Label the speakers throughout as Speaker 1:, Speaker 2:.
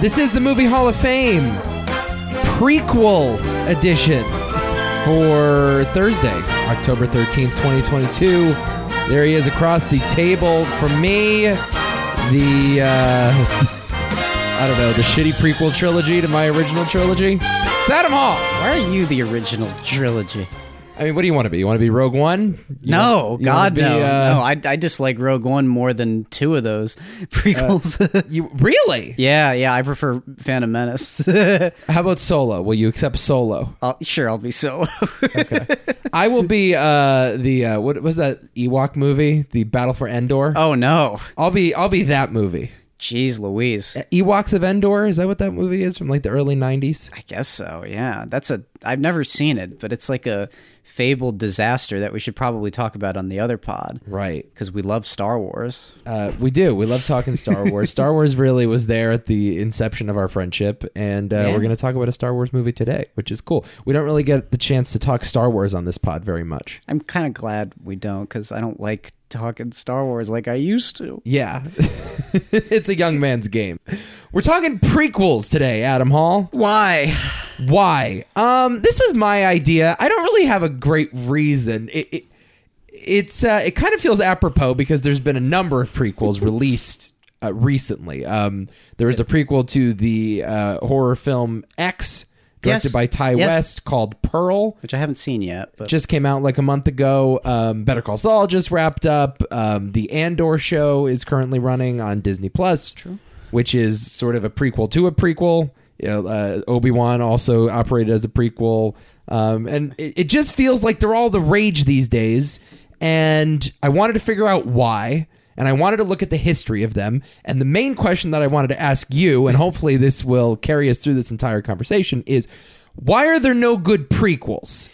Speaker 1: This is the Movie Hall of Fame prequel edition for Thursday, October 13th, 2022. There he is across the table from me. The, uh, I don't know, the shitty prequel trilogy to my original trilogy. It's Adam Hall.
Speaker 2: Why are you the original trilogy?
Speaker 1: I mean, what do you want to be? You want to be Rogue One? You
Speaker 2: no,
Speaker 1: want- you want
Speaker 2: God,
Speaker 1: to be,
Speaker 2: no.
Speaker 1: uh,
Speaker 2: no, I, I dislike Rogue One more than two of those prequels.
Speaker 1: you, really?
Speaker 2: yeah, yeah, I prefer Phantom Menace.
Speaker 1: How about Solo? Will you accept Solo?
Speaker 2: I'll, sure, I'll be solo.
Speaker 1: I will be uh, the uh, what was that Ewok movie? The Battle for Endor.
Speaker 2: oh, no.
Speaker 1: I'll be I'll be that movie.
Speaker 2: Jeez Louise.
Speaker 1: Ewoks of Endor is that what that movie is from like the early '90s?
Speaker 2: I guess so, yeah. That's a. I've never seen it, but it's like a fabled disaster that we should probably talk about on the other pod.
Speaker 1: Right.
Speaker 2: Because we love Star Wars.
Speaker 1: Uh, we do. We love talking Star Wars. Star Wars really was there at the inception of our friendship, and uh, we're going to talk about a Star Wars movie today, which is cool. We don't really get the chance to talk Star Wars on this pod very much.
Speaker 2: I'm kind of glad we don't, because I don't like talking Star Wars like I used to.
Speaker 1: Yeah. it's a young man's game. We're talking prequels today, Adam Hall.
Speaker 2: Why?
Speaker 1: Why? Um, this was my idea. I don't really have a great reason. It, it it's uh, it kind of feels apropos because there's been a number of prequels released uh, recently. Um, there was a prequel to the uh, horror film X, directed
Speaker 2: Yes.
Speaker 1: by Ty
Speaker 2: Yes.
Speaker 1: West, called Pearl.
Speaker 2: Which I haven't seen yet, but
Speaker 1: Just came out like a month ago. Um, Better Call Saul just wrapped up. Um, the Andor show is currently running on Disney Plus, which is sort of a prequel to a prequel. You know, uh, Obi Wan also operated as a prequel, um, and it, it just feels like they're all the rage these days. And I wanted to figure out why. And I wanted to look at the history of them. And the main question that I wanted to ask you, and hopefully this will carry us through this entire conversation, is why are there no good prequels?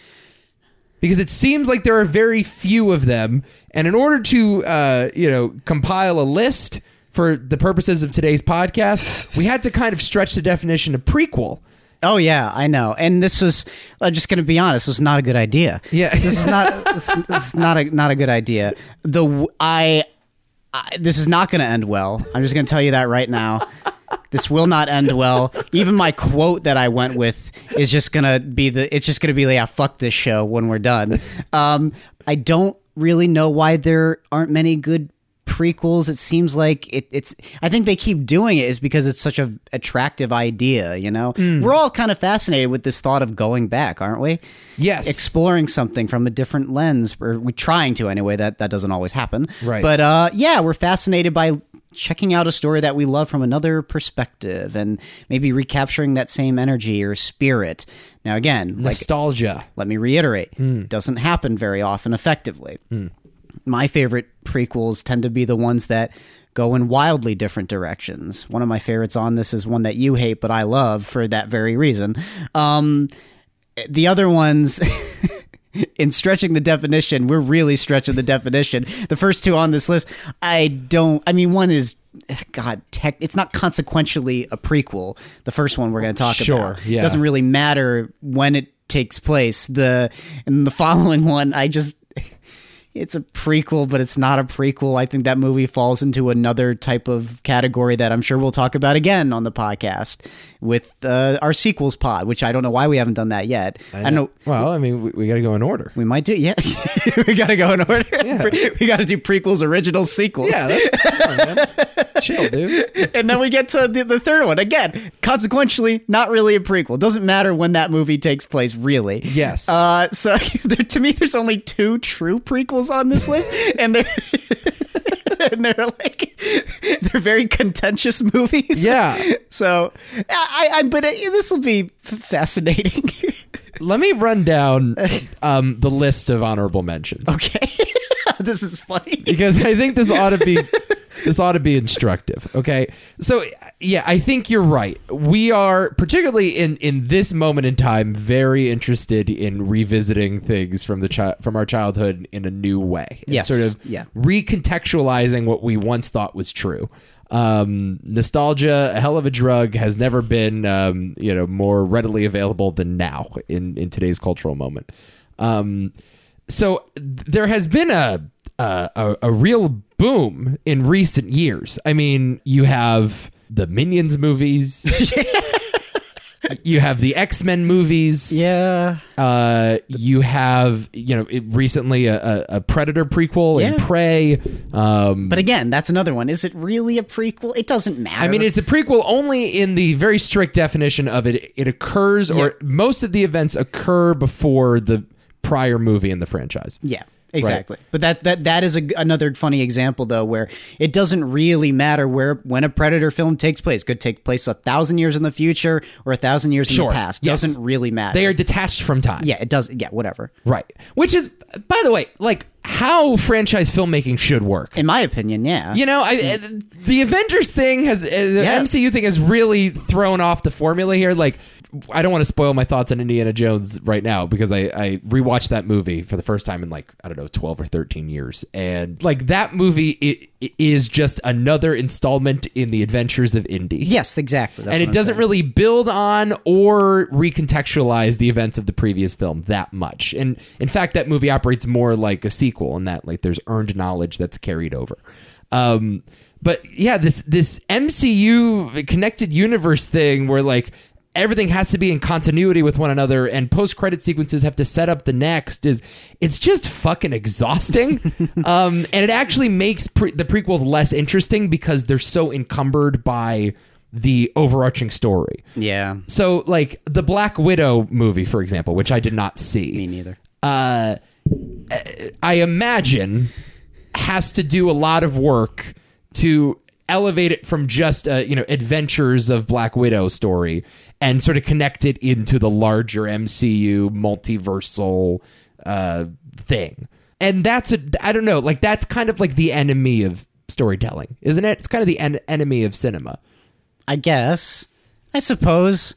Speaker 1: because it seems like there are very few of them. And in order to, uh, you know, compile a list for the purposes of today's podcast, we had to kind of stretch the definition of prequel.
Speaker 2: Oh yeah, I know. And this was I'm just going to be honest, this was not a good idea.
Speaker 1: Yeah.
Speaker 2: This is not this, this is not a not a good idea. The w- I, I this is not going to end well. I'm just going to tell you that right now. This will not end well. Even my quote that I went with is just going to be the it's just going to be like yeah, fuck this show when we're done. Um I don't really know why there aren't many good prequels it seems like it, it's i think they keep doing it is because it's such a attractive idea you know we're all kind of fascinated with this thought of going back aren't we
Speaker 1: Yes.
Speaker 2: exploring something from a different lens or we're trying to anyway that that doesn't always happen
Speaker 1: Right.
Speaker 2: but uh yeah we're fascinated by checking out a story that we love from another perspective and maybe recapturing that same energy or spirit now again like
Speaker 1: Nostalgia.
Speaker 2: let me reiterate,
Speaker 1: Hmm.
Speaker 2: doesn't happen very often effectively. My favorite prequels tend to be the ones that go in wildly different directions. One of my favorites on this is one that you hate, but I love for that very reason. Um, the other ones. In stretching the definition, we're really stretching the definition. The first two on this list, I don't. I mean, one is, God, tech. It's not consequentially a prequel. The first one we're going to talk
Speaker 1: Sure,
Speaker 2: about
Speaker 1: yeah.
Speaker 2: doesn't doesn't really matter when it takes place. The and the following one, I just it's a prequel, but it's not a prequel. I think that movie falls into another type of category that I'm sure we'll talk about again on the podcast with uh, our sequels pod, which I don't know why we haven't done that yet. I know.
Speaker 1: Well, I mean, we, we got to go in order.
Speaker 2: we might do, yeah. we gotta go in order. Pre- we gotta do prequels, original sequels,
Speaker 1: Yeah, that's come on, man. chill, dude.
Speaker 2: and then we get to the, the third one again. Consequentially, not really a prequel. Doesn't matter when that movie takes place, really.
Speaker 1: Yes.
Speaker 2: Uh, so there, to me, there's only two true prequels on this list, and they're and they're like they're very contentious movies.
Speaker 1: Yeah.
Speaker 2: So I, I but this will be f- fascinating.
Speaker 1: Let me run down um, the list of honorable mentions
Speaker 2: okay. this is funny.
Speaker 1: because I think this ought to be this ought to be instructive. Okay, so yeah, I think you're right. We are particularly in in this moment in time very interested in revisiting things from the chi- from our childhood in a new way. and
Speaker 2: Yes,
Speaker 1: sort of
Speaker 2: yeah.
Speaker 1: recontextualizing what we once thought was true. Um, nostalgia, a hell of a drug, has never been um, you know more readily available than now in in today's cultural moment. Um, so th- there has been a, a a a real boom in recent years. I mean, you have the Minions movies. you have the X Men movies.
Speaker 2: Yeah.
Speaker 1: Uh, you have you know it, recently a, a, a Predator prequel and
Speaker 2: Yeah.
Speaker 1: Prey. Um,
Speaker 2: But again, that's another one. Is it really a prequel? It doesn't matter.
Speaker 1: I mean, it's a prequel only in the very strict definition of it. It occurs, or most of the events occur before the prior movie in the franchise.
Speaker 2: Yeah, exactly. But that that that is a, another funny example though, where it doesn't really matter where when a Predator film takes place. Could take place a thousand years in the future or a thousand years in
Speaker 1: Sure,
Speaker 2: the past.
Speaker 1: yes.
Speaker 2: Doesn't really matter.
Speaker 1: They are detached from time.
Speaker 2: yeah, it does. Yeah, whatever.
Speaker 1: Right. Which is, by the way, like how franchise filmmaking should work.
Speaker 2: In my opinion, yeah.
Speaker 1: You know, I, uh, the Avengers thing has, uh, the
Speaker 2: Yeah.
Speaker 1: MCU thing has really thrown off the formula here. Like, I don't want to spoil my thoughts on Indiana Jones right now because I, I rewatched that movie for the first time in like, I don't know, 12 or 13 years. And like that movie it, it is just another installment in the adventures of Indy.
Speaker 2: Yes, exactly. That's
Speaker 1: And
Speaker 2: what
Speaker 1: it
Speaker 2: I'm
Speaker 1: doesn't
Speaker 2: saying.
Speaker 1: really build on or recontextualize the events of the previous film that much. And in fact, that movie operates more like a sequel in that like there's earned knowledge that's carried over. Um, but yeah, this this MCU connected universe thing where like everything has to be in continuity with one another and post credit sequences have to set up the next is it's just fucking exhausting um, and it actually makes pre- the prequels less interesting because they're so encumbered by the overarching story
Speaker 2: Yeah.
Speaker 1: so like the black widow movie for example which i did not
Speaker 2: Me
Speaker 1: see
Speaker 2: neither.
Speaker 1: uh, i imagine has to do a lot of work to elevate it from just uh, you know adventures of black widow story and sort of connect it into the larger mcu multiversal uh, thing and that's a i don't know like that's kind of like the enemy of storytelling isn't it it's kind of the en- enemy of cinema
Speaker 2: I guess. I suppose.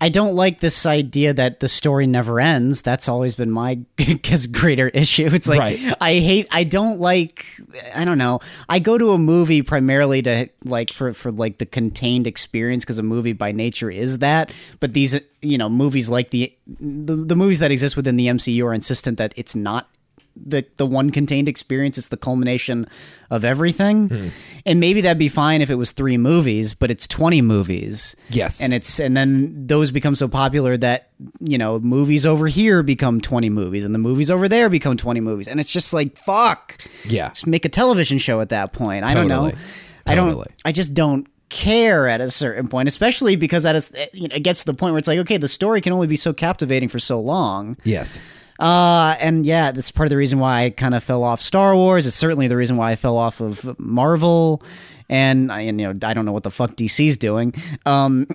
Speaker 2: I don't like this idea that the story never ends. That's always been my guess greater issue. It's like
Speaker 1: Right.
Speaker 2: I hate I don't like I don't know. I go to a movie primarily to like for for like the contained experience because a movie by nature is that, but these you know, movies like the the, the movies that exist within the MCU are insistent that it's not the the one contained experience it's the culmination of everything and maybe that'd be fine if it was three movies but it's 20 movies
Speaker 1: Yes.
Speaker 2: and it's and then those become so popular that you know movies over here become 20 movies and the movies over there become 20 movies and it's just like fuck
Speaker 1: Yeah.
Speaker 2: just make a television show at that point i don't know
Speaker 1: Totally.
Speaker 2: i don't
Speaker 1: Totally.
Speaker 2: I just don't care at a certain point, especially because that is you know it gets to the point where it's like okay, the story can only be so captivating for so long.
Speaker 1: yes
Speaker 2: Uh, and yeah, that's part of the reason why I kind of fell off Star Wars. It's certainly the reason why I fell off of Marvel, and I and, you know I don't know what the fuck DC's doing. Um,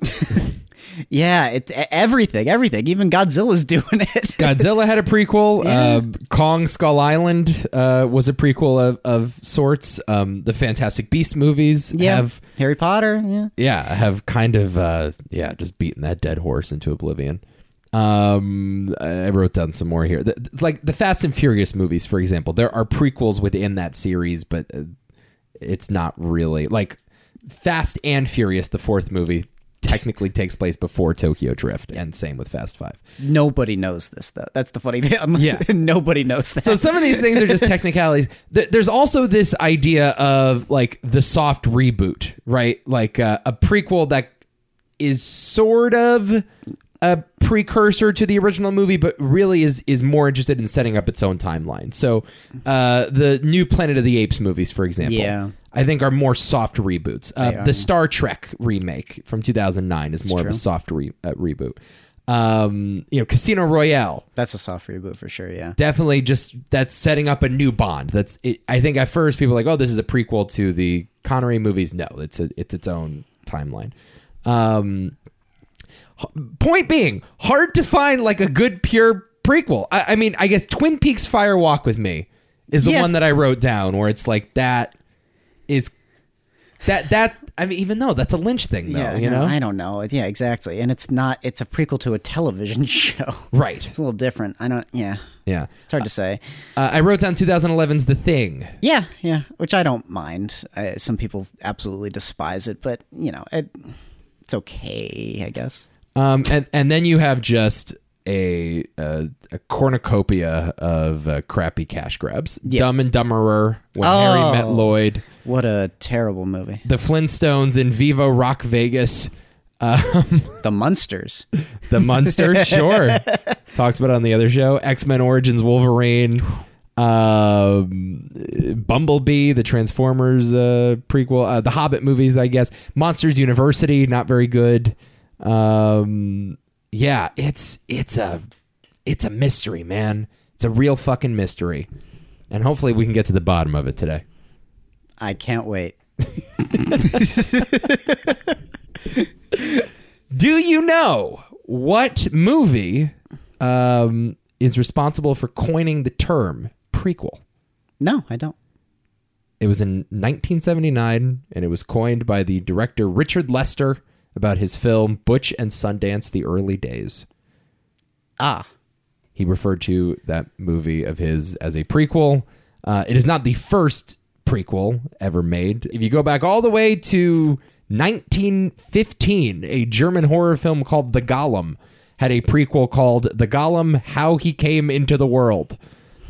Speaker 2: yeah, it, e, everything, everything, even Godzilla's doing it.
Speaker 1: Godzilla had a prequel. Um Kong Skull Island uh, was a prequel of, of sorts. Um, the Fantastic Beast movies
Speaker 2: yeah,
Speaker 1: have,
Speaker 2: Harry Potter. Yeah,
Speaker 1: yeah, have kind of, uh, yeah, just beaten that dead horse into oblivion. Um, I wrote down some more here. The, like the Fast and Furious movies, for example, there are prequels within that series, but uh, it's not really like Fast and Furious. The fourth movie technically takes place before Tokyo Drift, and same with Fast Five.
Speaker 2: nobody knows this though. That's the funny thing.
Speaker 1: Yeah.
Speaker 2: nobody knows that.
Speaker 1: So some of these things are just technicalities. Th- There's also this idea of like the soft reboot, right? Like uh, a prequel that is sort of a precursor to the original movie, but really is is more interested in setting up its own timeline. So uh, the new Planet of the Apes movies, for example,
Speaker 2: Yeah.
Speaker 1: I think are more soft reboots. Uh, the Star Trek remake from 2009 is more of a soft re- uh, reboot. Um, you know, Casino Royale
Speaker 2: that's a soft reboot for sure. Yeah.
Speaker 1: definitely just that's setting up a new bond that's it, i think at first people were like oh this is a prequel to the connery movies no it's a, it's its own timeline um h- point being hard to find like a good pure prequel i, I mean i guess twin peaks fire walk with me is the
Speaker 2: Yeah.
Speaker 1: one that i wrote down where it's like that is that that i mean even though that's a lynch thing though
Speaker 2: Yeah,
Speaker 1: you know
Speaker 2: I don't know. Yeah, exactly. And it's not. It's a prequel to a television show.
Speaker 1: right
Speaker 2: It's a little different. I don't. Yeah,
Speaker 1: yeah
Speaker 2: it's hard to say.
Speaker 1: uh, i wrote down 2011's the thing
Speaker 2: Yeah, yeah. Which I don't mind. I, some people absolutely despise it, but you know, it, it's okay, I guess.
Speaker 1: Um, and and then you have just a a, a cornucopia of uh, crappy cash grabs.
Speaker 2: Yes.
Speaker 1: Dumb and Dumberer, When Harry
Speaker 2: Oh.
Speaker 1: Met Lloyd,
Speaker 2: What a terrible movie.
Speaker 1: The Flintstones in Vivo Rock Vegas,
Speaker 2: The Munsters.
Speaker 1: The Munster, sure. Talked about it on the other show. X Men Origins Wolverine, um, Bumblebee, the Transformers uh, prequel, uh, the Hobbit movies, I guess. Monsters University, not very good. Um, yeah, it's it's a it's a mystery, man. It's a real fucking mystery, and hopefully we can get to the bottom of it today.
Speaker 2: I can't wait.
Speaker 1: Do you know what movie um, is responsible for coining the term prequel?
Speaker 2: No, I don't.
Speaker 1: It was in 1979, and it was coined by the director Richard Lester about his film Butch and Sundance: The Early Days.
Speaker 2: Ah,
Speaker 1: He referred to that movie of his as a prequel. Uh, it is not the first prequel ever made. If you go back all the way to 1915, a German horror film called The Golem had a prequel called The Golem: How He Came into the World.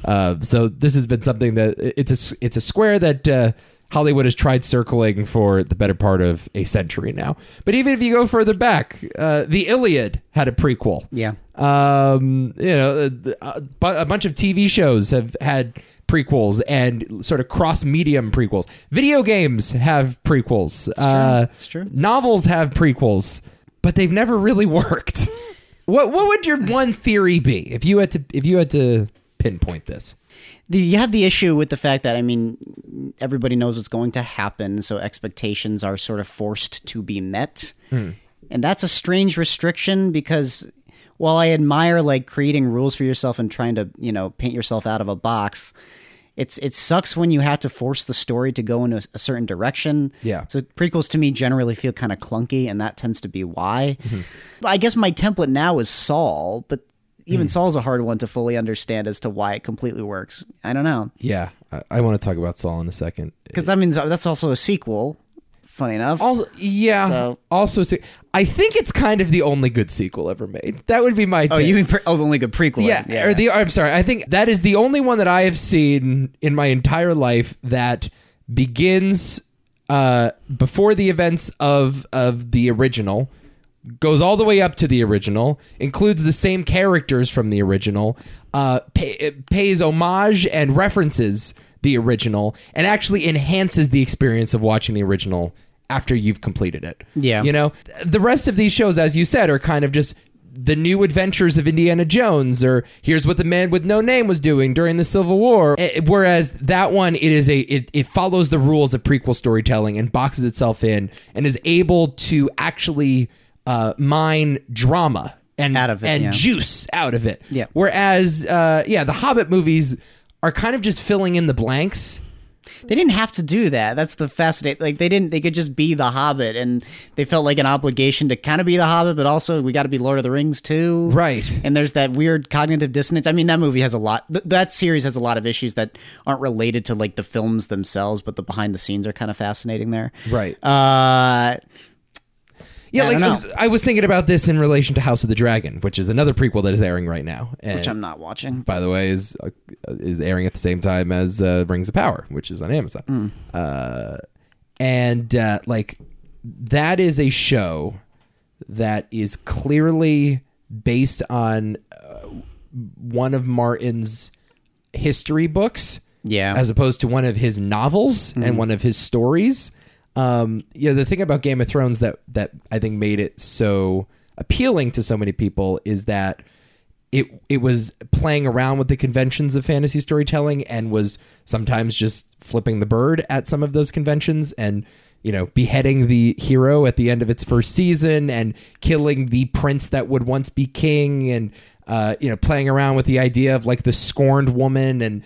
Speaker 1: Uh, so this has been something that it's a it's a square that uh, Hollywood has tried circling for the better part of a century now. But even if you go further back, uh, the Iliad had a prequel
Speaker 2: yeah.
Speaker 1: um, you know, a, a bunch of TV shows have had prequels and sort of cross medium prequels. Video games have prequels. Uh,
Speaker 2: It's true.
Speaker 1: Novels have prequels, but they've never really worked. what What would your one theory be if you had to if you had to pinpoint this?
Speaker 2: The, you have the issue with the fact that, I mean, everybody knows what's going to happen, so expectations are sort of forced to be met. And that's a strange restriction because while I admire like creating rules for yourself and trying to, you know, paint yourself out of a box, it's it sucks when you have to force the story to go in a, a certain direction.
Speaker 1: Yeah.
Speaker 2: So prequels to me generally feel kind of clunky, and that tends to be why. But I guess my template now is Saul, but even
Speaker 1: Hmm.
Speaker 2: Saul's a hard one to fully understand as to why it completely works. I don't know
Speaker 1: Yeah, I, I want to talk about Saul in a second.
Speaker 2: because I mean that's also a sequel. Funny enough,
Speaker 1: Also, yeah.
Speaker 2: So-
Speaker 1: also, se- I think it's kind of the only good sequel ever made. That would be my.
Speaker 2: oh, you mean pre- oh, only good prequel?
Speaker 1: Yeah, or the I'm sorry. I think that is the only one that I have seen in my entire life that begins uh, before the events of of the original, goes all the way up to the original, includes the same characters from the original, uh, pay, it pays homage and references the original, and actually enhances the experience of watching the original after you've completed it.
Speaker 2: Yeah.
Speaker 1: you know. You know, the rest of these shows, as you said, are kind of just the new adventures of Indiana Jones, or here's what the man with no name was doing during the Civil War. Eh, Whereas that one, it is a it, it follows the rules of prequel storytelling and boxes itself in, and is able to actually uh, mine drama and
Speaker 2: Out of it,
Speaker 1: and
Speaker 2: yeah.
Speaker 1: juice out of it.
Speaker 2: Yeah.
Speaker 1: Whereas, uh, yeah, the Hobbit movies are kind of just filling in the blanks.
Speaker 2: They didn't have to do that. That's the fascinating. Like they didn't. They could just be the Hobbit, and they felt like an obligation to kind of be the Hobbit, but also we got to be Lord of the Rings too,
Speaker 1: Right.
Speaker 2: And there's that weird cognitive dissonance. I mean, that movie has a lot. Th- that series has a lot of issues that aren't related to like the films themselves, but the behind the scenes are kind of fascinating there.
Speaker 1: Right.
Speaker 2: Uh,
Speaker 1: Yeah,
Speaker 2: I
Speaker 1: like
Speaker 2: don't
Speaker 1: I
Speaker 2: know.
Speaker 1: was, I was thinking about this in relation to House of the Dragon, which is another prequel that is airing right now, and
Speaker 2: which I'm not watching.
Speaker 1: by the way is uh, is airing at the same time as uh, Rings of Power, which is on Amazon.
Speaker 2: Mm.
Speaker 1: Uh, and uh, like that is a show that is clearly based on uh, one of Martin's history books
Speaker 2: Yeah.
Speaker 1: as opposed to one of his novels and one of his stories. Um, you know, the thing about Game of Thrones that that I think made it so appealing to so many people is that it it was playing around with the conventions of fantasy storytelling and was sometimes just flipping the bird at some of those conventions and you know beheading the hero at the end of its first season and killing the prince that would once be king and uh, you know playing around with the idea of like the scorned woman and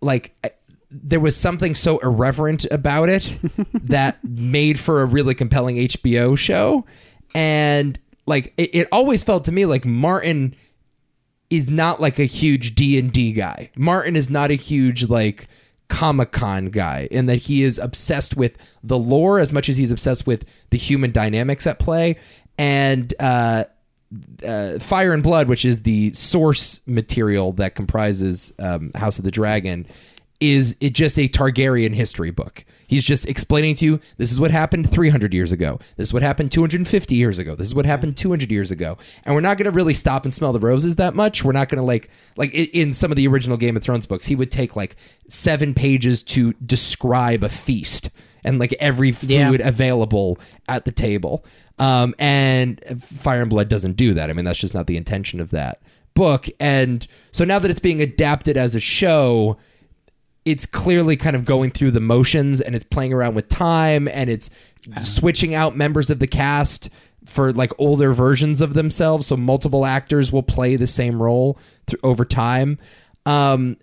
Speaker 1: like I- there was something so irreverent about it that made for a really compelling HBO show and like it, it always felt to me like Martin is not like a huge D&D guy. Martin is not a huge like Comic-Con guy in that he is obsessed with the lore as much as he's obsessed with the human dynamics at play and uh uh, Fire and Blood, which is the source material that comprises um, House of the Dragon, is it just a Targaryen history book. He's just explaining to you this is what happened 300 years ago. This is what happened 250 years ago. This is what happened 200 years ago. And we're not going to really stop and smell the roses that much. We're not going to like like i- in some of the original Game of Thrones books, he would take like 7 pages to describe a feast and like every food
Speaker 2: Yeah.
Speaker 1: available at the table. Um, and Fire and Blood doesn't do that. I mean, that's just not the intention of that book. And so now that it's being adapted as a show, it's clearly kind of going through the motions and it's playing around with time and it's switching out members of the cast for like older versions of themselves. So multiple actors will play the same role th- over time. Um,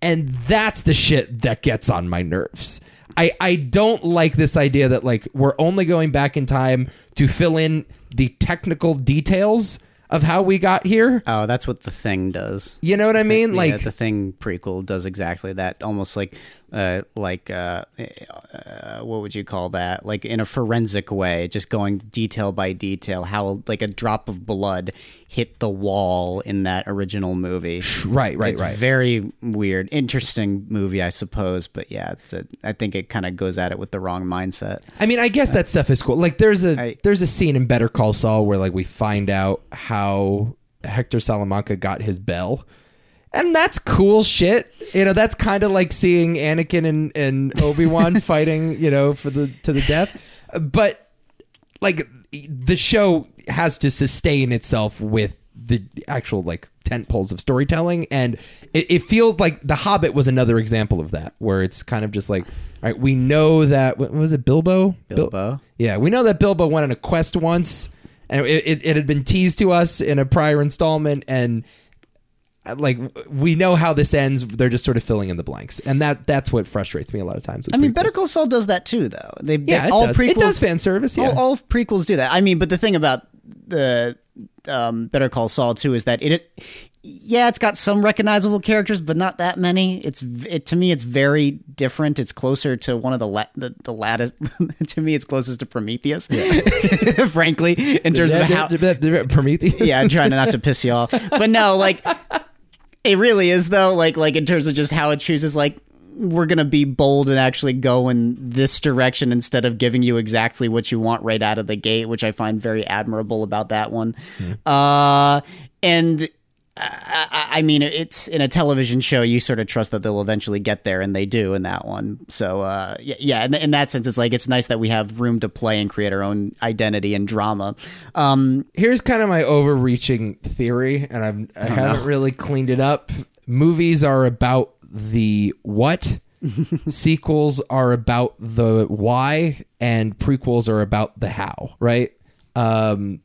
Speaker 1: and that's the shit that gets on my nerves. I, I don't like this idea that like we're only going back in time to fill in the technical details of how we got here.
Speaker 2: Oh, that's what the thing does.
Speaker 1: You know what I mean?
Speaker 2: yeah,
Speaker 1: Like
Speaker 2: the thing prequel does exactly that. Almost like, uh, like uh, uh, what would you call that? Like in a forensic way, just going detail by detail, how like a drop of blood hit the wall in that original movie.
Speaker 1: right, right,
Speaker 2: It's
Speaker 1: right.
Speaker 2: very weird, interesting movie, I suppose. But yeah, it's a, I think it kind of goes at it with the wrong mindset.
Speaker 1: I mean, I guess that stuff is cool. Like there's a
Speaker 2: I-
Speaker 1: there's a scene in Better Call Saul where like we find out how Hector Salamanca got his bell. And that's cool shit. You know, that's kind of like seeing Anakin and, and Obi-Wan fighting, you know, for the to the death. But like the show has to sustain itself with the actual like tent poles of storytelling and it, it feels like the hobbit was another example of that where it's kind of just like all right we know that what was it bilbo Bil-
Speaker 2: Bilbo.
Speaker 1: yeah we know that bilbo went on a quest once and it, it, it had been teased to us in a prior installment and uh, like we know how this ends they're just sort of filling in the blanks and that that's what frustrates me a lot of times with
Speaker 2: I mean,
Speaker 1: prequels.
Speaker 2: Better Call Saul does that too, though. They, they-
Speaker 1: yeah it,
Speaker 2: all
Speaker 1: does.
Speaker 2: prequels
Speaker 1: it does fan service yeah
Speaker 2: All, all prequels do that. I mean, but the thing about the um, Better Call Saul too is that it, it- yeah, it's got some recognizable characters, but not that many. It's v- it, to me, it's very different. It's closer to one of the la- the, the latest. to me, it's closest to Prometheus, frankly, in terms of how
Speaker 1: Prometheus
Speaker 2: yeah, I'm trying not to piss you off. But no, like it really is though, like like in terms of just how it chooses like we're gonna be bold and actually go in this direction instead of giving you exactly what you want right out of the gate, which I find very admirable about that one. Uh and I, I- I mean, it's in a television show. You sort of trust that they'll eventually get there, and they do in that one. So, uh, yeah, yeah. In, in that sense, it's like it's nice that we have room to play and create our own identity and drama. Um,
Speaker 1: here's kind of my overreaching theory, and I'm I haven't really cleaned it up. Movies are about the what, sequels are about the why, and prequels are about the how, right? Um,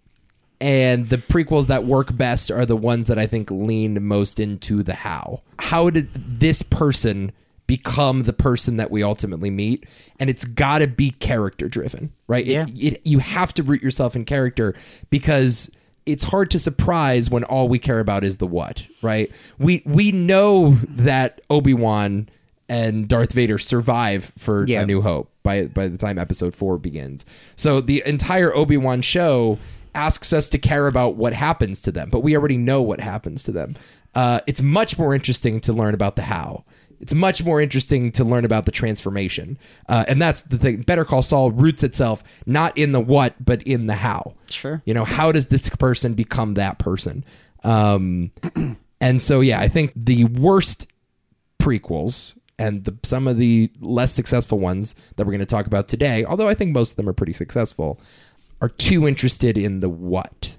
Speaker 1: and the prequels that work best are the ones that I think lean most into the how. How did this person become the person that we ultimately meet? And it's got to be character driven, right? It-
Speaker 2: Yeah.
Speaker 1: it, you have to root yourself in character because it's hard to surprise when all we care about is the what, right? We we know that Obi-Wan and Darth Vader survive for
Speaker 2: Yeah.
Speaker 1: A New Hope by by the time episode 4 begins. So the entire Obi-Wan show asks us to care about what happens to them, but we already know what happens to them. Uh, it's much more interesting to learn about the how it's much more interesting to learn about the transformation. Uh, and that's the thing. Better Call Saul roots itself not in the what, but in the how.
Speaker 2: Sure.
Speaker 1: You know, how does this person become that person? Um, and so, yeah, I think the worst prequels and the, some of the less successful ones that we're going to talk about today, although I think most of them are pretty successful, are too interested in the what.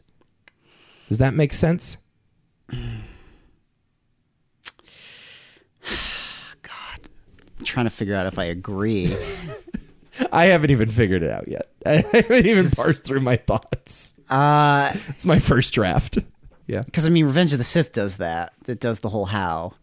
Speaker 1: Does that make sense?
Speaker 2: trying to figure out if I agree.
Speaker 1: I haven't even figured it out yet. I haven't even parsed through my thoughts.
Speaker 2: Because
Speaker 1: It's my first draft. Yeah.
Speaker 2: Uh, I mean, Revenge of the Sith does that. It does the whole how.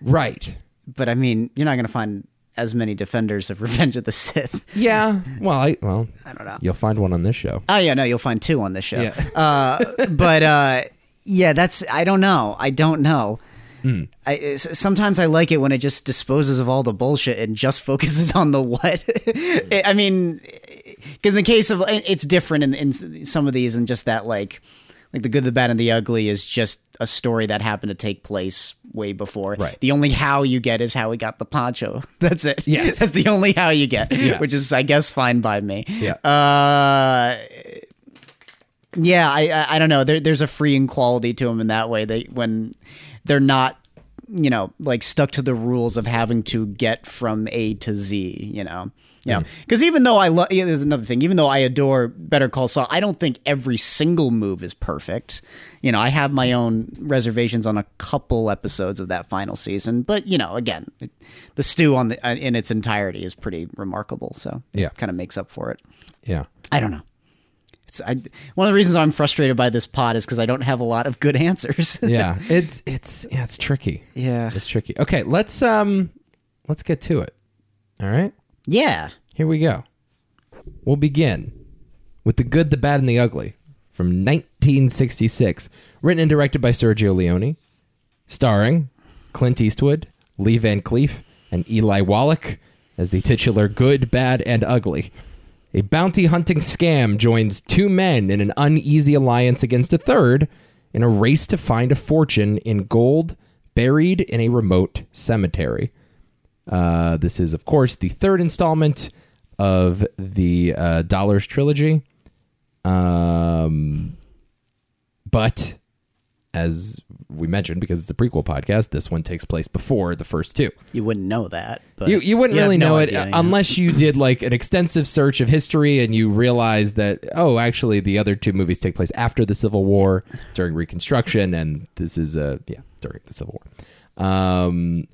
Speaker 1: Right.
Speaker 2: But I mean, you're not going to find as many defenders of Revenge of the Sith.
Speaker 1: Yeah. Well, I well, I
Speaker 2: don't know.
Speaker 1: You'll find one on this show.
Speaker 2: Oh yeah, no, you'll find two on this show.
Speaker 1: Yeah.
Speaker 2: Uh, but uh, yeah, that's I don't know. I don't know.
Speaker 1: Hmm.
Speaker 2: I, s- sometimes I like it when it just disposes of all the bullshit and just focuses on the what. I
Speaker 1: Hmm.
Speaker 2: I mean, in the case of it's different in, in some of these, and just that like Like the good, the bad, and the ugly is just a story that happened to take place way before.
Speaker 1: Right.
Speaker 2: The only how you get is how he got the poncho. That's it.
Speaker 1: Yes.
Speaker 2: That's the only how you get, which is, I guess, fine by me.
Speaker 1: Yeah.
Speaker 2: Uh, yeah, I I, I don't know. There, there's a freeing quality to them in that way. They when they're not, you know, like stuck to the rules of having to get from A to Z. You know, yeah. Because even though I love, yeah, there's another thing. Even though I adore Better Call Saul, I don't think every single move is perfect. You know, I have my own reservations on a couple episodes of that final season, but you know, again, it, the stew on the uh, in its entirety is pretty remarkable. So it
Speaker 1: Yeah.
Speaker 2: kind of makes up for it.
Speaker 1: Yeah.
Speaker 2: I don't know. It's I, one of the reasons I'm frustrated by this pod is because I don't have a lot of good answers.
Speaker 1: Yeah. it's it's yeah, it's tricky.
Speaker 2: yeah.
Speaker 1: It's tricky. Okay, let's um let's get to it. All right?
Speaker 2: Yeah.
Speaker 1: Here we go. We'll begin with The Good, the Bad and the Ugly from 1966, written and directed by Sergio Leone, starring Clint Eastwood, Lee Van Cleef, and Eli Wallach as the titular Good, Bad and Ugly. A bounty hunting scam joins two men in an uneasy alliance against a third in a race to find a fortune in gold buried in a remote cemetery. Uh, this is, of course, the third installment of the uh, Dollars trilogy. Um, but as we mentioned, because it's a prequel podcast, this one takes place before the first two.
Speaker 2: You wouldn't know that. But
Speaker 1: You, you wouldn't
Speaker 2: have
Speaker 1: really
Speaker 2: no
Speaker 1: know
Speaker 2: idea,
Speaker 1: it uh,
Speaker 2: yeah.
Speaker 1: unless you did like an extensive search of history and you realize that oh actually the other two movies take place after the Civil War during Reconstruction and this is uh, yeah during the Civil War. Um,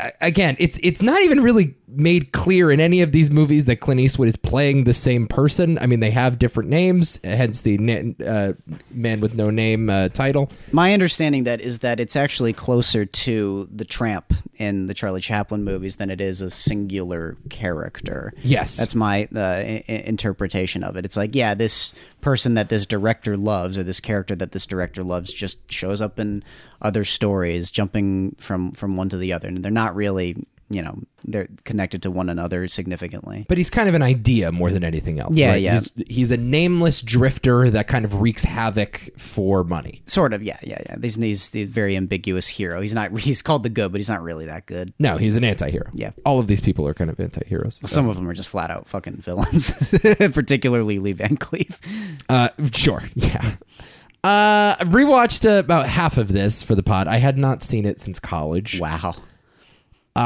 Speaker 1: a- again, it's it's not even really made clear in any of these movies that Clint Eastwood is playing the same person. I mean, they have different names, hence the na- uh, "Man with No Name" uh, title.
Speaker 2: My understanding that is that it's actually closer to the tramp in the Charlie Chaplin movies than it is a singular character.
Speaker 1: Yes.
Speaker 2: That's my uh, i- i- interpretation of it. It's like, yeah, this person that this director loves or this character that this director loves just shows up in other stories, jumping from from one to the other, and they're not really, you know, they're connected to one another significantly.
Speaker 1: But he's kind of an idea more than anything else.
Speaker 2: Yeah,
Speaker 1: right?
Speaker 2: yeah.
Speaker 1: He's, he's a nameless drifter that kind of wreaks havoc for money.
Speaker 2: Sort of, yeah, yeah, yeah. He's, he's the very ambiguous hero. He's not. He's called the good, but he's not really that good.
Speaker 1: No, he's an anti-hero.
Speaker 2: Yeah.
Speaker 1: All of these people are kind of anti-heroes.
Speaker 2: Some of them are just flat out fucking villains, particularly Lee Van Cleef.
Speaker 1: Uh, sure. Yeah. Uh, I rewatched uh, about half of this for the pod. I had not seen it since college. Uh,
Speaker 2: Wow.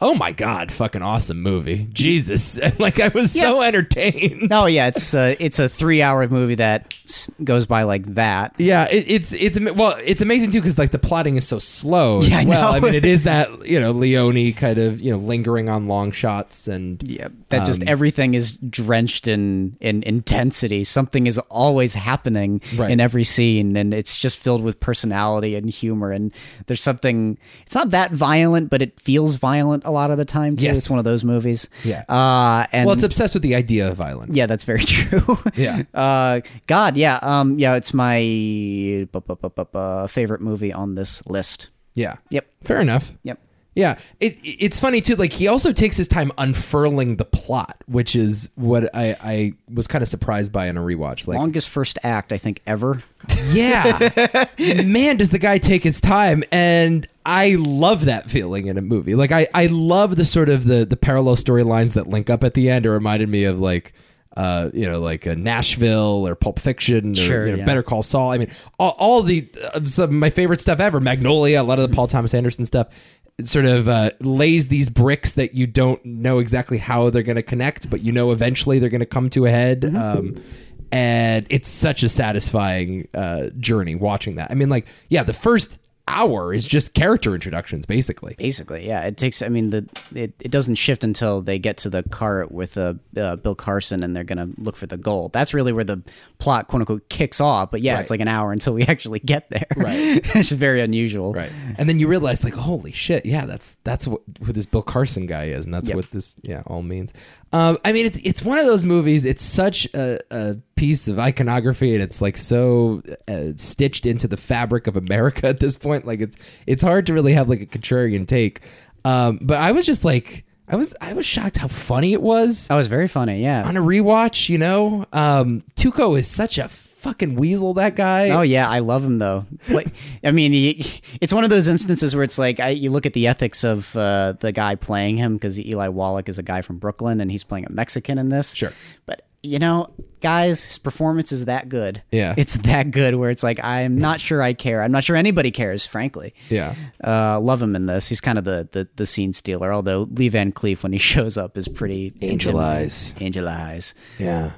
Speaker 1: Oh my god, fucking awesome movie. Jesus. like I was so entertained.
Speaker 2: Oh yeah, it's a, it's a three hour movie that s- goes by like that.
Speaker 1: Yeah, it, it's it's am- well, it's amazing too because like the plotting is so slow. as
Speaker 2: Yeah, I
Speaker 1: well,
Speaker 2: know.
Speaker 1: I mean, it is that you know Leone kind of you know lingering on long shots and
Speaker 2: Yeah, Um, that just everything is drenched in in intensity. Something is always happening
Speaker 1: Right.
Speaker 2: in every scene, and it's just filled with personality and humor. And there's something. It's not that violent, but it feels violent a lot of the time too.
Speaker 1: Yes.
Speaker 2: It's one of those movies.
Speaker 1: Yeah.
Speaker 2: Uh, and
Speaker 1: Well, it's obsessed with the idea of violence.
Speaker 2: Yeah, that's very true.
Speaker 1: Yeah.
Speaker 2: Uh, God, yeah. Um, yeah, it's my bu- bu- bu- bu- bu- favorite movie on this list.
Speaker 1: Yeah.
Speaker 2: Yep.
Speaker 1: Fair enough.
Speaker 2: Yep.
Speaker 1: Yeah. It it's funny too. Like he also takes his time unfurling the plot, which is what I I was kind of surprised by in a rewatch. Like,
Speaker 2: Longest first act I think ever.
Speaker 1: yeah, man, does the guy take his time? And I love that feeling in a movie. Like I I love the sort of the the parallel storylines that link up at the end. It reminded me of like. Uh, you know, like uh, Nashville or Pulp Fiction or
Speaker 2: Sure,
Speaker 1: you know,
Speaker 2: yeah.
Speaker 1: Better Call Saul. I mean, all, all the uh, some of my favorite stuff ever, Magnolia, a lot of the Paul Thomas Anderson stuff, sort of uh, lays these bricks that you don't know exactly how they're going to connect, but you know eventually they're going to come to a head. Um, and it's such a satisfying uh, journey watching that. I mean, like, yeah, the first hour is just character introductions, basically.
Speaker 2: Basically, yeah. It takes. I mean, the it, it doesn't shift until they get to the car with uh, uh, Bill Carson, and they're gonna look for the gold. That's really where the plot, quote unquote, kicks off. But yeah, it's
Speaker 1: Right.
Speaker 2: like an hour until we actually get there.
Speaker 1: Right.
Speaker 2: it's very unusual.
Speaker 1: And then you realize, like, holy shit, yeah, that's that's what who this Bill Carson guy is, and that's
Speaker 2: Yep.
Speaker 1: what this yeah all means. Um, I mean, it's it's one of those movies. It's such a, a piece of iconography, and it's like so uh, stitched into the fabric of America at this point. Like, it's it's hard to really have like a contrarian take. Um, but I was just like, I was I was shocked how funny it was
Speaker 2: That was very funny. Yeah.
Speaker 1: on a rewatch, you know, um, Tuco is such a fucking weasel that guy.
Speaker 2: Oh yeah, I love him though. Play, I mean, he, it's one of those instances where it's like I, you look at the ethics of uh, the guy playing him because Eli Wallach is a guy from Brooklyn and he's playing a Mexican in this.
Speaker 1: Sure.
Speaker 2: but you know, guys, his performance is that good.
Speaker 1: Yeah.
Speaker 2: it's that good where it's like I'm not sure I care. I'm not sure anybody cares, frankly.
Speaker 1: Yeah.
Speaker 2: Uh, love him in this. He's kind of the, the the scene stealer. Although Lee Van Cleef, when he shows up, is pretty
Speaker 1: Angel
Speaker 2: intimidating.
Speaker 1: eyes.
Speaker 2: Angel eyes
Speaker 1: Yeah.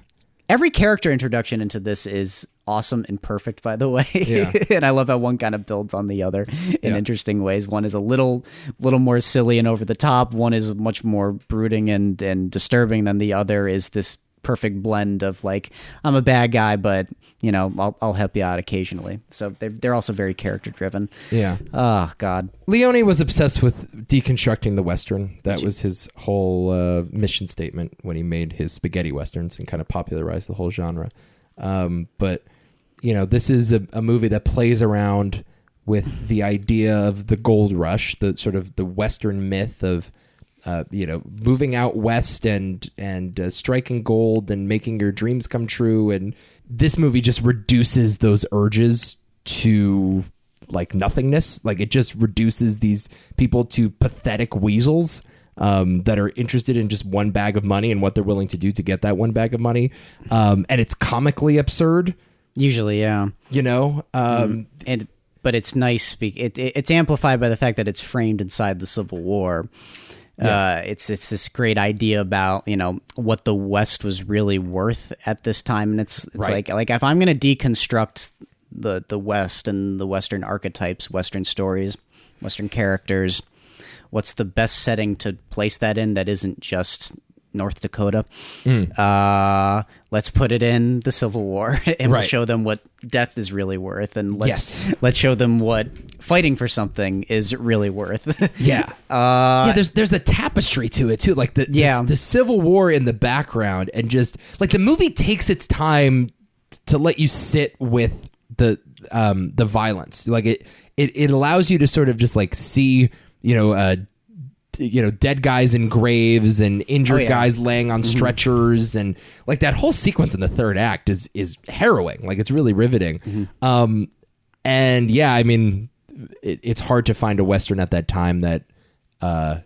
Speaker 2: every character introduction into this is awesome and perfect by the way and i love how one kind of builds on the other in
Speaker 1: Yeah.
Speaker 2: interesting ways one is a little little more silly and over the top one is much more brooding and and disturbing than the other is this perfect blend of like i'm a bad guy but you know i'll, I'll help you out occasionally so they're, they're also very character driven
Speaker 1: Yeah.
Speaker 2: oh god
Speaker 1: Leone was obsessed with deconstructing the Western. That was his whole uh, mission statement when he made his spaghetti Westerns and kind of popularized the whole genre. Um, but, you know, this is a, a movie that plays around with the idea of the gold rush, the sort of the Western myth of. Uh, you know, moving out west and and uh, striking gold and making your dreams come true, and this movie just reduces those urges to like nothingness. Like it just reduces these people to pathetic weasels um, that are interested in just one bag of money and what they're willing to do to get that one bag of money. Um, and it's comically absurd,
Speaker 2: usually yeah
Speaker 1: you know. Um,
Speaker 2: and but it's nice speak it, it- it's amplified by the fact that it's framed inside the civil war uh, it's it's this great idea about you know what the West was really worth at this time, and it's it's
Speaker 1: Right.
Speaker 2: like like if I'm going to deconstruct the the West and the Western archetypes, Western stories, Western characters, what's the best setting to place that in that isn't just North Dakota?
Speaker 1: Hmm.
Speaker 2: Uh, let's put it in the Civil War, and we'll
Speaker 1: Right.
Speaker 2: show them what death is really worth, and let's
Speaker 1: Yes.
Speaker 2: let's show them what fighting for something is really worth.
Speaker 1: Yeah. Uh, yeah, there's there's a tapestry to it too, like the
Speaker 2: Yeah.
Speaker 1: the, the Civil War in the background, and just like the movie takes its time t- to let you sit with the um the violence, like it it it allows you to sort of just like see you know uh d- you know dead guys in graves and injured
Speaker 2: Oh, yeah.
Speaker 1: guys laying on stretchers and like that whole sequence in the third act is is harrowing like it's really riveting
Speaker 2: Mm-hmm.
Speaker 1: um and yeah, I mean, it, it's hard to find a western at that time that uh,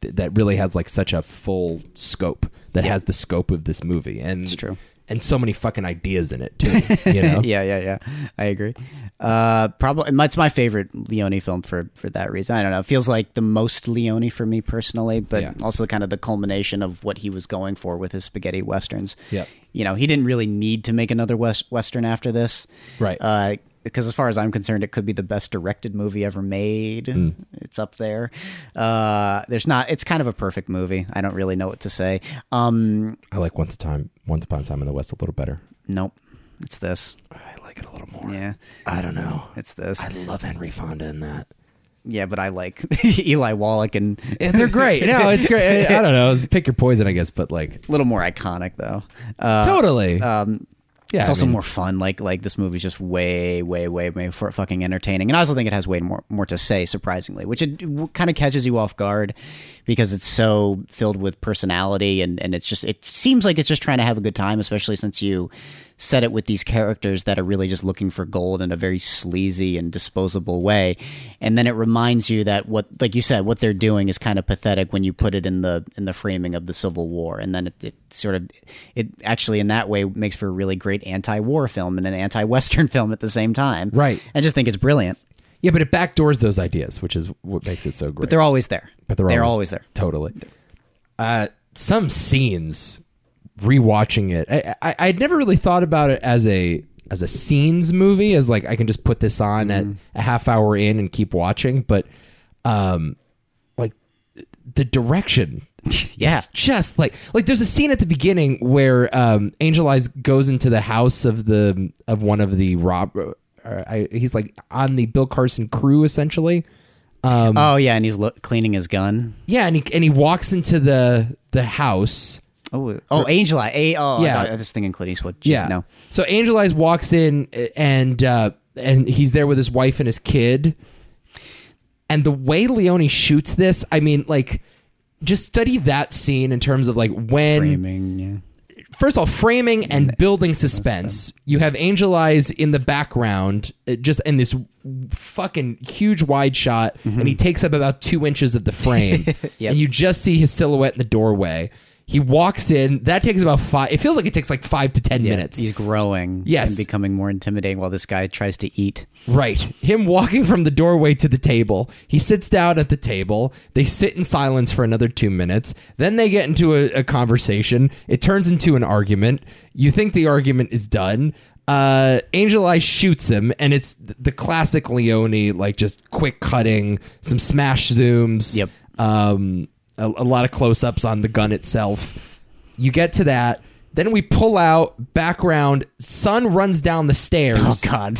Speaker 1: th- that really has like such a full scope that has the scope of this movie, and it's
Speaker 2: true.
Speaker 1: and so many fucking ideas in it too. You know,
Speaker 2: yeah, yeah, yeah. I agree. Uh, probably it's my favorite Leone film for for that reason. I don't know. It feels like the most Leone for me personally, but
Speaker 1: Yeah.
Speaker 2: also kind of the culmination of what he was going for with his spaghetti westerns.
Speaker 1: Yep.
Speaker 2: You know, he didn't really need to make another west, western after this,
Speaker 1: Right.
Speaker 2: Because as far as I'm concerned, it could be the best directed movie ever made.
Speaker 1: Hmm.
Speaker 2: It's up there. Uh, there's not. It's kind of a perfect movie. I don't really know what to say. Um,
Speaker 1: I like once a time, once upon a time in the West a little better.
Speaker 2: nope. It's this.
Speaker 1: I like it a little more.
Speaker 2: Yeah.
Speaker 1: I don't know.
Speaker 2: It's this.
Speaker 1: I love Henry Fonda in that.
Speaker 2: Yeah, but I like Eli Wallach and a
Speaker 1: they're great. No, it's great. I, I don't know. Pick your poison, I guess. But like,
Speaker 2: little more iconic though. Uh,
Speaker 1: totally. Um, yeah,
Speaker 2: it's
Speaker 1: I
Speaker 2: also
Speaker 1: mean-
Speaker 2: more fun. Like like this movie's just way way way way for fucking entertaining, and I also think it has way more more to say surprisingly, which it kind of catches you off guard because it's so filled with personality and and it's just it seems like it's just trying to have a good time, especially since you set it with these characters that are really just looking for gold in a very sleazy and disposable way and then it reminds you that what like you said what they're doing is kind of pathetic when you put it in the in the framing of the civil war and then it, it sort of it actually in that way makes for a really great anti-war film and an anti-western film at the same time
Speaker 1: Right.
Speaker 2: i just think it's brilliant
Speaker 1: yeah, but it backdoors those ideas, which is what makes it so great.
Speaker 2: they're always there
Speaker 1: but they're,
Speaker 2: always, there
Speaker 1: Totally. Uh, some scenes, rewatching it, I, I I'd never really thought about it as a as a scenes movie, as like I can just put this on
Speaker 2: Mm-hmm.
Speaker 1: at a half hour in and keep watching, but um, like the direction.
Speaker 2: Yeah.
Speaker 1: is just like like there's a scene at the beginning where um Angel Eyes goes into the house of the of one of the rob uh, I, he's like on the Bill Carson crew essentially. Um,
Speaker 2: oh yeah and he's lo- cleaning his gun
Speaker 1: Yeah, and he and he walks into the the house.
Speaker 2: oh oh angel eye a oh
Speaker 1: Yeah.
Speaker 2: yeah I thought, this thing in clint eastwood Jeez,
Speaker 1: Yeah.
Speaker 2: no
Speaker 1: So Angel Eyes walks in uh, and uh, and he's there with his wife and his kid. And the way Leone shoots this, I mean, like, just study that scene in terms of like when
Speaker 2: framing yeah
Speaker 1: first of all, framing and building suspense. You have Angel Eyes in the background, uh, just in this fucking huge wide shot, and he takes up about two inches of the frame, and you just see his silhouette in the doorway. He walks in. That takes about five. It feels like it takes like five to ten minutes.
Speaker 2: He's growing
Speaker 1: Yes.
Speaker 2: and becoming more intimidating while this guy tries to eat.
Speaker 1: Right. Him walking from the doorway to the table. He sits down at the table. They sit in silence for another two minutes. Then they get into a, a conversation. It turns into an argument. You think the argument is done. Uh, Angel Eye shoots him, and it's th- the classic Leone, like just quick cutting, some smash zooms,
Speaker 2: Yep.
Speaker 1: um, a, a lot of close ups on the gun itself. You get to that. Then we pull out background. Sun runs down the stairs
Speaker 2: Oh God!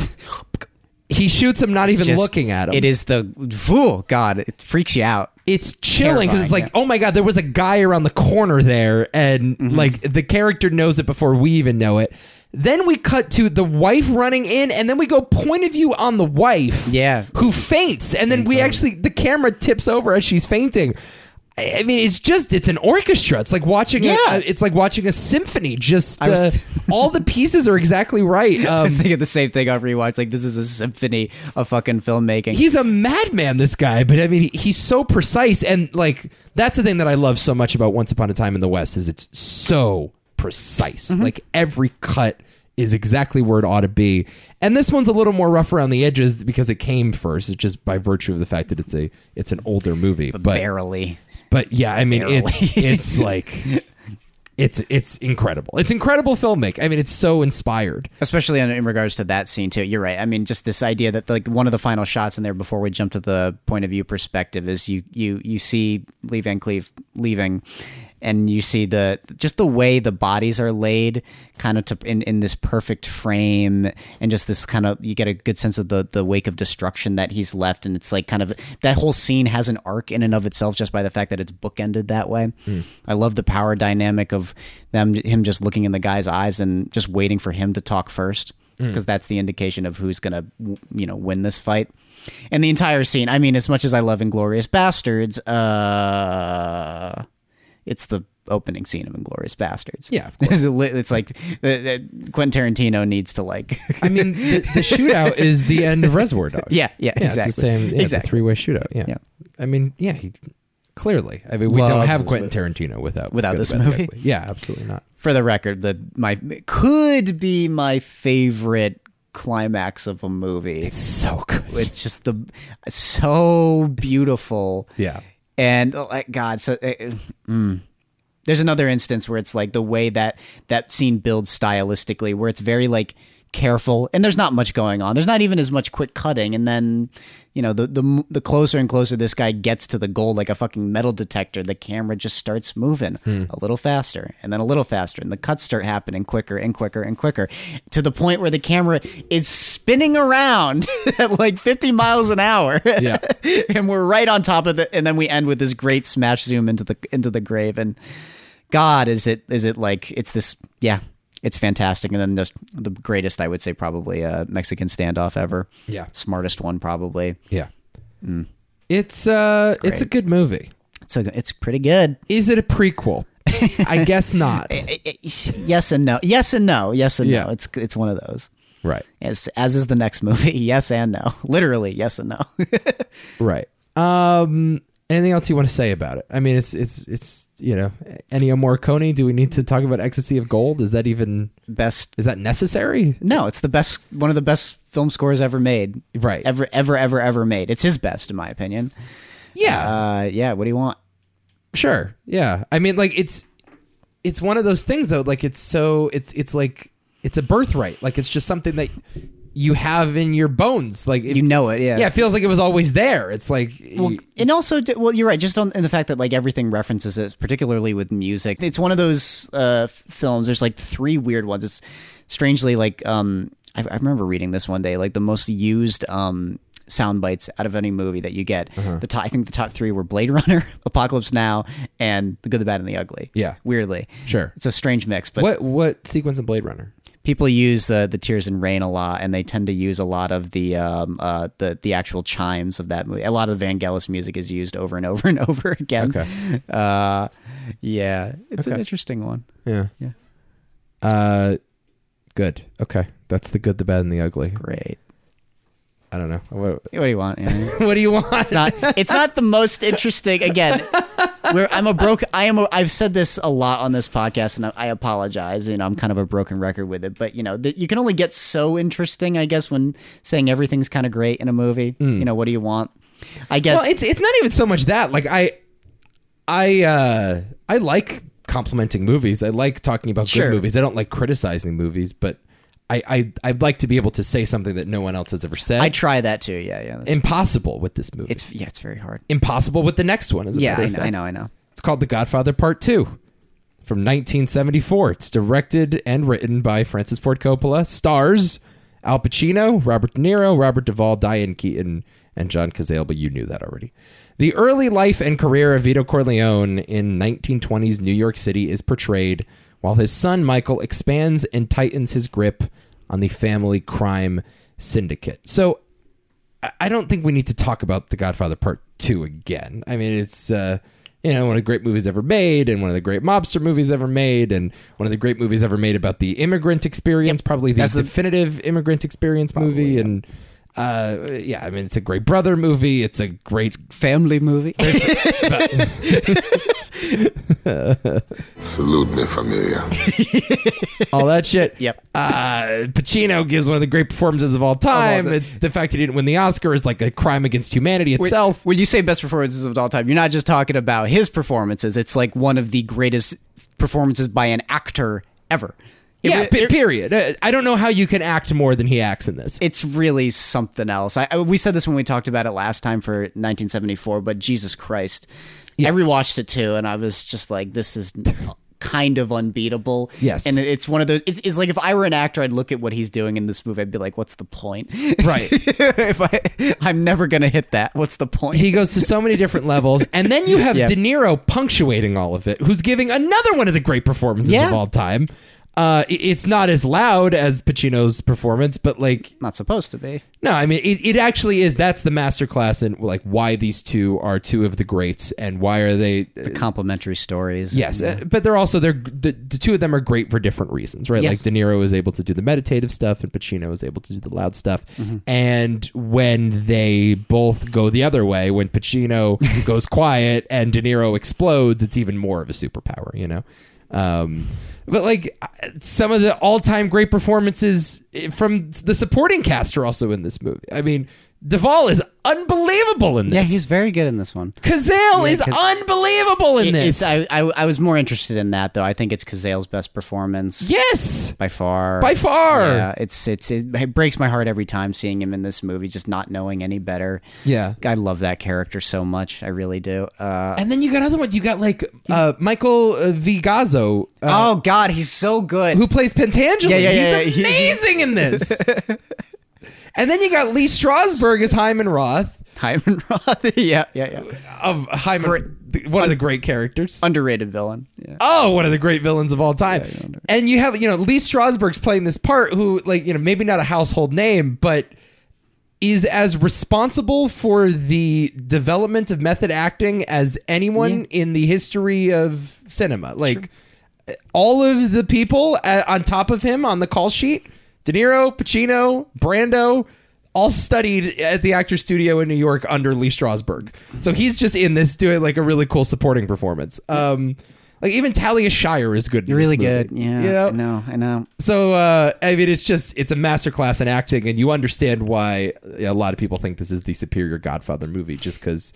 Speaker 1: he shoots him not even
Speaker 2: Just-
Speaker 1: looking at him
Speaker 2: It is the oh God! It freaks you out.
Speaker 1: it's chilling because it's like
Speaker 2: terrifying,
Speaker 1: oh my god there was a guy around the corner there and
Speaker 2: Mm-hmm.
Speaker 1: like the character knows it before we even know it then we cut to the wife running in and then we go point of view on the wife
Speaker 2: Yeah.
Speaker 1: who faints and then we actually the camera tips over as she's fainting I I mean, it's just it's an orchestra. It's like watching yeah.
Speaker 2: Yeah.
Speaker 1: a, it's like watching a symphony. Just
Speaker 2: was-
Speaker 1: uh, all the pieces are exactly right.
Speaker 2: I
Speaker 1: Um,
Speaker 2: was thinking the same thing on rewatch. Like this is a symphony of fucking filmmaking.
Speaker 1: he's a madman this guy but i mean he- he's so precise and like that's the thing that i love so much about once upon a time in the west is it's so precise like every cut is exactly where it ought to be and this one's a little more rough around the edges because it came first it's just by virtue of the fact that it's a it's an older movie but
Speaker 2: Barely.
Speaker 1: but yeah i mean
Speaker 2: Barely.
Speaker 1: it's it's like it's it's incredible it's incredible filmic i mean it's so inspired
Speaker 2: especially in, in regards to that scene too you're right i mean just this idea that like one of the final shots in there before we jump to the point of view perspective is you you you see lee van cleef leaving and you see the just the way the bodies are laid kind of to, in, in this perfect frame and just this kind of you get a good sense of the the wake of destruction that he's left and it's like kind of that whole scene has an arc in and of itself just by the fact that it's bookended that way
Speaker 1: Hmm.
Speaker 2: i love the power dynamic of them him just looking in the guy's eyes and just waiting for him to talk first
Speaker 1: Hmm.
Speaker 2: because that's the indication of who's gonna w- you know win this fight and the entire scene i mean as much as i love inglorious bastards uh it's the opening scene of inglorious bastards
Speaker 1: Yeah, of
Speaker 2: course it's like uh, uh, quentin tarantino needs to like
Speaker 1: i mean the, the shootout is the end of reservoir dogs
Speaker 2: yeah yeah,
Speaker 1: Yeah,
Speaker 2: exactly
Speaker 1: it's the same yeah,
Speaker 2: exactly
Speaker 1: three way shootout. Yeah.
Speaker 2: Yeah.
Speaker 1: I mean, yeah, he clearly. I mean, we don't
Speaker 2: Loves
Speaker 1: have
Speaker 2: this
Speaker 1: Quentin Tarantino without
Speaker 2: Without
Speaker 1: Good,
Speaker 2: this
Speaker 1: Bad, and
Speaker 2: movie.
Speaker 1: Ugly. Yeah, absolutely not.
Speaker 2: for the record, the my could be my favorite climax of a movie. It's,
Speaker 1: So good.
Speaker 2: just the so beautiful.
Speaker 1: Yeah.
Speaker 2: And oh, like, God, so uh, uh, mm. there's another instance where it's like the way that that scene builds stylistically, where it's very like careful, and there's not much going on. There's not even as much quick cutting, and then you know the the m- the closer and closer this guy gets to the goal, like a fucking metal detector, the camera just starts moving a little faster, and then a little faster, and the cuts start happening quicker and quicker and quicker, to the point where the camera is spinning around at like 50 miles an hour
Speaker 1: Yeah.
Speaker 2: and we're right on top of it and then we end with this great smash zoom into the into the grave and god is it is it like it's this yeah it's fantastic and then just the greatest i would say probably uh mexican standoff ever
Speaker 1: Yeah.
Speaker 2: smartest one probably
Speaker 1: Yeah. It's uh it's, a good movie.
Speaker 2: it's a, it's pretty good
Speaker 1: Is it a prequel? I guess not.
Speaker 2: I- I- yes and no yes and no yes and
Speaker 1: Yeah.
Speaker 2: no it's it's one of those
Speaker 1: Right.
Speaker 2: as, as is the next movie yes and no literally yes and no
Speaker 1: Right. Um anything else you want to say about it? I mean, it's it's it's, you know, Ennio Morricone, do we need to talk about Ecstasy of Gold? Is that even
Speaker 2: best
Speaker 1: is that necessary?
Speaker 2: no it's the best one of the best film scores ever made
Speaker 1: Right.
Speaker 2: ever ever ever ever made it's his best in my opinion
Speaker 1: Yeah.
Speaker 2: Uh, yeah. What do you want?
Speaker 1: Sure. Yeah. I mean, like it's it's one of those things though. Like it's so it's it's like it's a birthright. Like it's just something that you have in your bones. Like it,
Speaker 2: You know it. Yeah.
Speaker 1: yeah, it feels like it was always there. It's like you-
Speaker 2: And also, d- well, you're right. Just on in the fact that like everything references it, particularly with music. It's one of those uh, f- films. There's like three weird ones. It's strangely like um, I, I remember reading this one day. Like the most used um sound bites out of any movie that you get.
Speaker 1: Uh-huh.
Speaker 2: The top, I think the top three were Blade Runner, Apocalypse Now, and The Good, the Bad, and the Ugly.
Speaker 1: Yeah.
Speaker 2: Weirdly.
Speaker 1: Sure.
Speaker 2: It's a strange mix, but
Speaker 1: what what sequence in Blade Runner?
Speaker 2: people use the the tears and rain a lot, and they tend to use a lot of the um uh the the actual chimes of that movie. A lot of Vangelis music is used over and over and over again.
Speaker 1: Okay.
Speaker 2: Uh, yeah, it's an interesting one.
Speaker 1: Yeah.
Speaker 2: Yeah.
Speaker 1: Uh, good. Okay, that's the good, the bad, and the ugly.
Speaker 2: Great.
Speaker 1: I don't know. What,
Speaker 2: What do you want? Andy?
Speaker 1: what do you want?
Speaker 2: It's not it's not the most interesting again we're, i'm a broke i am a, i've said this a lot on this podcast and i, I apologize you know i'm kind of a broken record with it but you know that you can only get so interesting i guess when saying everything's kind of great in a movie you know what do you want i guess
Speaker 1: Mm. Well, it's it's not even so much that. Like I, I, uh, I like complimenting movies. I like talking about
Speaker 2: Sure.
Speaker 1: good movies. I don't like criticizing movies, but I, I I'd like to be able to say something that no one else has ever said.
Speaker 2: i try that too yeah yeah that's,
Speaker 1: Impossible with this movie.
Speaker 2: it's yeah it's very hard
Speaker 1: impossible with the next one. As a
Speaker 2: yeah
Speaker 1: matter
Speaker 2: I
Speaker 1: of
Speaker 2: know,
Speaker 1: fact.
Speaker 2: I know i know
Speaker 1: It's called The Godfather Part Two, from 1974. It's directed and written by Francis Ford Coppola. Stars Al Pacino, Robert De Niro, Robert Duvall, Diane Keaton, and John Cazale. But you knew that already. The early life and career of Vito Corleone in 1920s New York City is portrayed, while his son Michael expands and tightens his grip on the family crime syndicate. So I- I don't think we need to talk about The Godfather Part Two again. I mean, it's uh, you know one of the great movies ever made, and one of the great mobster movies ever made, and one of the great movies ever made about the immigrant experience. probably the
Speaker 2: that's the-
Speaker 1: definitive immigrant experience movie, and uh, yeah, I mean, it's a great brother movie. It's a great
Speaker 2: family movie
Speaker 3: Salute me, familia.
Speaker 1: all that shit.
Speaker 2: Yep.
Speaker 1: Uh, Pacino gives one of the great performances of all time.
Speaker 2: the-
Speaker 1: it's the fact he didn't win the Oscar is like a crime against humanity itself.
Speaker 2: When you say best performances of all time, you're not just talking about his performances. It's like one of the greatest performances by an actor ever. It
Speaker 1: yeah,
Speaker 2: re-
Speaker 1: pe- period. Uh, I don't know how you can act more than he acts in this.
Speaker 2: it's really something else. I, I- we said this when we talked about it last time for 1974, but Jesus Christ, I rewatched it too, and I was just like, this is kind of unbeatable.
Speaker 1: Yes.
Speaker 2: and it- it's one of those. It's, it's like if I were an actor, I'd look at what he's doing in this movie. I'd be like, what's the point?
Speaker 1: Right.
Speaker 2: if I, I'm never gonna hit that. What's the point?
Speaker 1: He goes to so many different levels, and then you have
Speaker 2: Yeah.
Speaker 1: De Niro punctuating all of it, who's giving another one of the great performances
Speaker 2: Yeah.
Speaker 1: of all time. Uh, i- it's not as loud as Pacino's performance, but like,
Speaker 2: not supposed to be.
Speaker 1: no, I mean, it, it actually is. That's the masterclass in like why these two are two of the greats, and why are they?
Speaker 2: Complimentary stories.
Speaker 1: Yes, uh, but they're also they're the, the two of them are great for different reasons, right?
Speaker 2: Yes.
Speaker 1: Like De Niro is able to do the meditative stuff, and Pacino is able to do the loud stuff.
Speaker 2: Mm-hmm.
Speaker 1: And when they both go the other way, when Pacino goes quiet and De Niro explodes, it's even more of a superpower, you know. Um, but like uh, some of the all-time great performances eh, from the supporting cast are also in this movie. I mean, Duvall is unbelievable in this.
Speaker 2: Yeah, he's very good in this one.
Speaker 1: Cazale is unbelievable in
Speaker 2: It's,
Speaker 1: this.
Speaker 2: I, I, I was more interested in that though. I think it's Kazale's best performance
Speaker 1: yes.
Speaker 2: by far.
Speaker 1: By far.
Speaker 2: Yeah, it's it's it, it breaks my heart every time seeing him in this movie, just not knowing any better.
Speaker 1: Yeah.
Speaker 2: I love that character so much. I really do. Uh,
Speaker 1: And then you got other ones. You got like uh, Michael uh, Vigazo, uh,
Speaker 2: oh God, he's so good.
Speaker 1: who plays Pentangelo.
Speaker 2: Yeah, yeah, yeah,
Speaker 1: He's
Speaker 2: yeah.
Speaker 1: amazing in this. and then you got Lee Strasberg as Hyman Roth
Speaker 2: Hyman Roth. yeah, yeah, yeah.
Speaker 1: of Hyman, th- one of the great characters.
Speaker 2: Underrated villain. Yeah.
Speaker 1: Oh, one of the great villains of all time. and you have, you know, Lee Strasberg's playing this part who, like, you know, maybe not a household name, but is as responsible for the development of method acting as anyone in the history of cinema. Like, all of the people uh, on top of him on the call sheet De Niro, Pacino, Brando, all studied at the actor studio in New York under Lee Strasberg. So he's just in this doing like a really cool supporting performance. Um, like even Talia Shire is good. in this
Speaker 2: Really
Speaker 1: movie.
Speaker 2: good. Yeah.
Speaker 1: You know?
Speaker 2: I know. I know.
Speaker 1: So uh, I mean, it's just it's a masterclass in acting, and you understand why a lot of people think this is the superior Godfather movie, just because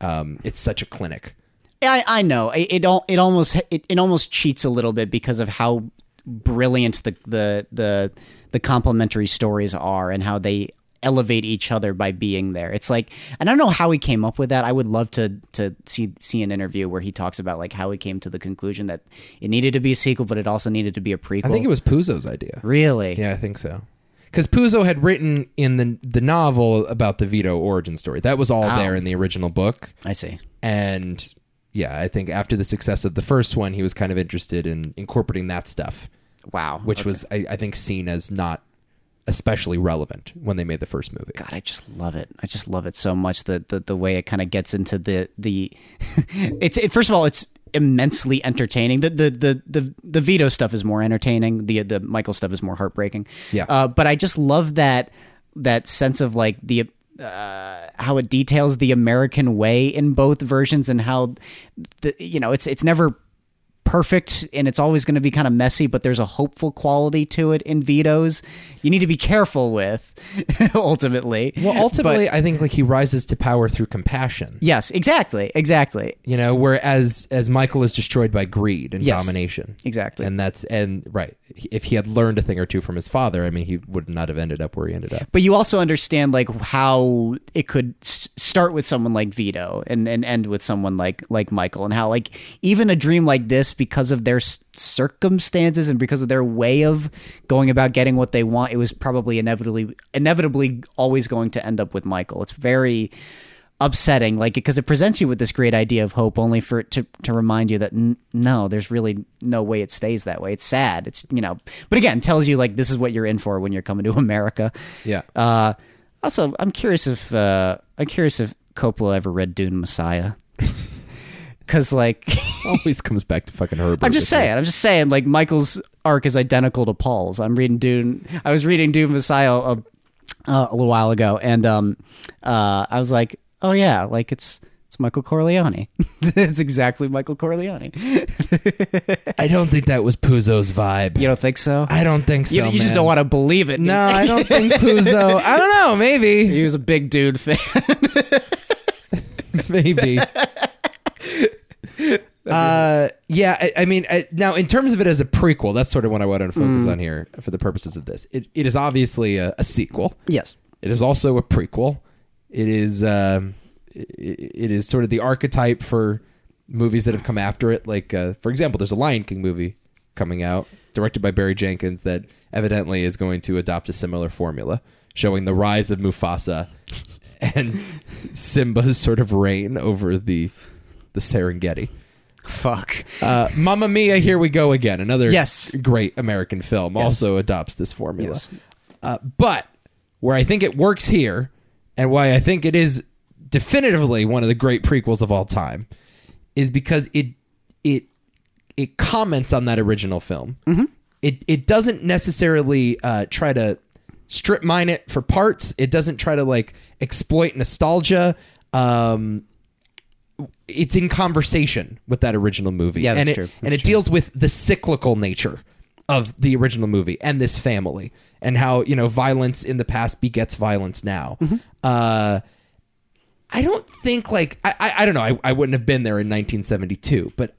Speaker 1: um, it's such a clinic.
Speaker 2: I, I know it, it al- it almost it, it almost cheats a little bit because of how brilliant the the the the complementary stories are and how they elevate each other by being there. It's like and I don't know how he came up with that. I would love to to see see an interview where he talks about like how he came to the conclusion that it needed to be a sequel but it also needed to be a prequel.
Speaker 1: I think it was Puzo's idea.
Speaker 2: really?
Speaker 1: Yeah, I think so. Because Puzo had written in the the novel about the Vito origin story. That was all there in the original book,
Speaker 2: I see.
Speaker 1: and yeah, I think after the success of the first one, he was kind of interested in incorporating that stuff,
Speaker 2: Wow.
Speaker 1: which was I, I think seen as not especially relevant when they made the first movie.
Speaker 2: God, I just love it. I just love it so much. The the, the way it kind of gets into the the. it's it, first of all, it's immensely entertaining. The the the the, the Vito stuff is more entertaining. The the Michael stuff is more heartbreaking.
Speaker 1: Yeah.
Speaker 2: Uh, but I just love that that sense of like the uh, how it details the American way in both versions and how the you know it's it's never perfect and it's always going to be kind of messy but there's a hopeful quality to it in Vito's you need to be careful with ultimately
Speaker 1: Well, ultimately, I think like he rises to power through compassion.
Speaker 2: yes exactly exactly
Speaker 1: You know, whereas as Michael is destroyed by greed and
Speaker 2: Yes.
Speaker 1: domination.
Speaker 2: exactly
Speaker 1: And that's and right. If he had learned a thing or two from his father, I mean, he would not have ended up where he ended up.
Speaker 2: but you also understand like how it could s- start with someone like Vito and, and end with someone like like Michael and how like even a dream like this because of their s- circumstances and because of their way of going about getting what they want it was probably inevitably inevitably always going to end up with Michael it's very upsetting like because it presents you with this great idea of hope only for it to, to remind you that n- no there's really no way it stays that way it's sad it's you know but again tells you like this is what you're in for when you're coming to america
Speaker 1: Yeah.
Speaker 2: uh, also, I'm curious if uh, I'm curious if Coppola ever read Dune Messiah, because like
Speaker 1: Always comes back to fucking Herbert.
Speaker 2: I'm just
Speaker 1: doesn't it?
Speaker 2: saying, I'm just saying, like Michael's arc is identical to Paul's. I'm reading Dune. I was reading Dune Messiah a, uh, a little while ago, and um, uh, I was like, oh yeah, like it's it's Michael Corleone. it's exactly Michael Corleone.
Speaker 1: I don't think that was Puzo's vibe.
Speaker 2: You don't think so?
Speaker 1: I don't think so.
Speaker 2: you you just
Speaker 1: man.
Speaker 2: don't want to believe it.
Speaker 1: No, I don't think Puzo. I don't know. Maybe.
Speaker 2: He was a big Dune fan.
Speaker 1: maybe. Uh, yeah, I, I mean, I, now in terms of it as a prequel, that's sort of what I want to focus on here for the purposes of this. It, it is obviously a, a sequel.
Speaker 2: yes.
Speaker 1: It is also a prequel. It is um, it, it is sort of the archetype for movies that have come after it. Like, uh, for example, there's a Lion King movie coming out directed by Barry Jenkins that evidently is going to adopt a similar formula, showing the rise of Mufasa and Simba's sort of reign over the the Serengeti.
Speaker 2: Fuck.
Speaker 1: Uh, Mamma Mia, here we go again. Another
Speaker 2: Yes.
Speaker 1: great American film also adopts this formula.
Speaker 2: Yes.
Speaker 1: Uh, but where I think it works here, and why I think it is definitively one of the great prequels of all time, is because it it it comments on that original film.
Speaker 2: Mm-hmm.
Speaker 1: It it doesn't necessarily uh, try to strip mine it for parts. It doesn't try to like exploit nostalgia. Um, it's in conversation with that original movie.
Speaker 2: Yeah, that's
Speaker 1: and it,
Speaker 2: true.
Speaker 1: and it deals with the cyclical nature of the original movie and this family and how you know violence in the past begets violence now.
Speaker 2: Mm-hmm.
Speaker 1: Uh, I don't think like I I, I don't know I, I wouldn't have been there in 1972, but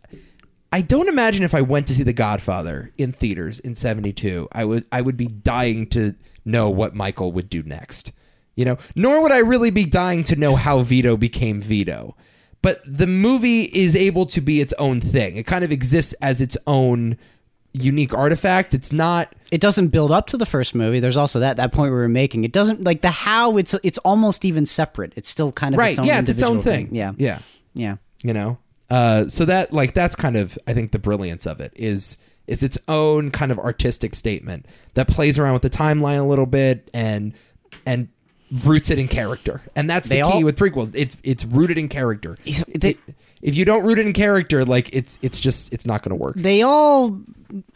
Speaker 1: I don't imagine if I went to see The Godfather in theaters in 72, I would I would be dying to know what Michael would do next. You know, nor would I really be dying to know how Vito became Vito. But the movie is able to be its own thing. It kind of exists as its own unique artifact. It's not
Speaker 2: it doesn't build up to the first movie. There's also that that point we were making. It doesn't like the how. It's it's almost even separate. It's still kind of
Speaker 1: right.
Speaker 2: Its own
Speaker 1: yeah, it's its own
Speaker 2: individual
Speaker 1: thing.
Speaker 2: Yeah,
Speaker 1: Yeah.
Speaker 2: yeah.
Speaker 1: you know uh, so that like that's kind of i think the brilliance of it is is its own kind of artistic statement that plays around with the timeline a little bit and and roots it in character and that's the
Speaker 2: They
Speaker 1: key
Speaker 2: all-
Speaker 1: with prequels it's it's rooted in character
Speaker 2: They,
Speaker 1: if you don't root it in character like it's it's just it's not going to work
Speaker 2: they all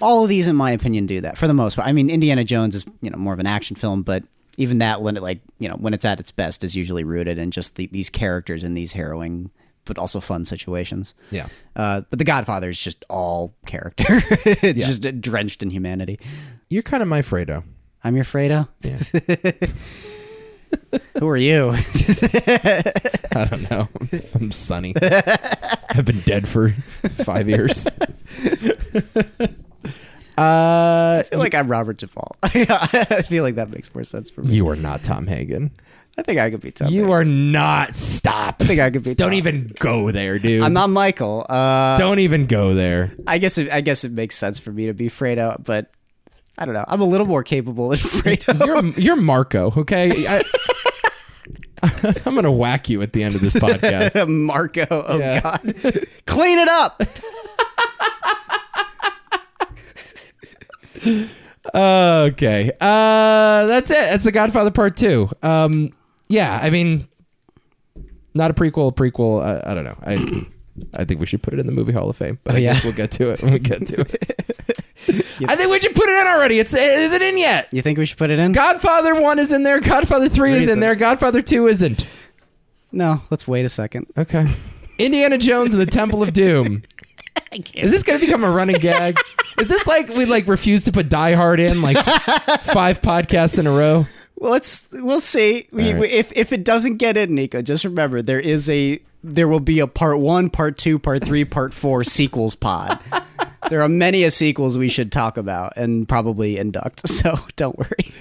Speaker 2: all of these, in my opinion, do that for the most part. I mean, Indiana Jones is you know more of an action film, but even that when it like you know when it's at its best is usually rooted in just the, these characters and these harrowing but also fun situations.
Speaker 1: yeah
Speaker 2: Uh, but The Godfather is just all character. it's just drenched in humanity.
Speaker 1: you're kind of my fredo
Speaker 2: I'm your Fredo. Who are you?
Speaker 1: i don't know i'm sunny i've been dead for five years uh
Speaker 2: I feel like I'm Robert Duvall. I feel like that makes more sense for me.
Speaker 1: you are not tom hagen
Speaker 2: I think I could be tough.
Speaker 1: You are not. Stop. I
Speaker 2: think I could be
Speaker 1: Don't
Speaker 2: top.
Speaker 1: even go there, dude.
Speaker 2: I'm not Michael. Uh,
Speaker 1: Don't even go there.
Speaker 2: I guess it, I guess it makes sense for me to be Fredo, but I don't know. I'm a little more capable than Fredo.
Speaker 1: You're you're Marco. Okay. I, I'm gonna whack you at the end of this podcast.
Speaker 2: Marco, oh
Speaker 1: Yeah.
Speaker 2: God, clean it up.
Speaker 1: okay. Uh, that's it. That's the Godfather Part Two. Um, yeah. I mean, not a prequel. A prequel. I, I don't know. I I think we should put it in the movie Hall of Fame. But I
Speaker 2: yeah.
Speaker 1: guess we'll get to it when we get to it. I think we should put it in already. It's is it in yet?
Speaker 2: You think we should put it in?
Speaker 1: Godfather one is in there. Godfather three is in there. Godfather two isn't.
Speaker 2: No, let's wait a second.
Speaker 1: Okay. Indiana Jones and the Temple of Doom. Is this going to become a running gag? Is this like we like refuse to put Die Hard in like five podcasts in a row?
Speaker 2: Well, let's we'll see. We,
Speaker 1: All right.
Speaker 2: we- if if it doesn't get in, Nico, just remember there is a there will be a part one, part two, part three, part four sequels pod. there are many a sequels we should talk about and probably induct. So don't worry.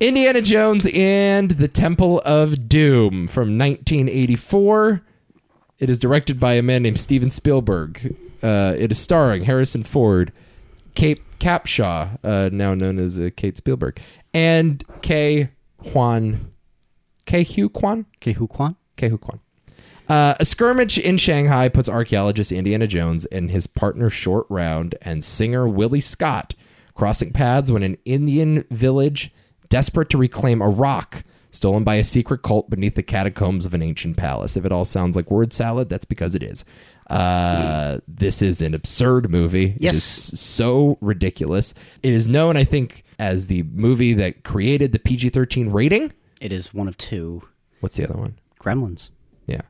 Speaker 1: Indiana Jones and the Temple of Doom from 1984. It is directed by a man named Steven Spielberg. Uh, it is starring Harrison Ford, Kate Capshaw, uh, now known as uh, Kate Spielberg, and K. Juan. K. Hugh Kwan?
Speaker 2: Okay, who Kwan?
Speaker 1: Kehu Kwan. Uh, a skirmish in Shanghai puts archaeologist Indiana Jones and his partner Short Round and singer Willie Scott crossing paths when an Indian village, desperate to reclaim a rock stolen by a secret cult beneath the catacombs of an ancient palace. If it all sounds like word salad, that's because it is. Uh, this is an absurd movie. It
Speaker 2: Yes.
Speaker 1: is so ridiculous. It is known, I think, as the movie that created the PG 13 rating.
Speaker 2: It is one of two
Speaker 1: What's the other one?
Speaker 2: Gremlins.
Speaker 1: Yeah.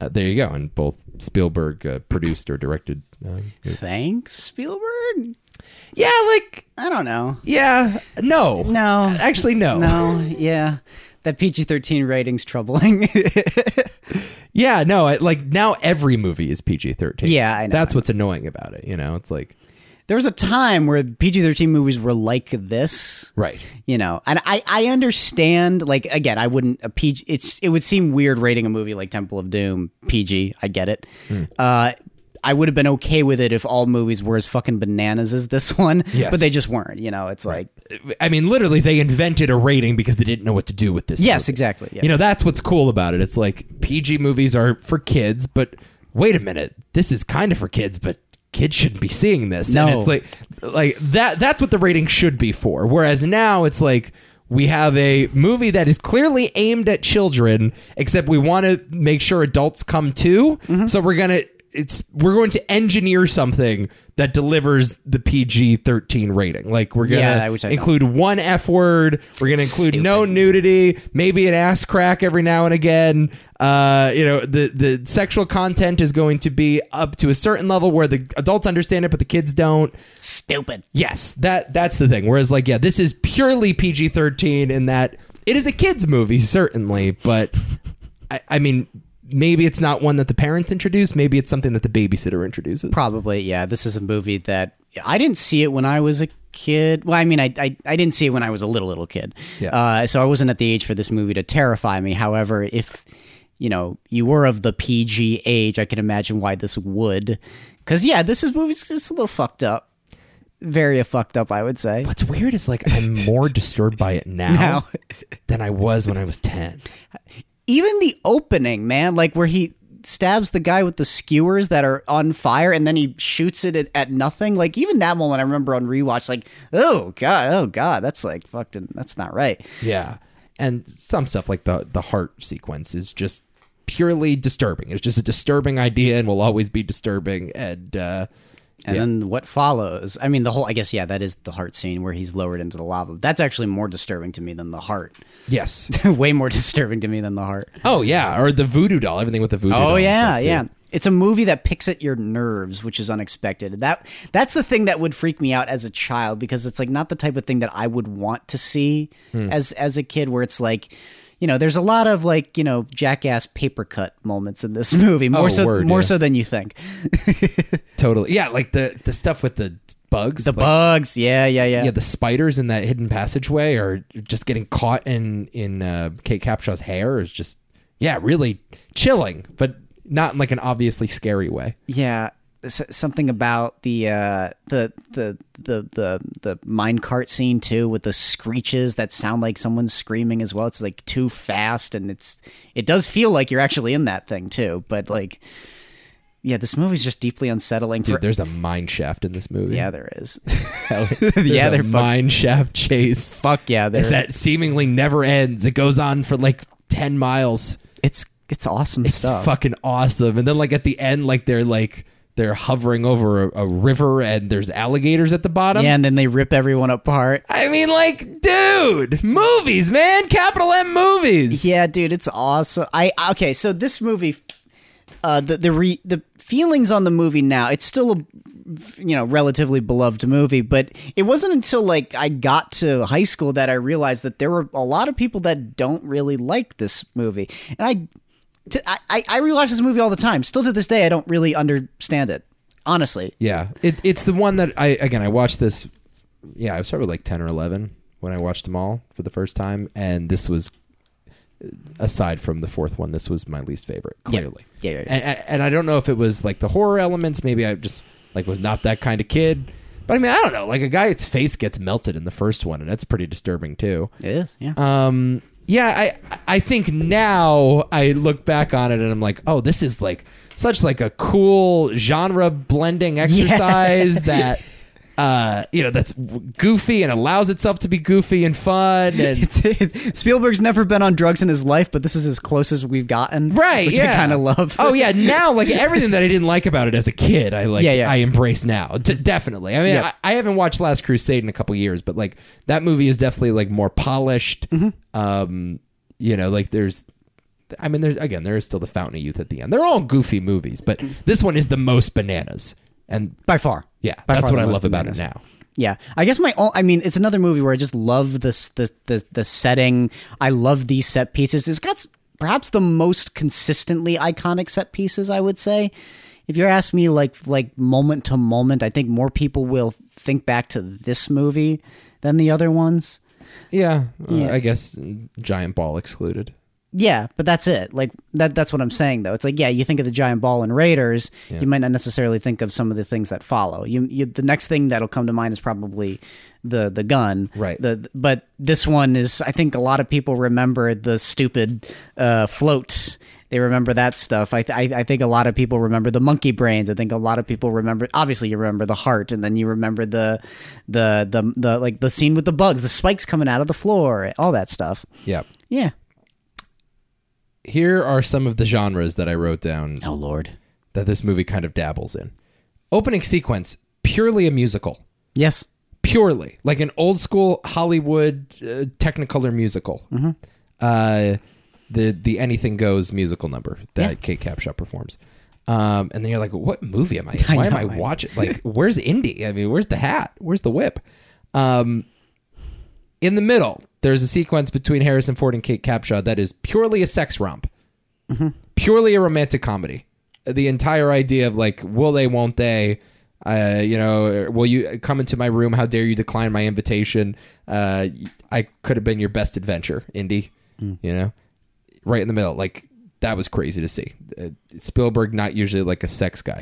Speaker 1: Uh, there you go. And both Spielberg uh, produced or directed. Um,
Speaker 2: Thanks, Spielberg.
Speaker 1: yeah, like,
Speaker 2: I don't know.
Speaker 1: yeah, no.
Speaker 2: No.
Speaker 1: Actually, no.
Speaker 2: No, yeah. That PG 13 rating's troubling.
Speaker 1: Yeah, no. I, like, now every movie is PG 13.
Speaker 2: Yeah, I know,
Speaker 1: That's what's annoying about it. You know, it's like,
Speaker 2: there was a time where PG 13 movies were like this.
Speaker 1: right.
Speaker 2: You know, and I, I understand, like, again, I wouldn't, a PG, it's, it would seem weird rating a movie like Temple of Doom PG. I get it.
Speaker 1: Hmm.
Speaker 2: Uh, I would have been okay with it if all movies were as fucking bananas as this one,
Speaker 1: Yes.
Speaker 2: but they just weren't. You know, it's like,
Speaker 1: I mean, literally, they invented a rating because they didn't know what to do with this.
Speaker 2: yes,
Speaker 1: movie.
Speaker 2: exactly. Yeah.
Speaker 1: You know, that's what's cool about it. It's like PG movies are for kids, but wait a minute, this is kind of for kids, but kids shouldn't be seeing this. And
Speaker 2: No.
Speaker 1: it's like like that that's what the rating should be for. Whereas now it's like we have a movie that is clearly aimed at children, except we want to make sure adults come too.
Speaker 2: Mm-hmm.
Speaker 1: So we're gonna it's we're going to engineer something that delivers the PG thirteen rating. Like we're gonna
Speaker 2: Yeah, which I don't
Speaker 1: include one F word. We're gonna include no nudity, maybe an ass crack every now and again. Uh, you know, the the sexual content is going to be up to a certain level where the adults understand it, but the kids don't.
Speaker 2: Stupid.
Speaker 1: Yes, that that's the thing. Whereas, like, yeah, this is purely PG thirteen in that it is a kids movie, certainly, but I, I mean. Maybe it's not one that the parents introduce. Maybe it's something that the babysitter introduces.
Speaker 2: Probably, yeah. This is a movie that I didn't see it when I was a kid. Well, I mean, I I, I didn't see it when I was a little little kid.
Speaker 1: Yeah.
Speaker 2: Uh, so I wasn't at the age for this movie to terrify me. However, if you know you were of the PG age, I can imagine why this would. Because yeah, this is movie's just a little fucked up. Very fucked up, I would say.
Speaker 1: What's weird is like I'm more disturbed by it now,
Speaker 2: Now.
Speaker 1: than I was when I was ten.
Speaker 2: Even the opening, man, like where he stabs the guy with the skewers that are on fire and then he shoots it at, at nothing. Like even that moment I remember on rewatch, like, oh god, oh god, that's like fucking that's not right.
Speaker 1: Yeah. And some stuff like the the heart sequence is just purely disturbing. It's just a disturbing idea and will always be disturbing. And uh,
Speaker 2: And then what follows? I mean the whole I guess yeah, that is the heart scene where he's lowered into the lava. That's actually more disturbing to me than the heart.
Speaker 1: yes,
Speaker 2: Way more disturbing to me than the heart.
Speaker 1: oh yeah, or the voodoo doll, everything with the voodoo. doll
Speaker 2: Oh
Speaker 1: and
Speaker 2: yeah,
Speaker 1: stuff, too.
Speaker 2: yeah. It's a movie that picks at your nerves, which is unexpected. That that's the thing that would freak me out as a child because it's like not the type of thing that I would want to see as as a kid where it's like you know, there's a lot of like, you know, jackass paper cut moments in this movie, more
Speaker 1: Oh,
Speaker 2: so
Speaker 1: word,
Speaker 2: more
Speaker 1: yeah.
Speaker 2: so than you think.
Speaker 1: totally. Yeah, like the the stuff with the bugs,
Speaker 2: The
Speaker 1: like,
Speaker 2: bugs, yeah, yeah, yeah.
Speaker 1: yeah, the spiders in that hidden passageway, or just getting caught in in uh, Kate Capshaw's hair is just yeah, really chilling, but not in like an obviously scary way.
Speaker 2: Yeah, s- something about the uh, the the the the the minecart scene too, with the screeches that sound like someone's screaming as well. It's like too fast, and it's it does feel like you're actually in that thing too. But like, yeah, this movie's just deeply unsettling.
Speaker 1: Dude,
Speaker 2: For,
Speaker 1: there's a mine shaft in this movie.
Speaker 2: yeah, there is.
Speaker 1: Hell, there's
Speaker 2: Yeah,
Speaker 1: a
Speaker 2: they're fuck-
Speaker 1: mine shaft chase
Speaker 2: Fuck yeah, there.
Speaker 1: that seemingly never ends. It goes on for like ten miles.
Speaker 2: it's it's awesome
Speaker 1: It's
Speaker 2: stuff.
Speaker 1: fucking awesome. And then like at the end, like they're like they're hovering over a, a river and there's alligators at the bottom.
Speaker 2: yeah, and then they rip everyone apart.
Speaker 1: I mean, like, dude, movies, man, capital M movies.
Speaker 2: Yeah, dude, it's awesome. I okay, so this movie, uh, the the re, the feelings on the movie now. It's still a you know relatively beloved movie, but it wasn't until like I got to high school that I realized that there were a lot of people that don't really like this movie, and I t- I I I rewatch this movie all the time. Still to this day, I don't really understand it. Honestly,
Speaker 1: Yeah, it, it's the one that I again I watched this. Yeah, I was probably like ten or eleven when I watched them all for the first time, and this was, aside from the fourth one, this was my least favorite. Clearly,
Speaker 2: Yeah, yeah, yeah.
Speaker 1: And, and- and I don't know if it was like the horror elements. Maybe I just like was not that kind of kid. But I mean, I don't know. Like a guy's face gets melted in the first one, and that's pretty disturbing too.
Speaker 2: it is. Yeah,
Speaker 1: Um, yeah, I I think now I look back on it and I'm like, oh, this is like such like a cool genre blending exercise that uh you know that's goofy and allows itself to be goofy and fun and
Speaker 2: Spielberg's never been on drugs in his life, but this is as close as we've gotten.
Speaker 1: right
Speaker 2: which
Speaker 1: yeah
Speaker 2: I kind of love.
Speaker 1: oh yeah now like everything that i didn't like about it as a kid i like
Speaker 2: Yeah, yeah.
Speaker 1: i embrace now D- definitely i mean
Speaker 2: Yeah.
Speaker 1: I, I haven't watched last crusade in a couple years but like that movie is definitely like more polished
Speaker 2: Mm-hmm.
Speaker 1: um you know like there's i mean there's again there is still the fountain of youth at the end they're all goofy movies but this one is the most bananas and
Speaker 2: by far.
Speaker 1: yeah
Speaker 2: By
Speaker 1: that's
Speaker 2: far
Speaker 1: what
Speaker 2: the
Speaker 1: i
Speaker 2: most
Speaker 1: love about it
Speaker 2: bananas.
Speaker 1: now
Speaker 2: Yeah, I guess my own, I mean, it's another movie where I just love this the the the setting. I love these set pieces. It's got s- perhaps the most consistently iconic set pieces. I would say, if you're asking me, like like moment to moment, I think more people will think back to this movie than the other ones.
Speaker 1: yeah, uh,
Speaker 2: Yeah.
Speaker 1: i guess giant ball excluded
Speaker 2: Yeah, but that's it. Like that that's what I'm saying though. It's like yeah, you think of the giant ball and Raiders, you might not necessarily think of some of the things that follow. You, you the next thing that'll come to mind is probably the the gun.
Speaker 1: Right.
Speaker 2: The but this one is I think a lot of people remember the stupid uh floats. They remember that stuff. I, I I think a lot of people remember the monkey brains. I think a lot of people remember. Obviously, you remember the heart, and then you remember the the the the like the scene with the bugs, the spikes coming out of the floor, all that stuff.
Speaker 1: yeah
Speaker 2: Yeah.
Speaker 1: here are some of the genres that i wrote down
Speaker 2: Oh Lord.
Speaker 1: that this movie kind of dabbles in. Opening sequence, purely a musical.
Speaker 2: Yes.
Speaker 1: Purely. Like an old school Hollywood uh, Technicolor musical.
Speaker 2: Mm-hmm.
Speaker 1: Uh, the the Anything Goes musical number that Kate Capshaw performs. Um, and then you're like, what movie am I in?
Speaker 2: I
Speaker 1: Why am
Speaker 2: know,
Speaker 1: I
Speaker 2: I know.
Speaker 1: watching? Like, where's Indy? I mean, where's the hat? Where's the whip? Um, in the middle, there's a sequence between Harrison Ford and Kate Capshaw that is purely a sex romp, purely a romantic comedy. The entire idea of like, will they, won't they? Uh, you know, will you come into my room? How dare you decline my invitation? Uh, I could have been your best adventure, Indy. You know, right in the middle, like that was crazy to see. Uh, Spielberg not usually like a sex guy.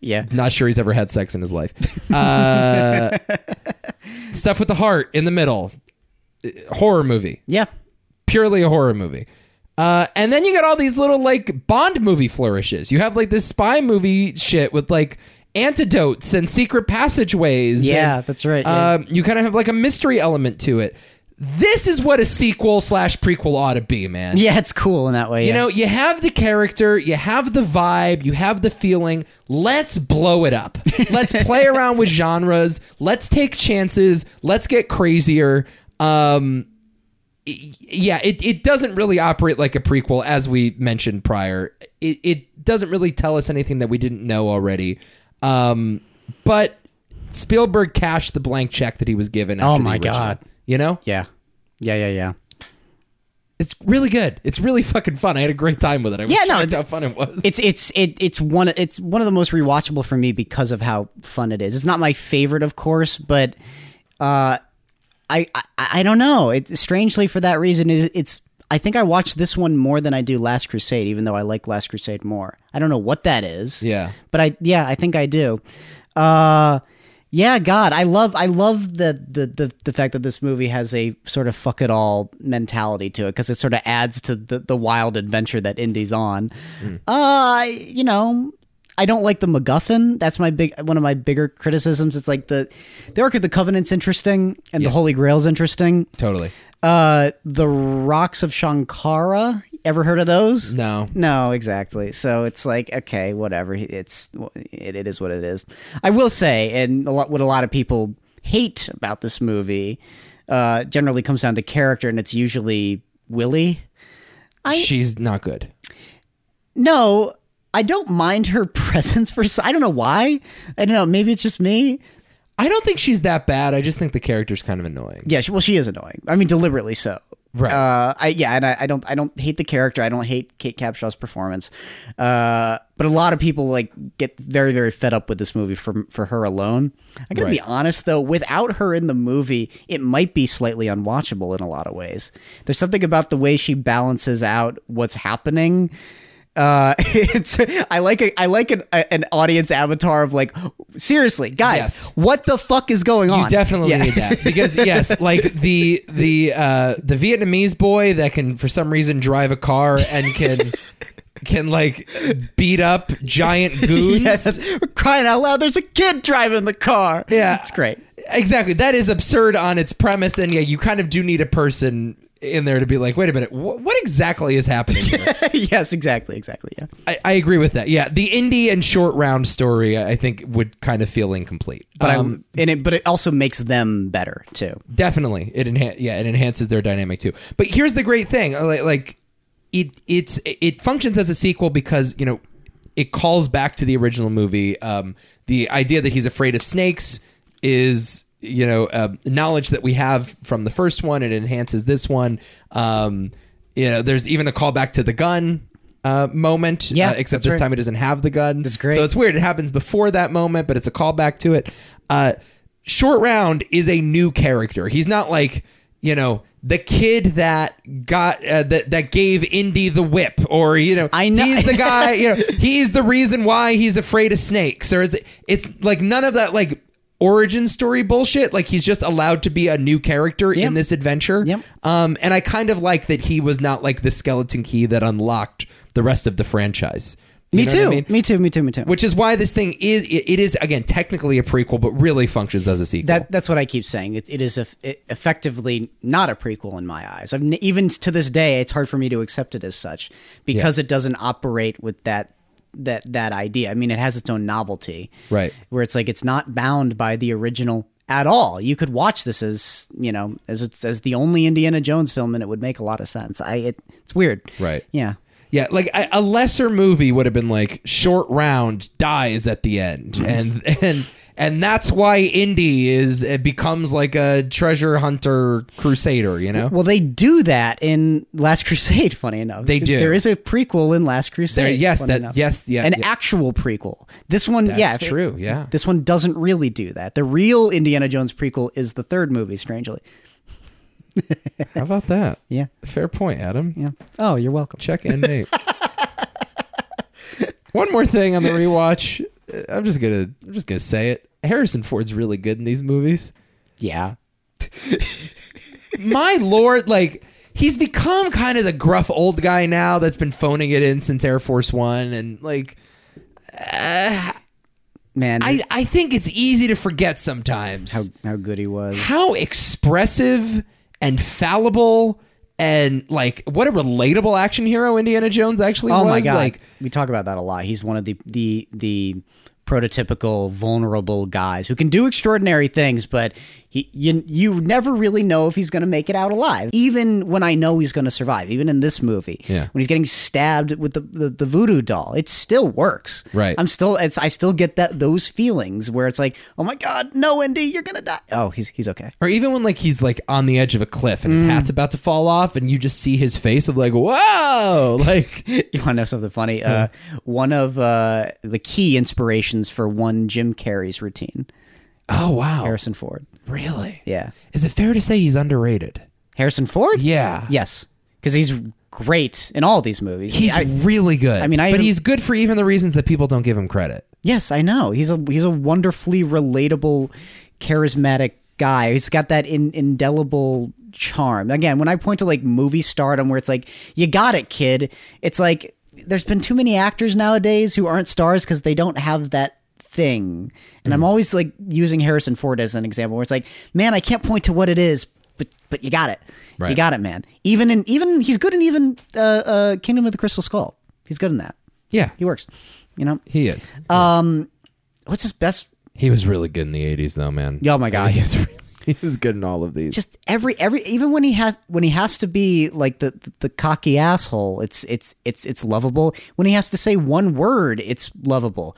Speaker 2: Yeah.
Speaker 1: Not sure he's ever had sex in his life. Uh, stuff with the heart in the middle. Uh, Horror movie.
Speaker 2: Yeah.
Speaker 1: Purely a horror movie. Uh, and then you got all these little like Bond movie flourishes. You have like this spy movie shit with like antidotes and secret passageways.
Speaker 2: Yeah,
Speaker 1: and,
Speaker 2: that's right, yeah.
Speaker 1: Um, you kind of have like a mystery element to it. This is what a sequel slash prequel ought to be, man.
Speaker 2: Yeah, it's cool in that way.
Speaker 1: You know, you have the character, you have the vibe, you have the feeling. Let's blow it up. Let's play around with genres. Let's take chances. Let's get crazier. Um y- yeah, it, it doesn't really operate like a prequel, as we mentioned prior. It, it doesn't really tell us anything that we didn't know already. Um, but Spielberg cashed the blank check that he was given. After
Speaker 2: Oh
Speaker 1: the
Speaker 2: my
Speaker 1: original,
Speaker 2: God.
Speaker 1: You know,
Speaker 2: yeah. Yeah, yeah, yeah.
Speaker 1: it's really good. It's really fucking fun. I had a great time with it. I
Speaker 2: Yeah,
Speaker 1: was
Speaker 2: no,
Speaker 1: shocked how fun it was.
Speaker 2: It's it's it it's one it's one of the most rewatchable for me because of how fun it is. It's not my favorite, of course, but uh I I, I don't know. It strangely for that reason it, it's I think I watched this one more than I do Last Crusade, even though I like Last Crusade more. I don't know what that is.
Speaker 1: Yeah.
Speaker 2: But I yeah, I think I do. Uh yeah, God, I love I love the the the, the fact that this movie has a sort of fuck it all mentality to it because it sort of adds to the, the wild adventure that Indy's on. Uh you know, I don't like the MacGuffin. That's my big one of my bigger criticisms. It's like the the Ark of the Covenant's interesting and the Holy Grail's interesting.
Speaker 1: Totally.
Speaker 2: Uh, the Rocks of Shankara ever heard of those?
Speaker 1: No.
Speaker 2: No, exactly. So it's like okay, whatever. It's it, it is what it is. I will say, and a lot what a lot of people hate about this movie uh, generally comes down to character, and it's usually Willie. I-
Speaker 1: She's not good.
Speaker 2: No, I don't mind her presence for. s- I don't know why. I don't know. Maybe it's just me.
Speaker 1: I don't think she's that bad. I just think the character's kind of annoying.
Speaker 2: Yeah, she, well, she is annoying. I mean, deliberately so.
Speaker 1: Right.
Speaker 2: Uh, I yeah, and I, I don't I don't hate the character. I don't hate Kate Capshaw's performance. Uh, but a lot of people like get very very fed up with this movie for for her alone. I gotta be
Speaker 1: Right.
Speaker 2: honest though, without her in the movie, it might be slightly unwatchable in a lot of ways. There's something about the way she balances out what's happening. Uh, it's I like a, I like an, a, an audience avatar of like seriously guys
Speaker 1: Yes.
Speaker 2: what the fuck is going on
Speaker 1: You definitely
Speaker 2: Yeah.
Speaker 1: need that because yes, like the the uh, the Vietnamese boy that can for some reason drive a car and can can like beat up giant goons.
Speaker 2: Yes, we're crying out loud. There's a kid driving the car.
Speaker 1: Yeah.
Speaker 2: it's great.
Speaker 1: Exactly, that is absurd on its premise, and yeah, you kind of do need a person in there to be like, wait a minute, wh- what exactly is happening? Here?
Speaker 2: yes, exactly, exactly. Yeah,
Speaker 1: I, I agree with that. Yeah, the indie and short round story, I think, would kind of feel incomplete.
Speaker 2: but
Speaker 1: Um,
Speaker 2: I and it but it also makes them better too.
Speaker 1: definitely it enha- yeah it enhances their dynamic too but here's the great thing Uh, like, like it it's it functions as a sequel because you know it calls back to the original movie um the idea that he's afraid of snakes is you know um knowledge that we have from the first one it enhances this one um you know there's even a callback to the gun uh, moment
Speaker 2: Yeah,
Speaker 1: uh, except
Speaker 2: that's
Speaker 1: this
Speaker 2: right.
Speaker 1: time it doesn't have the gun that's
Speaker 2: great.
Speaker 1: so it's weird. It happens before that moment, but it's a callback to it. Uh, Short Round is a new character. He's not like you know the kid that got uh, that that gave Indy the whip, or you know,
Speaker 2: I know-
Speaker 1: he's the guy. You know, he's the reason why he's afraid of snakes, or it's it's like none of that like origin story bullshit. Like he's just allowed to be a new character in this adventure.
Speaker 2: Yep.
Speaker 1: Um, and I kind of like that he was not like the skeleton key that unlocked the rest of the franchise. You
Speaker 2: Me
Speaker 1: know what
Speaker 2: too.
Speaker 1: I mean?
Speaker 2: Me too. Me too. Me too.
Speaker 1: which is why this thing is it, it is again technically a prequel but really functions as a sequel
Speaker 2: that that's what I keep saying. It, it is eff- it effectively not a prequel in my eyes. I've, n- even to this day, it's hard for me to accept it as such because it doesn't operate with that that that idea. I mean, it has its own novelty,
Speaker 1: Right.
Speaker 2: Where it's like it's not bound by the original at all. You could watch this as you know as it's as the only Indiana Jones film, and it would make a lot of sense. I it, it's weird,
Speaker 1: Right.
Speaker 2: Yeah.
Speaker 1: yeah like a, a lesser movie would have been like short round dies at the end and and and that's why indy is it becomes like a treasure hunter crusader you know
Speaker 2: Well, they do that in Last Crusade. Funny enough,
Speaker 1: They do.
Speaker 2: There is a prequel in Last Crusade.
Speaker 1: There- yes,
Speaker 2: funny
Speaker 1: that- yes, yeah,
Speaker 2: an
Speaker 1: yeah.
Speaker 2: actual prequel. This one, yeah,
Speaker 1: That's
Speaker 2: if it-
Speaker 1: true, yeah.
Speaker 2: This one doesn't really do that. The real Indiana Jones prequel is the third movie. Strangely,
Speaker 1: how about that
Speaker 2: yeah,
Speaker 1: fair point adam
Speaker 2: yeah. Oh, you're welcome.
Speaker 1: check and mate one more thing on the rewatch Uh, i'm just gonna i'm just gonna say it harrison ford's really good in these movies
Speaker 2: Yeah,
Speaker 1: my lord, like he's become kind of the gruff old guy now that's been phoning it in since Air Force One, and like
Speaker 2: man.
Speaker 1: I, I think it's easy to forget sometimes
Speaker 2: how how good he was.
Speaker 1: how expressive and fallible and like what a relatable action hero Indiana Jones actually
Speaker 2: Oh
Speaker 1: was.
Speaker 2: my god,
Speaker 1: Like
Speaker 2: we talk about that a lot. He's one of the the the prototypical vulnerable guys who can do extraordinary things, but he you you never really know if he's going to make it out alive. Even when I know he's going to survive, even in this movie,
Speaker 1: Yeah.
Speaker 2: when he's getting stabbed with the, the the voodoo doll, it still works.
Speaker 1: Right.
Speaker 2: I'm still it's I still get that those feelings where it's like, oh my god, no, Indy, you're gonna die. Oh, he's he's okay.
Speaker 1: or even when like he's like on the edge of a cliff
Speaker 2: Mm.
Speaker 1: and his hat's about to fall off and you just see his face of like, whoa, like
Speaker 2: You want to know something funny? Uh, one of uh, the key inspirations for one Jim Carrey's routine.
Speaker 1: oh wow.
Speaker 2: Harrison Ford.
Speaker 1: Really?
Speaker 2: Yeah.
Speaker 1: Is it fair to say he's underrated?
Speaker 2: Harrison Ford?
Speaker 1: Yeah.
Speaker 2: Yes. Because he's great in all these movies.
Speaker 1: He's
Speaker 2: I-
Speaker 1: really good. I
Speaker 2: mean, I
Speaker 1: but
Speaker 2: even-
Speaker 1: he's good for even the reasons that people don't give him credit.
Speaker 2: yes, I know. He's a he's a wonderfully relatable, charismatic guy. He's got that in, indelible charm. Again, when I point to like movie stardom, where it's like you got it, kid. It's like there's been too many actors nowadays who aren't stars because they don't have that thing. And I'm always like using Harrison Ford as an example, where it's like, man, I can't point to what it is, but but you got it. You
Speaker 1: Right.
Speaker 2: got it, man. Even in even he's good in even uh, uh, Kingdom of the Crystal Skull. He's good in that.
Speaker 1: Yeah,
Speaker 2: He works. You know.
Speaker 1: he is.
Speaker 2: Um, what's his best?
Speaker 1: He was really good in the '80s, though, man.
Speaker 2: Oh my god,
Speaker 1: he was really, he was good in all of these.
Speaker 2: just every every even when he has when he has to be like the, the cocky asshole it's it's it's it's lovable when he has to say one word it's lovable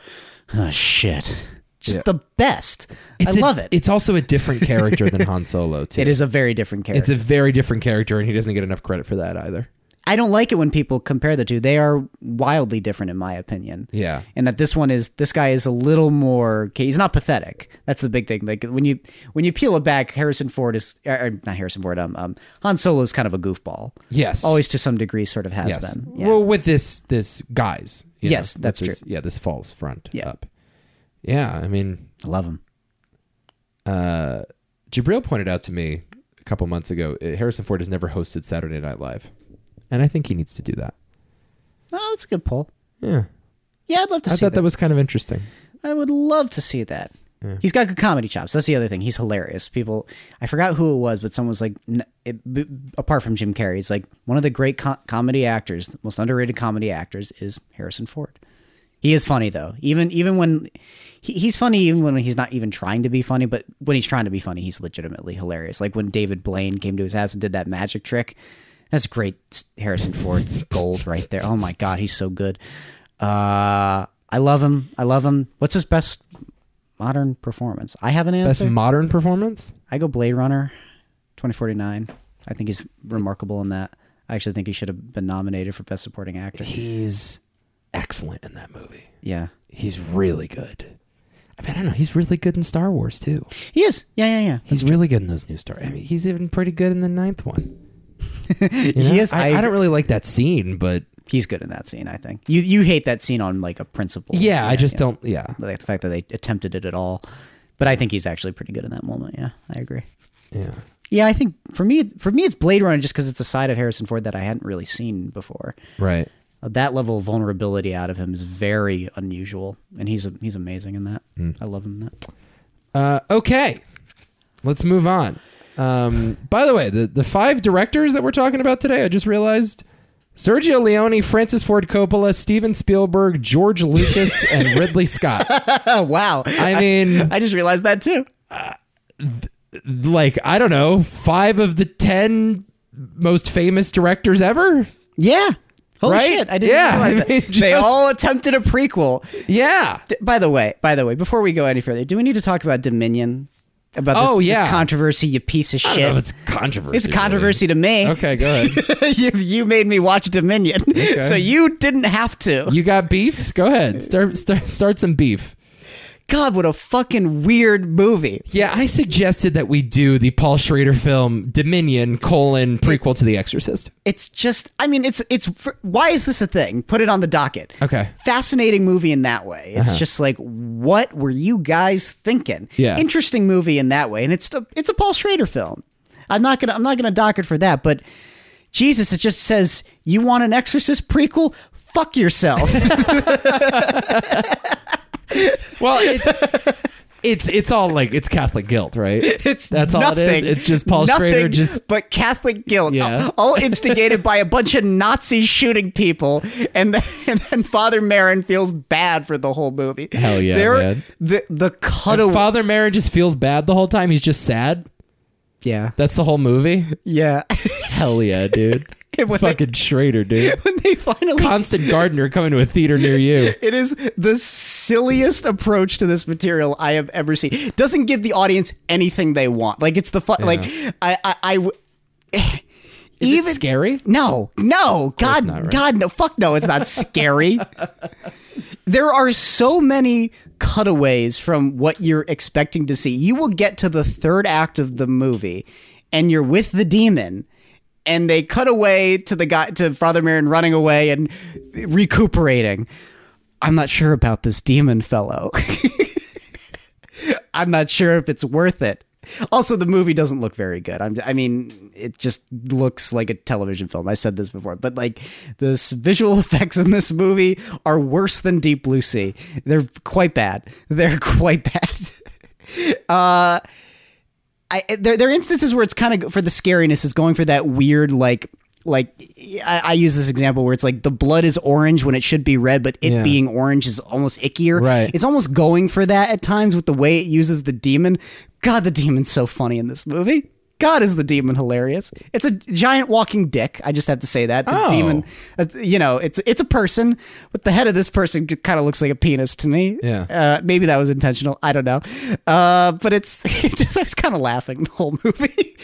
Speaker 2: oh shit just
Speaker 1: Yeah.
Speaker 2: the best
Speaker 1: It's
Speaker 2: i
Speaker 1: a-
Speaker 2: love it.
Speaker 1: It's also a different character than Han Solo, too.
Speaker 2: it is a very different
Speaker 1: It's
Speaker 2: character
Speaker 1: a very different character, and he doesn't get enough credit for that either.
Speaker 2: I i don't like it when people compare the two they are wildly different in my opinion
Speaker 1: Yeah.
Speaker 2: and that this one is this guy is a little more he's not pathetic that's the big thing like when you when you peel it back harrison ford is or, or not harrison ford um, um han solo is kind of a goofball
Speaker 1: Yes.
Speaker 2: always to some degree sort of has
Speaker 1: Yes.
Speaker 2: been yeah.
Speaker 1: Well, with this this guys. you
Speaker 2: Yes,
Speaker 1: with
Speaker 2: that's
Speaker 1: this- Yeah, this false front
Speaker 2: Yeah.
Speaker 1: up. Yeah, I mean,
Speaker 2: I love him.
Speaker 1: Jabril pointed out to me a couple months ago, uh, Harrison Ford has never hosted Saturday Night Live, and I think he needs to do that.
Speaker 2: Oh, that's a good poll.
Speaker 1: Yeah,
Speaker 2: Yeah, I'd love to
Speaker 1: I
Speaker 2: see
Speaker 1: thought
Speaker 2: that.
Speaker 1: that was kind of interesting.
Speaker 2: I would love to see that. He's got good comedy chops. That's the other thing. He's hilarious. People, I forgot who it was, but someone was like, n- it, b- apart from Jim Carrey, it's like one of the great co- comedy actors, the most underrated comedy actors is Harrison Ford. He is funny though. Even even when he, he's funny, even when he's not even trying to be funny, but when he's trying to be funny, he's legitimately hilarious. Like when David Blaine came to his house and did that magic trick. That's great Harrison Ford gold right there. Oh my god, he's so good. Uh I love him. I love him. What's his best modern performance? I have an
Speaker 1: Best
Speaker 2: answer.
Speaker 1: modern performance?
Speaker 2: I go Blade Runner 2049. I think he's remarkable in that. I actually think he should have been nominated for best supporting actor.
Speaker 1: He's excellent in that movie.
Speaker 2: Yeah.
Speaker 1: He's really good. I mean, I don't know. He's really good in Star Wars too.
Speaker 2: He is. Yeah, yeah, yeah.
Speaker 1: He's really good in those new Star. I mean, he's even pretty good in the ninth one. you know?
Speaker 2: He is.
Speaker 1: I, I don't really like that scene, but
Speaker 2: He's good in that scene. I think you you hate that scene on like a principle.
Speaker 1: yeah, I just don't. Yeah,
Speaker 2: like the fact that they attempted it at all. But I think he's actually pretty good in that moment. Yeah, I agree.
Speaker 1: yeah.
Speaker 2: Yeah, I think for me for me it's Blade Runner just because it's a side of Harrison Ford that I hadn't really seen before.
Speaker 1: Right.
Speaker 2: Uh, That level of vulnerability out of him is very unusual, and he's he's amazing in that.
Speaker 1: Hmm.
Speaker 2: I love him in that.
Speaker 1: Uh, okay, let's move on. Um, by the way, the the five directors that we're talking about today, I just realized. Sergio Leone, Francis Ford Coppola, Steven Spielberg, George Lucas, and Ridley Scott.
Speaker 2: Oh wow!
Speaker 1: I mean,
Speaker 2: I just realized that too.
Speaker 1: like I don't know, five of the ten most famous directors ever.
Speaker 2: Yeah. Holy
Speaker 1: Right?
Speaker 2: shit! I didn't
Speaker 1: Yeah,
Speaker 2: realize
Speaker 1: I
Speaker 2: that.
Speaker 1: mean,
Speaker 2: They
Speaker 1: just-
Speaker 2: all attempted a prequel.
Speaker 1: Yeah,
Speaker 2: D- by the way, by the way, before we go any further, do we need to talk about Dominion? About this,
Speaker 1: Oh,
Speaker 2: this
Speaker 1: yeah.
Speaker 2: controversy, you piece of shit.
Speaker 1: Oh,
Speaker 2: it's
Speaker 1: it's controversy.
Speaker 2: a controversy to me.
Speaker 1: really. Okay, go ahead.
Speaker 2: you, you made me watch Dominion, so you didn't have to.
Speaker 1: you got beef? Go ahead. Start, start start some beef.
Speaker 2: God, what a fucking weird movie.
Speaker 1: Yeah, I suggested that we do the Paul Schrader film Dominion colon prequel to The Exorcist.
Speaker 2: It's just, I mean, it's it's. For, why is this a thing? Put it on the docket.
Speaker 1: Okay. Uh-huh.
Speaker 2: Fascinating movie in that way. It's just like, what were you guys thinking?
Speaker 1: Yeah.
Speaker 2: Interesting movie in that way, and it's a, it's a Paul Schrader film. I'm not gonna I'm not gonna dock it for that, but Jesus, it just says you want an Exorcist prequel. Fuck yourself.
Speaker 1: Well, it's, it's it's all like it's Catholic guilt, right?
Speaker 2: It's
Speaker 1: that's all it is.
Speaker 2: nothing,
Speaker 1: It's just Paul
Speaker 2: nothing
Speaker 1: Schrader just
Speaker 2: but Catholic guilt,
Speaker 1: Yeah.
Speaker 2: all, all instigated by a bunch of Nazis shooting people, and then, and then Father Marin feels bad for the whole movie.
Speaker 1: Hell yeah,
Speaker 2: There-
Speaker 1: man.
Speaker 2: the the cutaway.
Speaker 1: Father Marin just feels bad the whole time. He's just sad.
Speaker 2: yeah,
Speaker 1: That's the whole movie.
Speaker 2: yeah.
Speaker 1: Hell yeah, dude.
Speaker 2: When they-
Speaker 1: Fucking Schrader, dude.
Speaker 2: when they finally.
Speaker 1: Constant Gardner coming to a theater near you.
Speaker 2: it is the silliest approach to this material I have ever seen. It doesn't give the audience anything they want. Like it's the fun. Like I, I, I w-
Speaker 1: Is it
Speaker 2: even
Speaker 1: scary?
Speaker 2: No, no, God,
Speaker 1: not, right?
Speaker 2: God, no, fuck no, it's not scary. there are so many cutaways from what you're expecting to see. You will get to the third act of the movie, and you're with the demon, and they cut away to the guy to Father Marin running away and recuperating. I'm not sure about this demon fellow. I'm not sure if it's worth it. Also, the movie doesn't look very good. I'm, I mean, it just looks like a television film. I said this before, but like the s- visual effects in this movie are worse than Deep Blue Sea. They're quite bad. They're quite bad. uh, I there there are instances where it's kind of for the scariness is going for that weird like like I, I use this example where it's like the blood is orange when it should be red, but it
Speaker 1: Yeah.
Speaker 2: being orange is almost ickier.
Speaker 1: Right.
Speaker 2: It's almost going for that at times with the way it uses the demon. God, the demon's so funny in this movie. God is the demon hilarious. It's a giant walking dick. I just have to say that the
Speaker 1: Oh.
Speaker 2: demon, uh, you know, it's it's a person, but the head of this person kind of looks like a penis to me.
Speaker 1: Yeah.
Speaker 2: Uh, maybe that was intentional. I don't know. Uh, but it's, it's just, I was kind of laughing the whole movie.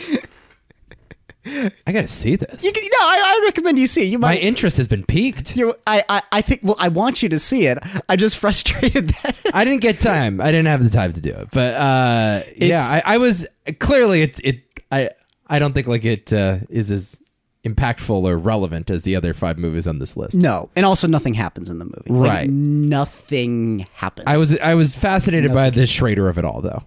Speaker 1: I gotta see this.
Speaker 2: you can, no, I, I recommend you see. it. You
Speaker 1: My
Speaker 2: might.
Speaker 1: interest has been piqued.
Speaker 2: you I, I I think. Well, I want you to see it. I'm just frustrated that.
Speaker 1: I didn't get time. I didn't have the time to do it. But uh, yeah,
Speaker 2: It's-
Speaker 1: I, I was clearly it. It I I don't think like it uh, is as impactful or relevant as the other five movies on this list.
Speaker 2: No, and also nothing happens in the movie. Like,
Speaker 1: Right.
Speaker 2: nothing happens.
Speaker 1: I was I was fascinated by the Schrader of it all, though.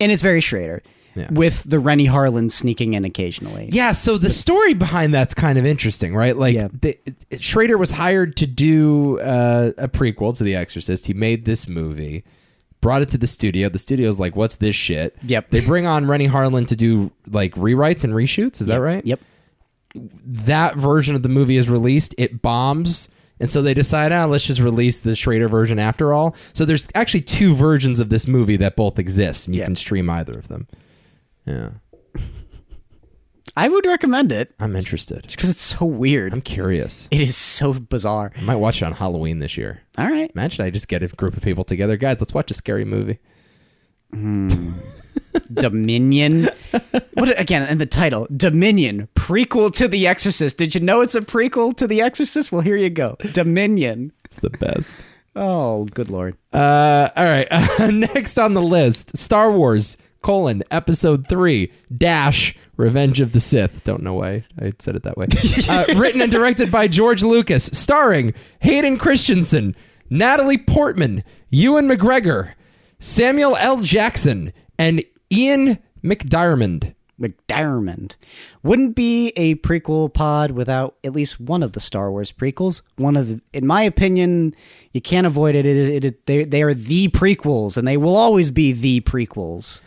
Speaker 2: and it's very Schrader,
Speaker 1: Yeah.
Speaker 2: with the Rennie Harlan sneaking in occasionally.
Speaker 1: Yeah, so the story behind that's kind of interesting, right? Like
Speaker 2: Yeah.
Speaker 1: the, Schrader was hired to do uh, a prequel to The Exorcist. He made this movie, brought it to the studio. The studio's like, "What's this shit?"
Speaker 2: Yep.
Speaker 1: They bring on Rennie Harlan to do like rewrites and reshoots. Is that right?
Speaker 2: Yep.
Speaker 1: That version of the movie is released. It bombs. And so they decide, ah, let's just release the Schrader version after all. So there's actually two versions of this movie that both exist, and you
Speaker 2: Yeah.
Speaker 1: can stream either of them. Yeah,
Speaker 2: I would recommend it
Speaker 1: I'm interested.
Speaker 2: because it's so weird.
Speaker 1: I'm curious.
Speaker 2: It is so bizarre.
Speaker 1: I might watch it on Halloween this year.
Speaker 2: All right.
Speaker 1: Imagine I just get a group of people together. Guys, let's watch a scary movie.
Speaker 2: Dominion. what again? And the title Dominion, prequel to The Exorcist. Did you know it's a prequel to The Exorcist? Well, here you go. Dominion.
Speaker 1: It's the best.
Speaker 2: Oh, good lord.
Speaker 1: Uh, all right. next on the list Star Wars colon episode 3 dash revenge of the sith don't know why i said it that way uh, written and directed by george lucas starring hayden christensen natalie portman ewan mcgregor samuel l jackson and ian mcdiarmid
Speaker 2: McDiarmid. Wouldn't be a prequel pod without at least one of the Star Wars prequels. One of, the, in my opinion, you can't avoid it. It is, it is they, they are the prequels, and they will always be the prequels.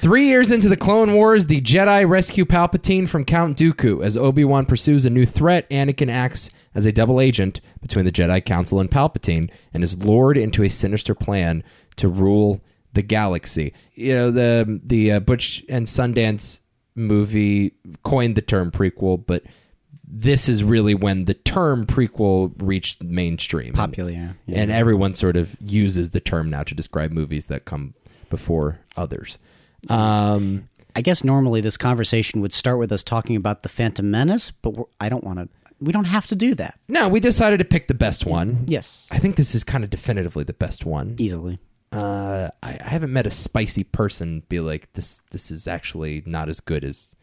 Speaker 1: Three years into the Clone Wars, the Jedi rescue Palpatine from Count Dooku as Obi Wan pursues a new threat. Anakin acts as a double agent between the Jedi Council and Palpatine, and is lured into a sinister plan to rule the galaxy. You know the the uh, Butch and Sundance movie coined the term prequel, but this is really when the term prequel reached mainstream.
Speaker 2: Popular, yeah. Yeah.
Speaker 1: And everyone sort of uses the term now to describe movies that come before others. Um,
Speaker 2: I guess normally this conversation would start with us talking about the Phantom Menace, but we're, I don't want to. We don't have to do that.
Speaker 1: no, we decided to pick the best one.
Speaker 2: Yes,
Speaker 1: I think this is kind of definitively the best one.
Speaker 2: easily.
Speaker 1: Uh, I, I haven't met a spicy person be like this. This is actually not as good as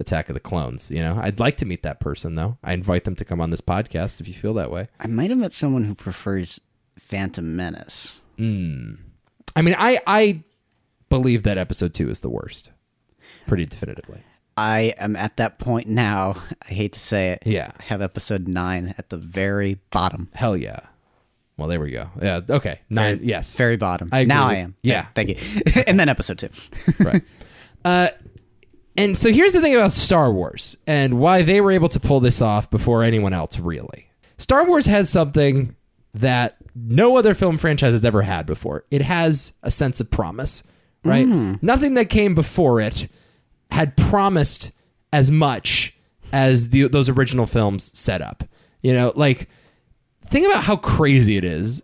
Speaker 1: Attack of the Clones. You know, I'd like to meet that person though. I invite them to come on this podcast if you feel that way.
Speaker 2: I might have met someone who prefers Phantom Menace.
Speaker 1: I mean, I I believe that episode two is the worst, pretty definitively.
Speaker 2: I am at that point now. I hate to say it.
Speaker 1: Yeah.
Speaker 2: I have episode nine at the very bottom.
Speaker 1: Hell yeah. Well, there we go. Yeah. Okay. Nine. yes.
Speaker 2: Very bottom.
Speaker 1: I agree
Speaker 2: now
Speaker 1: with-
Speaker 2: I am.
Speaker 1: yeah.
Speaker 2: Thank you. and then episode two.
Speaker 1: right. Uh, and so here's the thing about Star Wars and why they were able to pull this off before anyone else, really. Star Wars has something that no other film franchise has ever had before. It has a sense of promise, right? Nothing that came before it had promised as much as the, those original films set up. You know, like, think about how crazy it is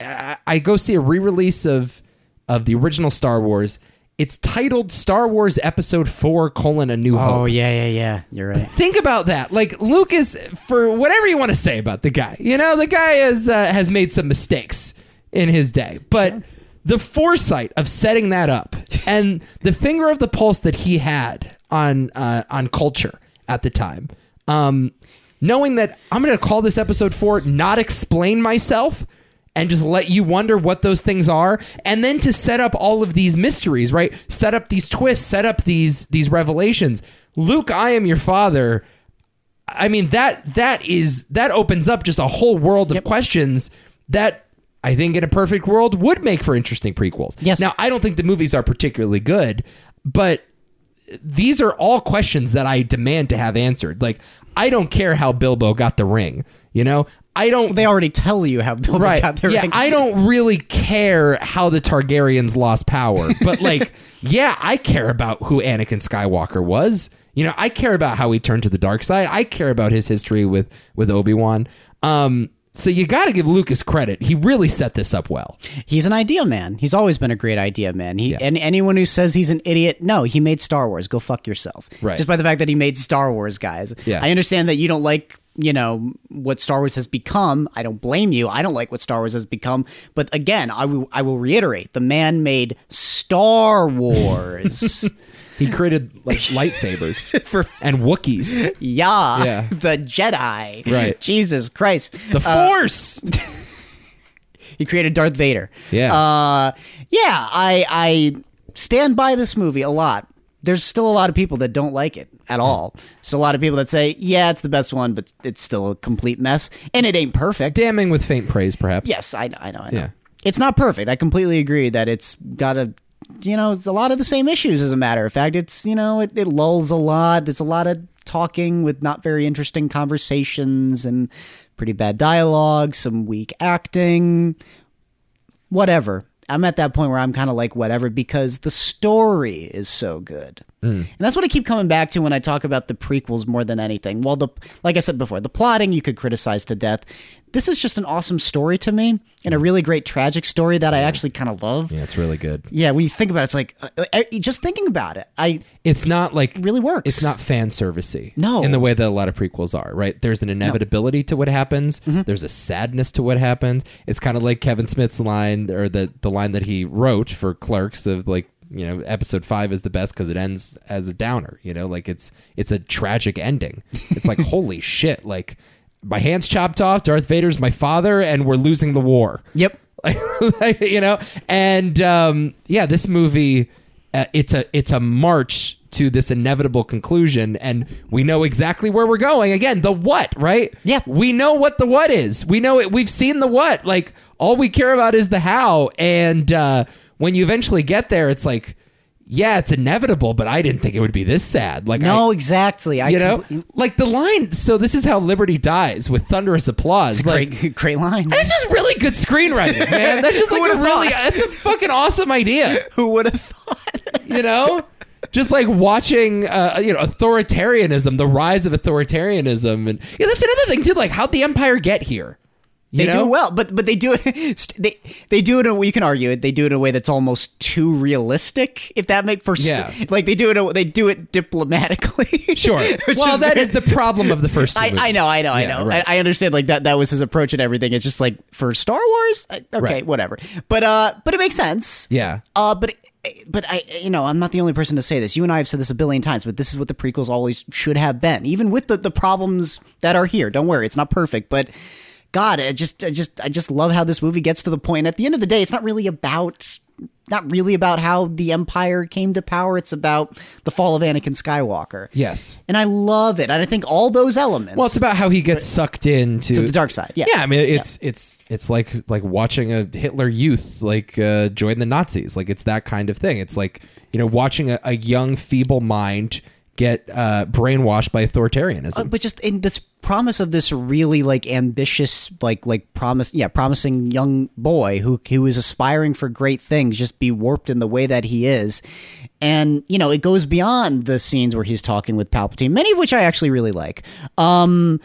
Speaker 1: I, I go see a re-release of of the original Star Wars. It's titled Star Wars Episode Four: colon, A New Hope.
Speaker 2: Oh, yeah, yeah, yeah. You're right.
Speaker 1: Think about that. Like Lucas, for whatever you want to say about the guy, you know, the guy has uh, has made some mistakes in his day, but the foresight of setting that up and the finger of the pulse that he had on uh, on culture at the time, um, knowing that I'm going to call this episode four, not explain myself. And just let you wonder what those things are, and then to set up all of these mysteries, right? Set up these twists, set up these these revelations. Luke, I am your father. I mean that that is that opens up just a whole world of questions that I think in a perfect world would make for interesting prequels.
Speaker 2: Yes.
Speaker 1: Now I don't think the movies are particularly good, but these are all questions that I demand to have answered. Like, I don't care how Bilbo got the ring. You know, I don't.
Speaker 2: They already tell you how Bilbo
Speaker 1: right.
Speaker 2: got there.
Speaker 1: yeah, I don't really care how the Targaryens lost power, but like, yeah, I care about who Anakin Skywalker was. You know, I care about how he turned to the dark side. I care about his history with with Obi Wan. Um, so you got to give Lucas credit. He really set this up well.
Speaker 2: He's an idea man. He's always been a great idea man. He and anyone who says he's an idiot, no, he made Star Wars. Go fuck yourself.
Speaker 1: Right.
Speaker 2: Just by the fact that he made Star Wars, guys.
Speaker 1: Yeah.
Speaker 2: I understand that you don't like you know what Star Wars has become. I don't blame you. I don't like what Star Wars has become. But again, I will I will reiterate: the man made Star Wars.
Speaker 1: He created like lightsabers
Speaker 2: For-
Speaker 1: and Wookiees.
Speaker 2: yeah,
Speaker 1: Yeah.
Speaker 2: the Jedi.
Speaker 1: Right.
Speaker 2: Jesus Christ.
Speaker 1: The Force.
Speaker 2: He created Darth Vader.
Speaker 1: Yeah.
Speaker 2: Uh, yeah. I I stand by this movie a lot. There's still a lot of people that don't like it at all. Still a lot of people that say, yeah, it's the best one, but it's still a complete mess and it ain't perfect.
Speaker 1: Damning with faint praise, perhaps.
Speaker 2: Yes, I know, I know, I know.
Speaker 1: Yeah.
Speaker 2: It's not perfect. I completely agree that it's got a, you know, it's a lot of the same issues. As a matter of fact, it's you know, it, it lulls a lot. There's a lot of talking with not very interesting conversations and pretty bad dialogue, some weak acting, whatever. I'm at that point where I'm kind of like whatever because the story is so good.
Speaker 1: Mm.
Speaker 2: And that's what I keep coming back to when I talk about the prequels more than anything. While the like I said before, the plotting you could criticize to death. This is just an awesome story to me and a really great tragic story that I actually kind of love.
Speaker 1: Mm. Yeah, it's really good.
Speaker 2: Yeah, when you think about it, it's like uh, uh, just thinking about it, I
Speaker 1: It's not like
Speaker 2: really works.
Speaker 1: it's not fan servicey.
Speaker 2: No.
Speaker 1: In the way that a lot of prequels are, right? There's an inevitability to what happens.
Speaker 2: Mm-hmm.
Speaker 1: There's a sadness to what happens. It's kind of like Kevin Smith's line or the the line that he wrote for Clerks of like, you know, episode 5 is the best cuz it ends as a downer, you know? Like it's it's a tragic ending. It's like holy shit, like my hands chopped off, Darth Vader's my father and we're losing the war.
Speaker 2: Yep.
Speaker 1: Like, you know and um, yeah this movie uh, it's a it's a march to this inevitable conclusion and we know exactly where we're going again the what right
Speaker 2: Yeah.
Speaker 1: we know what the what is we know it we've seen the what like all we care about is the how and uh, when you eventually get there it's like yeah it's inevitable but i didn't think it would be this sad like I,
Speaker 2: No, exactly. I
Speaker 1: you know
Speaker 2: compl-
Speaker 1: like the line so this is how liberty dies with thunderous applause like
Speaker 2: great, great line.
Speaker 1: that's just really good screenwriting, man. That's just
Speaker 2: Who
Speaker 1: like a
Speaker 2: would've
Speaker 1: really
Speaker 2: thought?
Speaker 1: that's a fucking awesome idea,
Speaker 2: Who would have thought?
Speaker 1: you know? Just like watching, uh, you know, authoritarianism, the rise of authoritarianism, and yeah, that's another thing too. Like, how'd the empire get here? You
Speaker 2: They
Speaker 1: know?
Speaker 2: do well, but but they do it. st- They they do it. in a- You can argue it. They do it in a way that's almost too realistic. If that make for st-
Speaker 1: Yeah.
Speaker 2: like they do it. in a- They do it diplomatically.
Speaker 1: Sure.
Speaker 2: Which
Speaker 1: well, that
Speaker 2: very-
Speaker 1: is the problem of the first. Two
Speaker 2: I, I know, I know, I
Speaker 1: Yeah,
Speaker 2: know.
Speaker 1: right.
Speaker 2: I, I understand. Like that, that was his approach and everything. It's just like for Star Wars, I, okay,
Speaker 1: Right.
Speaker 2: whatever. But uh, but it makes sense.
Speaker 1: Yeah.
Speaker 2: Uh, but but I, you know, I'm not the only person to say this. You and I have said this a billion times, but this is what the prequels always should have been, even with the the problems that are here. Don't worry, it's not perfect, but. God, I just, I just, I just love how this movie gets to the point. At the end of the day, it's not really about, not really about how the Empire came to power. It's about the fall of Anakin Skywalker.
Speaker 1: Yes.
Speaker 2: and I love it. And I think all those elements.
Speaker 1: Well, it's about how he gets sucked into
Speaker 2: the dark side. Yeah.
Speaker 1: Yeah, I mean it's it's it's like like watching a Hitler youth like uh, join the Nazis. Like it's that kind of thing. It's like you know watching a, a young feeble mind get uh, brainwashed by authoritarianism.
Speaker 2: But just in this promise of this really like ambitious, like like promise, yeah, promising young boy who who is aspiring for great things, just be warped in the way that he is, and you know it goes beyond the scenes where he's talking with Palpatine, many of which I actually really like. Um,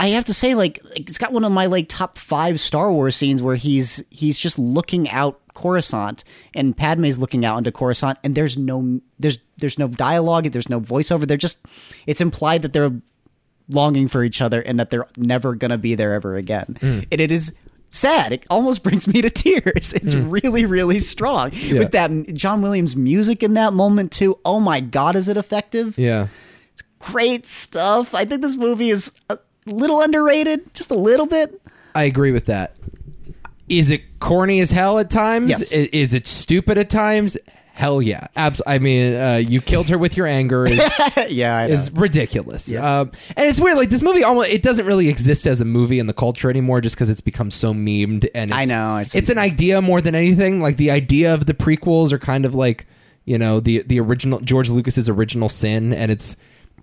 Speaker 2: I have to say, like, like, it's got one of my like top five Star Wars scenes where he's he's just looking out Coruscant and Padme's looking out into Coruscant, and there's no there's there's no dialogue, there's no voiceover. They're just it's implied that they're longing for each other and that they're never gonna be there ever again.
Speaker 1: Hmm.
Speaker 2: And it is sad. It almost brings me to tears. It's
Speaker 1: Hmm.
Speaker 2: really really strong with that John Williams music in that moment too. Oh my God, is it effective?
Speaker 1: yeah,
Speaker 2: great stuff. I think this movie is a little underrated, just a little bit.
Speaker 1: I agree with that. Is it corny as hell at times?
Speaker 2: Yes.
Speaker 1: I- Is, it stupid at times? Hell yeah. Abs- I mean, uh, you killed her with your anger. is-
Speaker 2: yeah, I know.
Speaker 1: is ridiculous. Um, and it's weird. Like this movie, almost it doesn't really exist as a movie in the culture anymore, just because it's become so memed. And it's,
Speaker 2: I know, I see.
Speaker 1: it's an idea more than anything. Like the idea of the prequels are kind of like you know the the original George Lucas's original sin, and it's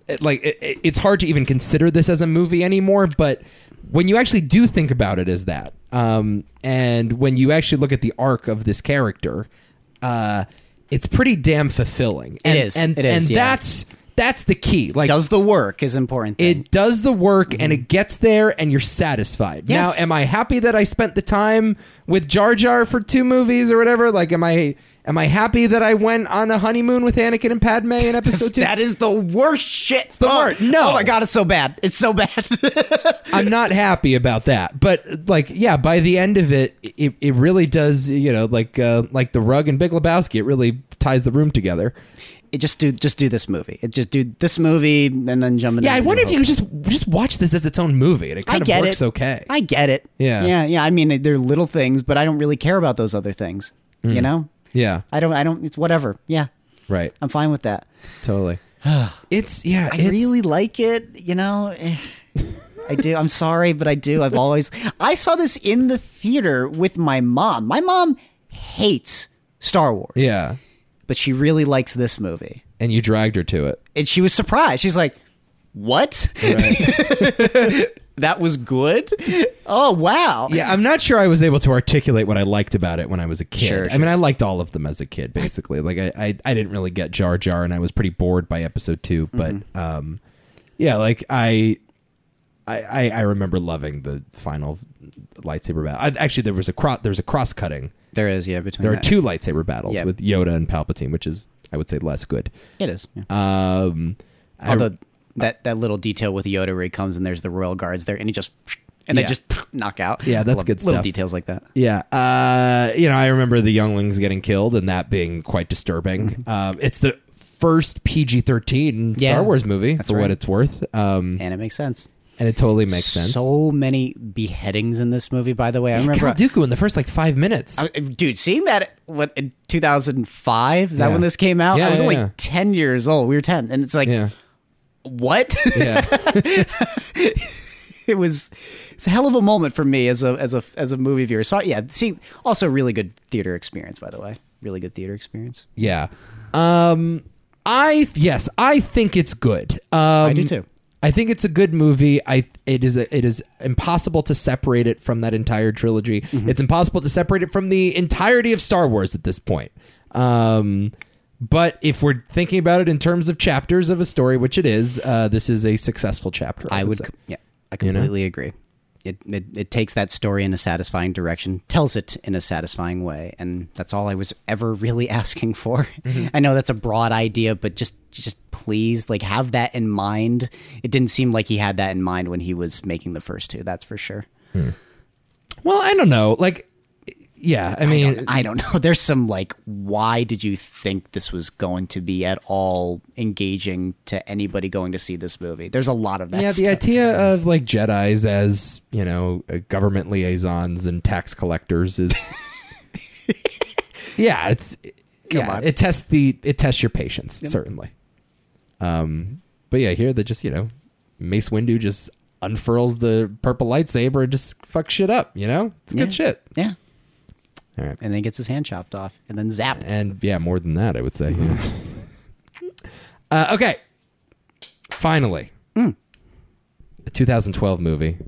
Speaker 1: it- like it- it- it's hard to even consider this as a movie anymore. But when you actually do think about it as that, um, and when you actually look at the arc of this character, uh, it's pretty damn fulfilling. And,
Speaker 2: is.
Speaker 1: and
Speaker 2: It is,
Speaker 1: and
Speaker 2: yeah.
Speaker 1: that's that's the key. Like
Speaker 2: Does the work is important. Thing.
Speaker 1: it does the Mm-hmm. work and it gets there and you're satisfied.
Speaker 2: Yes.
Speaker 1: Now, am I happy that I spent the time with Jar Jar for two movies or whatever? Like, am I am I happy that I went on a honeymoon with Anakin and Padme in episode two?
Speaker 2: that is the worst shit. It's
Speaker 1: the worst. No.
Speaker 2: Oh my god, it's so bad. It's so bad.
Speaker 1: I'm not happy about that. But like, yeah, by the end of it, it, it really does. You know, like uh, like the rug and Big Lebowski, it really ties the room together.
Speaker 2: it just do just do this movie. It just do this movie and then jump into
Speaker 1: Yeah, I
Speaker 2: the
Speaker 1: wonder if
Speaker 2: hook.
Speaker 1: you could just just watch this as its own movie, and it
Speaker 2: I
Speaker 1: kind
Speaker 2: get
Speaker 1: of works
Speaker 2: it.
Speaker 1: okay.
Speaker 2: I get it.
Speaker 1: Yeah.
Speaker 2: Yeah, yeah. I mean, they're little things, but I don't really care about those other things. You
Speaker 1: Mm.
Speaker 2: know?
Speaker 1: yeah,
Speaker 2: I don't I don't it's whatever. Yeah.
Speaker 1: right,
Speaker 2: I'm fine with that.
Speaker 1: totally. it's yeah,
Speaker 2: I
Speaker 1: it's,
Speaker 2: really like it, you know. Eh, I do. I'm sorry, but I do. I've always I saw this in the theater with my mom. My mom hates Star Wars,
Speaker 1: yeah.
Speaker 2: but she really likes this movie.
Speaker 1: and you dragged her to it.
Speaker 2: And she was surprised. She's like, "What? that was good? Oh, wow."
Speaker 1: Yeah, I'm not sure I was able to articulate what I liked about it when I was a kid.
Speaker 2: Sure,
Speaker 1: I mean, I liked all of them as a kid, basically. Like, I, I, I didn't really get Jar Jar, and I was pretty bored by episode two. But,
Speaker 2: Mm-hmm.
Speaker 1: um, yeah, like I, I, I, I remember loving the final lightsaber battle. I, actually, there was a cross. There was a cross cutting.
Speaker 2: There is, yeah, between
Speaker 1: There are two lightsaber battles
Speaker 2: Yeah.
Speaker 1: with Yoda and Palpatine, which is I would say less good.
Speaker 2: It is. Yeah.
Speaker 1: Um, I-
Speaker 2: Although that that little detail with Yoda where he comes and there's the royal guards there, and he just and they
Speaker 1: Yeah.
Speaker 2: just knock out.
Speaker 1: Yeah,
Speaker 2: I
Speaker 1: that's
Speaker 2: love
Speaker 1: good
Speaker 2: Little
Speaker 1: stuff.
Speaker 2: details like that.
Speaker 1: Yeah, uh, you know, I remember the younglings getting killed and that being quite disturbing. Um, it's the first PG thirteen
Speaker 2: Mm-hmm. Yeah.
Speaker 1: Star Wars movie for
Speaker 2: right.
Speaker 1: what it's worth, um,
Speaker 2: And it makes sense.
Speaker 1: and it totally makes sense.
Speaker 2: So many beheadings in this movie, by the way. I remember,
Speaker 1: Count Dooku in the first like five minutes.
Speaker 2: I- dude, seeing that what in 2005 is that
Speaker 1: Yeah.
Speaker 2: when this came out?
Speaker 1: Yeah,
Speaker 2: I was
Speaker 1: yeah,
Speaker 2: only
Speaker 1: yeah.
Speaker 2: 10 years old. We were 10, and it's like,
Speaker 1: yeah,
Speaker 2: what?
Speaker 1: yeah,
Speaker 2: it was it's a hell of a moment for me as a as a as a movie viewer. So yeah, see, also really good theater experience, by the way. Really good theater experience.
Speaker 1: yeah. Um, I yes, I think it's good. Um, I
Speaker 2: do too.
Speaker 1: I think it's a good movie. I it is a, it is impossible to separate it from that entire trilogy. It's impossible to separate it from the entirety of Star Wars at this point. Um, but if we're thinking about it in terms of chapters of a story, which it is, uh, this is a successful chapter. I,
Speaker 2: I would,
Speaker 1: say.
Speaker 2: com- yeah, I completely agree. It, it it takes that story in a satisfying direction, tells it in a satisfying way, and that's all I was ever really asking for.
Speaker 1: Mm-hmm.
Speaker 2: I know that's a broad idea, but just just please like have that in mind. It didn't seem like he had that in mind when he was making the first two. That's for sure.
Speaker 1: Well, I don't know. Like, yeah, I mean, uh,
Speaker 2: I don't know. There's some like, why did you think this was going to be at all engaging to anybody going to see this movie? There's a lot of that.
Speaker 1: Yeah, the
Speaker 2: stuff.
Speaker 1: idea of like Jedi's as you know uh, government liaisons and tax collectors is, yeah, it's yeah,
Speaker 2: on.
Speaker 1: it tests the it tests your patience certainly. Um, but yeah, here they just you know, Mace Windu just unfurls the purple lightsaber and just fucks shit up. You know, it's good shit.
Speaker 2: yeah.
Speaker 1: All right,
Speaker 2: and then he gets his hand chopped off and then zapped.
Speaker 1: and yeah, more than that, I would say. uh, okay, finally, a 2012 movie,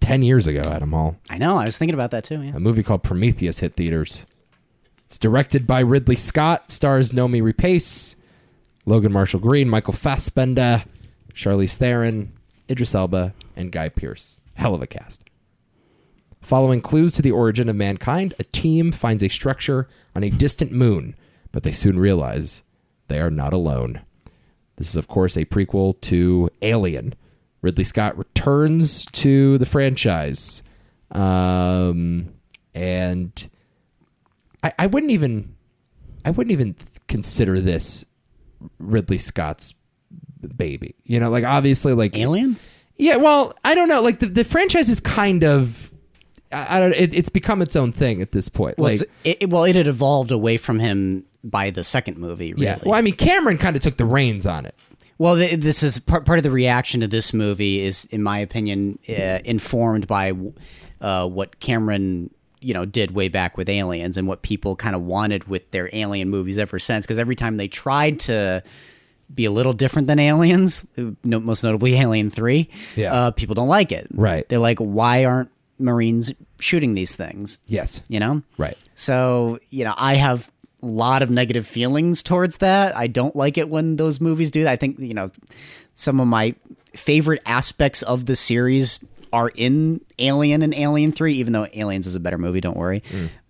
Speaker 1: ten years ago, Adam Hall.
Speaker 2: I know. I was thinking about that too. Yeah.
Speaker 1: A movie called Prometheus hit theaters. It's directed by Ridley Scott, stars Nomi Rapace, Logan Marshall Green, Michael Fassbender, Charlize Theron, Idris Elba, and Guy Pearce. Hell of a cast. Following clues to the origin of mankind, a team finds a structure on a distant moon, but they soon realize they are not alone. This is, of course, a prequel to Alien. Ridley Scott returns to the franchise. Um, and I, I wouldn't even I wouldn't even consider this Ridley Scott's baby. You know, like obviously like
Speaker 2: Alien?
Speaker 1: yeah, well, I don't know. Like the, the franchise is kind of, I, I don't. It, it's become its own thing at this point.
Speaker 2: Well,
Speaker 1: like,
Speaker 2: it's- it, it- well, it had evolved away from him by the second movie, really.
Speaker 1: yeah. Well, I mean, Cameron kind of took the reins on it.
Speaker 2: Well, th- this is part, part of the reaction to this movie is, in my opinion, uh, informed by uh, what Cameron you know did way back with aliens and what people kind of wanted with their alien movies ever since because every time they tried to be a little different than aliens uh, no, most notably alien 3
Speaker 1: Yeah.
Speaker 2: uh, people don't like it
Speaker 1: Right.
Speaker 2: they're like why aren't marines shooting these things
Speaker 1: Yes.
Speaker 2: you know
Speaker 1: Right.
Speaker 2: so you know i have a lot of negative feelings towards that i don't like it when those movies do that i think you know some of my favorite aspects of the series are in alien and alien 3 even though aliens is a better movie don't worry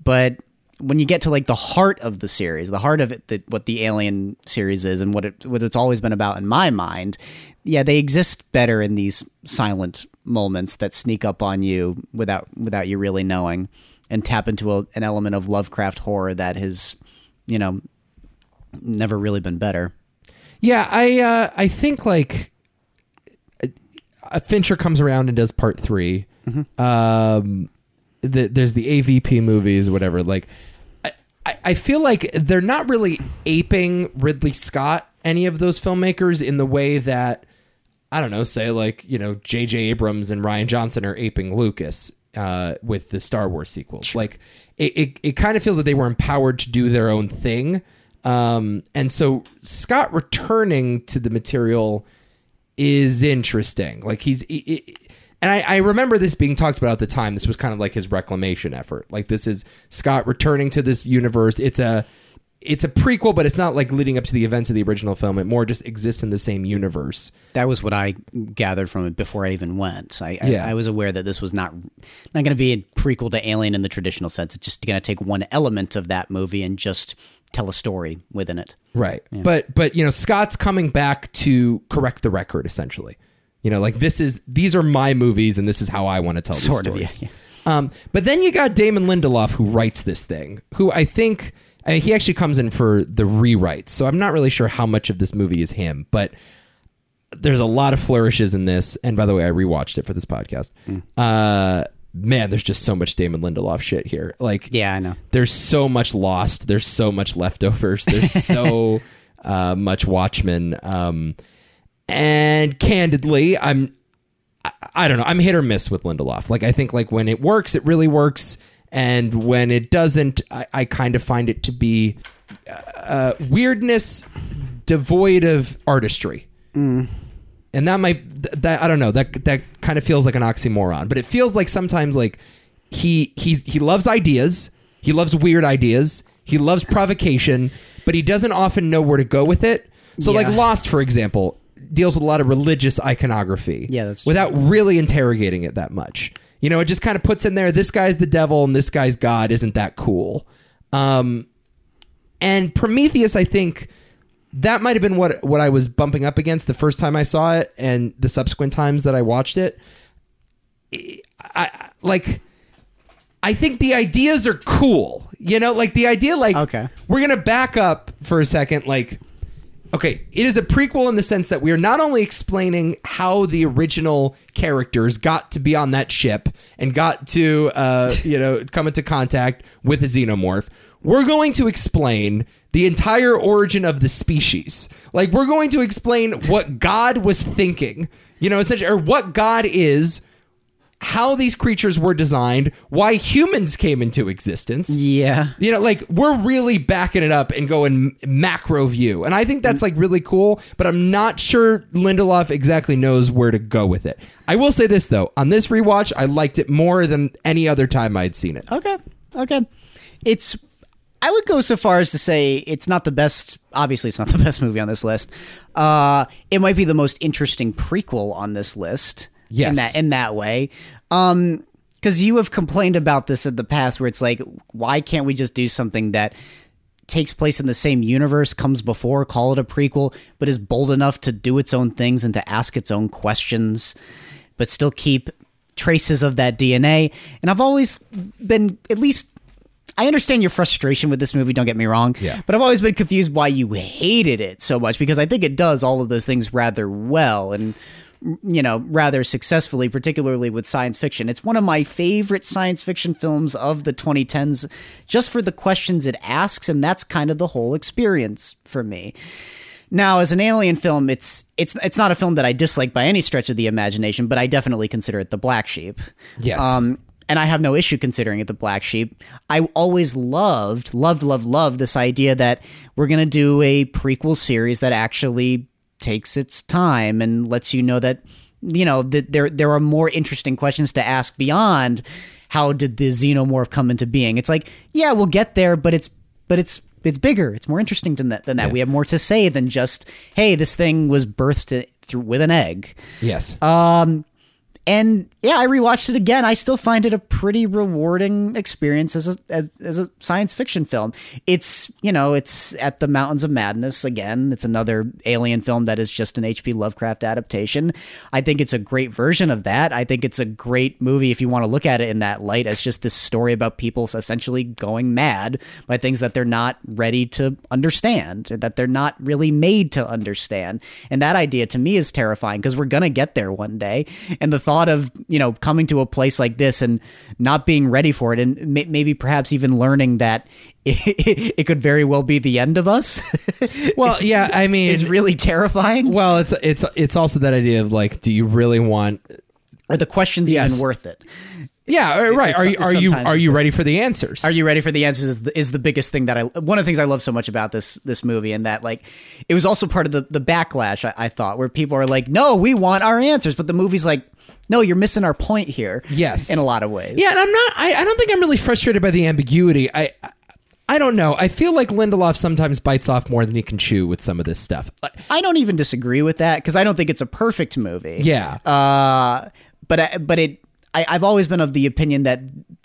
Speaker 2: but when you get to like the heart of the series the heart of it that what the alien series is and what it what it's always been about in my mind yeah they exist better in these silent moments that sneak up on you without without you really knowing and tap into a, an element of Lovecraft horror that has, you know, never really been better.
Speaker 1: Yeah, I uh, I think like uh, Fincher comes around and does part 3
Speaker 2: Mm-hmm.
Speaker 1: Um, the, there's the AVP movies, whatever. Like, I, I I feel like they're not really aping Ridley Scott, any of those filmmakers, in the way that I don't know, say like you know J.J. Abrams and Ryan Johnson are aping Lucas uh, with the Star Wars sequels. Like it, it, it kind of feels that they were empowered to do their own thing, um, and so Scott returning to the material is interesting. Like he's. i i and I, I remember this being talked about at the time. This was kind of like his reclamation effort. Like this is Scott returning to this universe. It's a it's a prequel, but it's not like leading up to the events of the original film. It more just exists in the same universe.
Speaker 2: That was what I gathered from it before I even went. I,
Speaker 1: Yeah.
Speaker 2: I, I was aware that this was not not going to be a prequel to Alien in the traditional sense. It's just going to take one element of that movie and just tell a story within it.
Speaker 1: Right. But but you know, Scott's coming back to correct the record essentially. You know, like this is these are my movies and this is how I want to tell these
Speaker 2: Sort of,
Speaker 1: stories.
Speaker 2: yeah,
Speaker 1: Um but then you got Damon Lindelof who writes this thing, who I think I mean, he actually comes in for the rewrites. So I'm not really sure how much of this movie is him, but there's a lot of flourishes in this. And by the way, I rewatched it for this podcast.
Speaker 2: Mm.
Speaker 1: Uh man, there's just so much Damon Lindelof shit here. Like
Speaker 2: Yeah, I know.
Speaker 1: there's so much lost. There's so much leftovers. There's so uh, much Watchmen. Um, and candidly, I'm I, I don't know. I'm hit or miss with Lindelof. Like I think like when it works, it really works, and when it doesn't, I, I kind of find it to be uh, weirdness devoid of artistry. And that might th- that I don't know that that kind of feels like an oxymoron, but it feels like sometimes like he he's he loves ideas, he loves weird ideas, he loves provocation, but he doesn't often know where to go with it. So like
Speaker 2: Yeah.
Speaker 1: Lost, for example, deals with a lot of religious iconography,
Speaker 2: Yeah, that's true.
Speaker 1: without really interrogating it that much. You know, it just kind of puts in there this guy's the devil and this guy's God. Isn't that cool? Um, and Prometheus, I think that might have been what what I was bumping up against the first time I saw it, and the subsequent times that I watched it. I, I like. I think the ideas are cool. You know, like the idea, like
Speaker 2: Okay.
Speaker 1: we're gonna back up for a second. Like, okay, it is a prequel in the sense that we are not only explaining how the original characters got to be on that ship and got to, uh, you know, come into contact with a xenomorph. We're going to explain the entire origin of the species. Like, we're going to explain what God was thinking. You know, essentially, or what God is how these creatures were designed, why humans came into existence.
Speaker 2: Yeah.
Speaker 1: You know, like we're really backing it up and going macro view. And I think that's like really cool, but I'm not sure Lindelof exactly knows where to go with it. I will say this though, on this rewatch, I liked it more than any other time I'd seen it.
Speaker 2: Okay. Okay. It's I would go so far as to say it's not the best obviously it's not the best movie on this list. Uh it might be the most interesting prequel on this list.
Speaker 1: Yes.
Speaker 2: In that in that way. Um because you have complained about this in the past where it's like why can't we just do something that takes place in the same universe comes before call it a prequel but is bold enough to do its own things and to ask its own questions but still keep traces of that DNA. And I've always been, at least, I understand your frustration with this movie, don't get me wrong.
Speaker 1: Yeah.
Speaker 2: But I've always been confused why you hated it so much because I think it does all of those things rather well and, you know, rather successfully, particularly with science fiction. It's one of my favorite science fiction films of the 2010s just for the questions it asks. And that's kind of the whole experience for me. Now, as an alien film, it's it's it's not a film that I dislike by any stretch of the imagination, but I definitely consider it the black sheep.
Speaker 1: Yes.
Speaker 2: Um, and I have no issue considering it the black sheep. I always loved, loved, loved, loved this idea that we're going to do a prequel series that actually takes its time and lets you know that you know that there there are more interesting questions to ask beyond how did the xenomorph come into being. It's like, yeah, we'll get there, but it's but it's it's bigger. It's more interesting than that. Than that, we have more to say than just, hey, this thing was birthed through with an egg.
Speaker 1: Yes.
Speaker 2: And yeah, I rewatched it again. I still find it a pretty rewarding experience as a as, as a science fiction film. It's you know it's at the Mountains of Madness again. It's another alien film that is just an H.P. Lovecraft adaptation. I think it's a great version of that. I think it's a great movie if you want to look at it in that light as just this story about people essentially going mad by things that they're not ready to understand, or that they're not really made to understand. And that idea to me is terrifying because we're going to get there one day. And the thought of, you know, coming to a place like this and not being ready for it, and may- maybe perhaps even learning that it, could very well be the end of us
Speaker 1: well, yeah. I mean,
Speaker 2: is really terrifying.
Speaker 1: well, it's it's it's also that idea of like, do you really want?
Speaker 2: Are the questions
Speaker 1: Yes.
Speaker 2: even worth it?
Speaker 1: Yeah. uh, Right.
Speaker 2: it's
Speaker 1: Are you
Speaker 2: some-
Speaker 1: are you
Speaker 2: sometimes
Speaker 1: are
Speaker 2: it
Speaker 1: you ready for the answers?
Speaker 2: Are you ready for the answers? Is the, is the biggest thing that I one of the things I love so much about this this movie, and that like it was also part of the the backlash I, I thought, where people are like, "No, we want our answers," but the movie's like, "No, you're missing our point here."
Speaker 1: Yes.
Speaker 2: in a lot of ways.
Speaker 1: Yeah, and I'm not. I, I don't think I'm really frustrated by the ambiguity. I, I I don't know. I feel like Lindelof sometimes bites off more than he can chew with some of this stuff. Uh, Like,
Speaker 2: I don't even disagree with that because I don't think it's a perfect movie.
Speaker 1: yeah.
Speaker 2: Uh, but I, but it I, I've always been of the opinion that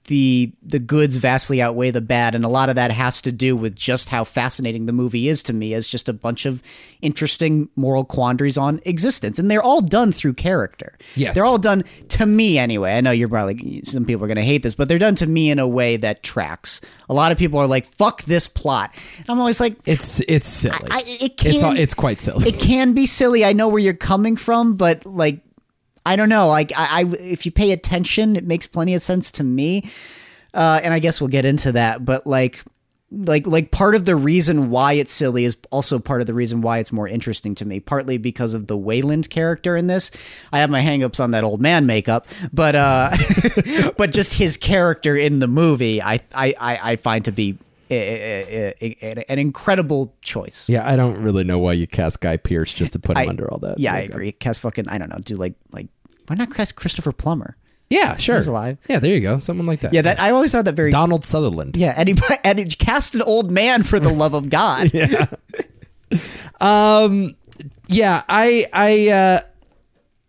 Speaker 2: the the goods vastly outweigh the bad, and a lot of that has to do with just how fascinating the movie is to me as just a bunch of interesting moral quandaries on existence, and they're all done through character.
Speaker 1: Yes.
Speaker 2: they're all done to me anyway. I know you're probably some people are going to hate this, but they're done to me in a way that tracks. A lot of people are like, "Fuck this plot," and I'm always like,
Speaker 1: it's it's silly.
Speaker 2: I, "It can."
Speaker 1: it's all, it's quite silly.
Speaker 2: it can be silly. I know where you're coming from, but like, I don't know. Like, I, I if you pay attention, it makes plenty of sense to me. Uh, and I guess we'll get into that, but like, like, like part of the reason why it's silly is also part of the reason why it's more interesting to me. Partly because of the Wayland character in this. I have my hangups on that old man makeup, but uh, but just his character in the movie, I I I, I find to be. eh, eh, eh, eh, An an incredible choice.
Speaker 1: yeah, I don't really know why you cast Guy Pierce just to put him
Speaker 2: I-
Speaker 1: under all that.
Speaker 2: Yeah, I
Speaker 1: makeup.
Speaker 2: agree. Cast fucking I don't know. Do like like why not cast Christopher Plummer?
Speaker 1: Yeah, sure.
Speaker 2: He's alive.
Speaker 1: Yeah, there you go. Someone like that.
Speaker 2: Yeah, that I always thought that very.
Speaker 1: Donald Sutherland.
Speaker 2: yeah, and he, and he cast an old man for the love of God.
Speaker 1: yeah i i uh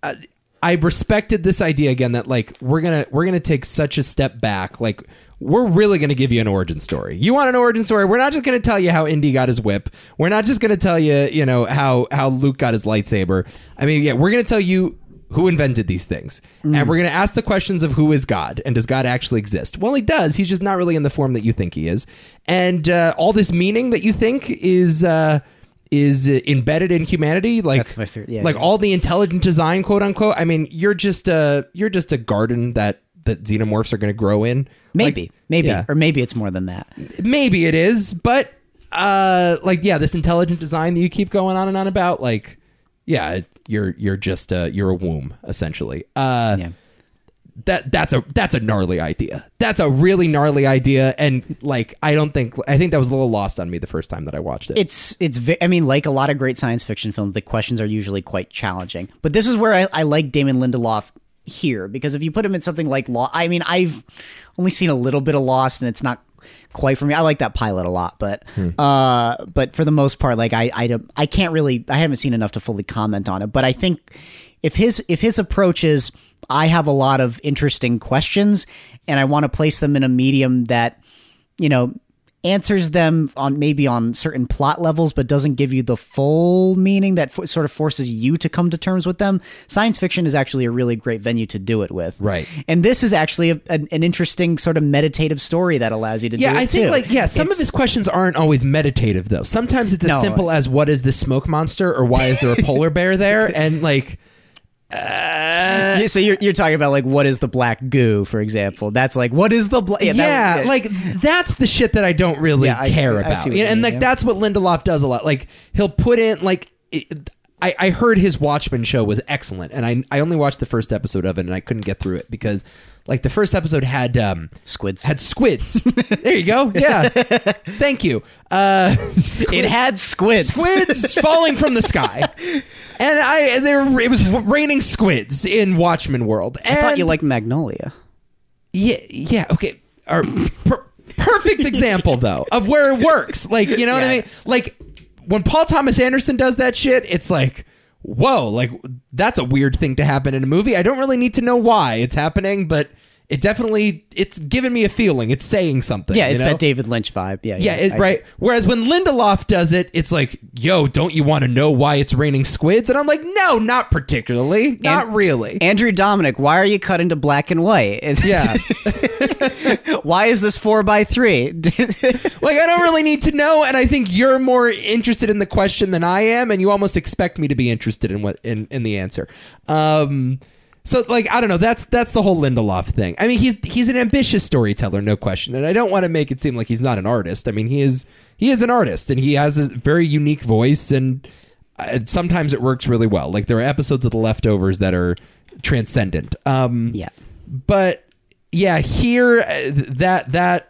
Speaker 1: I- i respected this idea again that like we're gonna we're gonna take such a step back like we're really gonna give you an origin story you want an origin story we're not just gonna tell you how indy got his whip we're not just gonna tell you you know how how luke got his lightsaber i mean yeah we're gonna tell you who invented these things
Speaker 2: Mm.
Speaker 1: and we're gonna ask the questions of who is god and does god actually exist well he does he's just not really in the form that you think he is and uh, all this meaning that you think is uh is uh, embedded in humanity like
Speaker 2: That's my fear. Yeah,
Speaker 1: like
Speaker 2: yeah.
Speaker 1: all the intelligent design quote unquote i mean you're just a you're just a garden that that xenomorphs are going to grow in
Speaker 2: Maybe, maybe,
Speaker 1: yeah.
Speaker 2: or maybe it's more than that.
Speaker 1: Like, maybe it is but uh like yeah this intelligent design that you keep going on and on about like yeah it- you're you're just a you're a womb essentially uh
Speaker 2: Yeah.
Speaker 1: that that's a that's a gnarly idea that's a really gnarly idea and like i don't think i think that was a little lost on me the first time that i watched it
Speaker 2: It's it's ve- I mean like a lot of great science fiction films, the questions are usually quite challenging. But this is where I, I like Damon Lindelof here because if you put him in something like Law, I mean I've only seen a little bit of Lost and it's not quite for me. I like that pilot a lot, but uh, but for the most part, like I I don't I can't really I haven't seen enough to fully comment on it. But I think if his if his approach is I have a lot of interesting questions and I want to place them in a medium that you know answers them on maybe on certain plot levels but doesn't give you the full meaning that fo- sort of forces you to come to terms with them science fiction is actually a really great venue to do it with
Speaker 1: Right.
Speaker 2: and this is actually a, an, an interesting sort of meditative story that allows you to
Speaker 1: Yeah,
Speaker 2: do it
Speaker 1: I think
Speaker 2: too.
Speaker 1: like yeah, some of his questions aren't always meditative though. Sometimes it's as
Speaker 2: No.
Speaker 1: simple as what is this smoke monster or why is there a polar bear there and like
Speaker 2: Yeah, so you're, you're talking about like what is the black goo for example that's like what is the black
Speaker 1: yeah, like that's the shit that I don't really
Speaker 2: Yeah, I-
Speaker 1: care
Speaker 2: I
Speaker 1: about.
Speaker 2: see what
Speaker 1: You know,
Speaker 2: you
Speaker 1: and
Speaker 2: mean,
Speaker 1: like
Speaker 2: yeah.
Speaker 1: that's what Lindelof does a lot. Like he'll put in like it, I, I heard his Watchmen show was excellent, and I I only watched the first episode of it, and I couldn't get through it because like the first episode had um
Speaker 2: Squids.
Speaker 1: had squids. there you go. Yeah, thank you. Uh,
Speaker 2: It had squids.
Speaker 1: squids falling from the sky, and I there it was raining squids in Watchmen world. And
Speaker 2: I thought you liked Magnolia.
Speaker 1: yeah, yeah, okay. Or per- perfect example though of where it works. Like, you know what I
Speaker 2: Yeah.
Speaker 1: mean? Like when Paul Thomas Anderson does that shit, it's like, whoa, like that's a weird thing to happen in a movie. I don't really need to know why it's happening, but it definitely it's giving me a feeling. It's saying something.
Speaker 2: Yeah,
Speaker 1: you
Speaker 2: it's
Speaker 1: know?
Speaker 2: that David Lynch vibe. Yeah,
Speaker 1: Yeah, it,
Speaker 2: I-
Speaker 1: right. Whereas when Lindelof does it, it's like, yo, don't you want to know why it's raining squids? And I'm like, no, not particularly. Not really.
Speaker 2: Andrew Dominic, why are you cut into black and white? It's-
Speaker 1: yeah.
Speaker 2: why is this four by three? Mm.
Speaker 1: Like I don't really need to know, and I think you're more interested in the question than I am, and you almost expect me to be interested in what in, in the answer. Um, so like I don't know. That's that's the whole Lindelof thing. I mean, he's he's an ambitious storyteller, no question, and I don't want to make it seem like he's not an artist. I mean, he is he is an artist, and he has a very unique voice, and uh, sometimes it works really well. Like there are episodes of The Leftovers that are transcendent. Um,
Speaker 2: yeah.
Speaker 1: but yeah, here uh, th- that that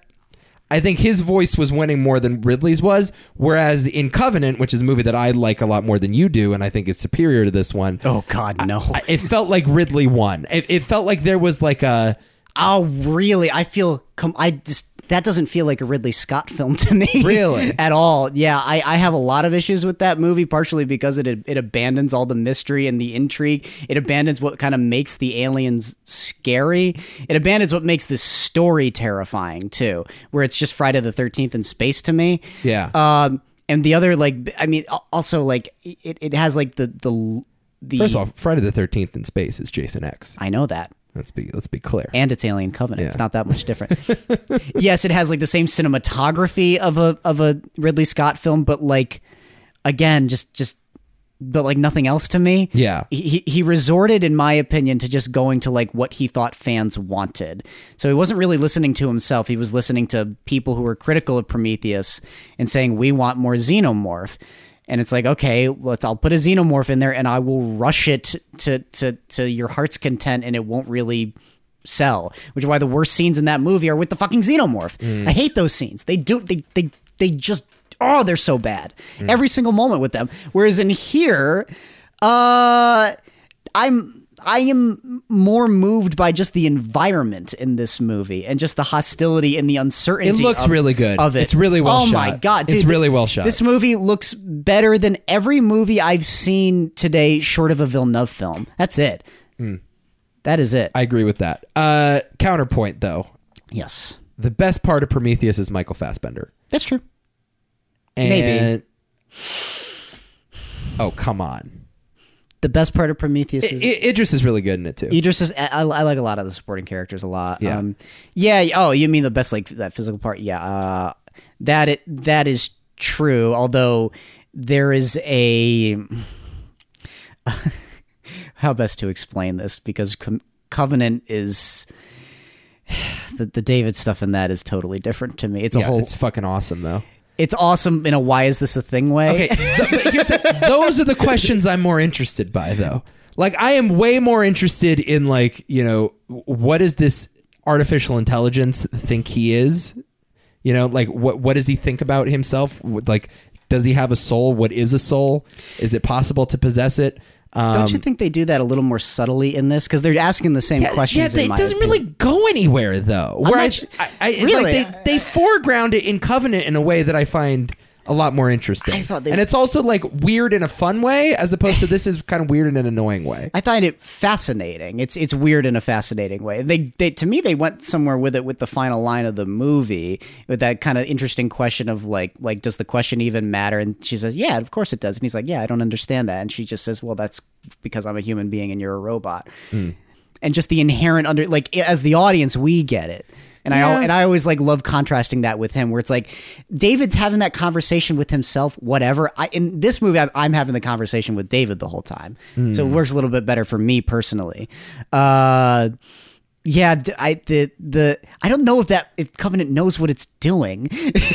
Speaker 1: I think his voice was winning more than Ridley's was. Whereas in Covenant, which is a movie that I like a lot more than you do, and I think is superior to this one,
Speaker 2: Oh God, no.
Speaker 1: I- it felt like Ridley won. It, it felt like there was like a
Speaker 2: oh really? I feel. Com- I just that doesn't feel like a Ridley Scott film to me.
Speaker 1: Really?
Speaker 2: at all. Yeah, I, I have a lot of issues with that movie, partially because it it abandons all the mystery and the intrigue. It abandons what kind of makes the aliens scary. It abandons what makes this story terrifying too, where it's just Friday the Thirteenth in space to me.
Speaker 1: Yeah.
Speaker 2: Um, and the other like, I mean, al- also like it, it has like the the the.
Speaker 1: first off Friday the Thirteenth in space is Jason X.
Speaker 2: I know that.
Speaker 1: Let's be let's be clear.
Speaker 2: and it's Alien Covenant. It's not that much different. yes, it has like the same cinematography of a of a Ridley Scott film, but like again, just just but like nothing else to me.
Speaker 1: Yeah.
Speaker 2: He- he he resorted, in my opinion, to just going to like what he thought fans wanted. So he wasn't really listening to himself. He was listening to people who were critical of Prometheus and saying, "We want more xenomorph." And it's like, okay, let's. I'll put a xenomorph in there, and I will rush it to to to your heart's content, and it won't really sell. Which is why the worst scenes in that movie are with the fucking xenomorph.
Speaker 1: Mm.
Speaker 2: I hate those scenes. They do. They they they just. Oh, they're so bad.
Speaker 1: Mm.
Speaker 2: Every single moment with them. Whereas in here, uh, I'm I am more moved by just the environment in this movie and just the hostility and the
Speaker 1: It
Speaker 2: uncertainty.
Speaker 1: looks
Speaker 2: of-
Speaker 1: really good.
Speaker 2: Of it.
Speaker 1: It's really well
Speaker 2: Oh my
Speaker 1: shot.
Speaker 2: god, dude,
Speaker 1: It's
Speaker 2: thi-
Speaker 1: really well shot.
Speaker 2: This movie looks better than every movie I've seen today, short of a Villeneuve film. That's it.
Speaker 1: Mm.
Speaker 2: That is it.
Speaker 1: I agree with that. Uh, counterpoint though,
Speaker 2: yes,
Speaker 1: the best part of Prometheus is Michael Fassbender.
Speaker 2: that's true.
Speaker 1: And,
Speaker 2: Maybe.
Speaker 1: Oh come on.
Speaker 2: The best part of Prometheus is
Speaker 1: I- Idris is really good in it too.
Speaker 2: Idris is. I, I I like a lot of the supporting characters a lot.
Speaker 1: Yeah.
Speaker 2: Um, yeah. Oh, you mean the best like that physical part? Yeah. Uh, that it that is true. Although there is a how best to explain this because Com- Covenant is the the David stuff in that is totally different to me. It's a
Speaker 1: Yeah,
Speaker 2: whole.
Speaker 1: it's
Speaker 2: It's,
Speaker 1: fucking awesome though.
Speaker 2: awesome in a why is this a thing way.
Speaker 1: Okay, th- but here's the- those are the questions I'm more interested by though. Like I am way more interested in like you know what does this artificial intelligence think he is? You know, like what what does he think about himself? What- Like does he have a soul? What is a soul? Is it possible to possess it? Um,
Speaker 2: Don't you think they do that a little more subtly in this? Because they're asking the same questions.
Speaker 1: Yeah,
Speaker 2: in
Speaker 1: it
Speaker 2: my
Speaker 1: doesn't
Speaker 2: opinion.
Speaker 1: really go anywhere though. Where I,
Speaker 2: not
Speaker 1: I, I
Speaker 2: really,
Speaker 1: like they, they foreground it in Covenant in a way that I find a lot more interesting.
Speaker 2: I thought they-
Speaker 1: and it's also like weird in a fun way, as opposed to this is kind of weird in an annoying way.
Speaker 2: I find it fascinating. It's it's weird in a fascinating way. They they to me they went somewhere with it with the final line of the movie with that kind of interesting question of like like does the question even matter? And she says, "Yeah, of course it does." And he's like, "Yeah, I don't understand that." And she just says, "Well, that's because I'm a human being and you're a robot."
Speaker 1: Hmm.
Speaker 2: And just the inherent under like as the audience we get it. And I al-
Speaker 1: Yeah.
Speaker 2: and I always like love contrasting that with him, where it's like David's having that conversation with himself, whatever. I in this movie, I'm, I'm having the conversation with David the whole time, so it works a little bit better for me personally. Uh, Yeah, d- I the the I don't know if that if Covenant knows what it's doing. I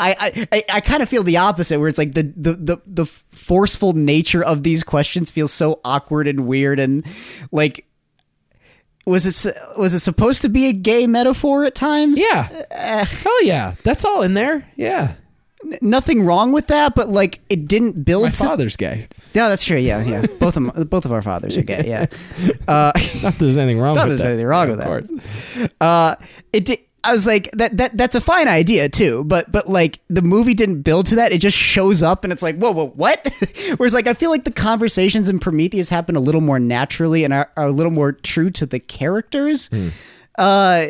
Speaker 2: I, I, I kind of feel the opposite, where it's like the, the the the forceful nature of these questions feels so awkward and weird, and like was it s- was it supposed to be a gay metaphor at times?
Speaker 1: Yeah. Hell yeah. That's all in there. Yeah.
Speaker 2: N- nothing wrong with that, but like it didn't build
Speaker 1: My
Speaker 2: to.
Speaker 1: father's gay.
Speaker 2: No, that's true. Yeah, yeah. Both of my- both of our fathers are gay. Yeah.
Speaker 1: Not that there's anything wrong
Speaker 2: Not
Speaker 1: with
Speaker 2: there's
Speaker 1: that.
Speaker 2: anything wrong
Speaker 1: Yeah, of
Speaker 2: with that.
Speaker 1: course.
Speaker 2: uh it di- I was like that that that's a fine idea too, but but like the movie didn't build to that. It just shows up and it's like, whoa, whoa, what? Whereas like I feel like the conversations in Prometheus happen a little more naturally and are, are a little more true to the characters.
Speaker 1: Hmm.
Speaker 2: Uh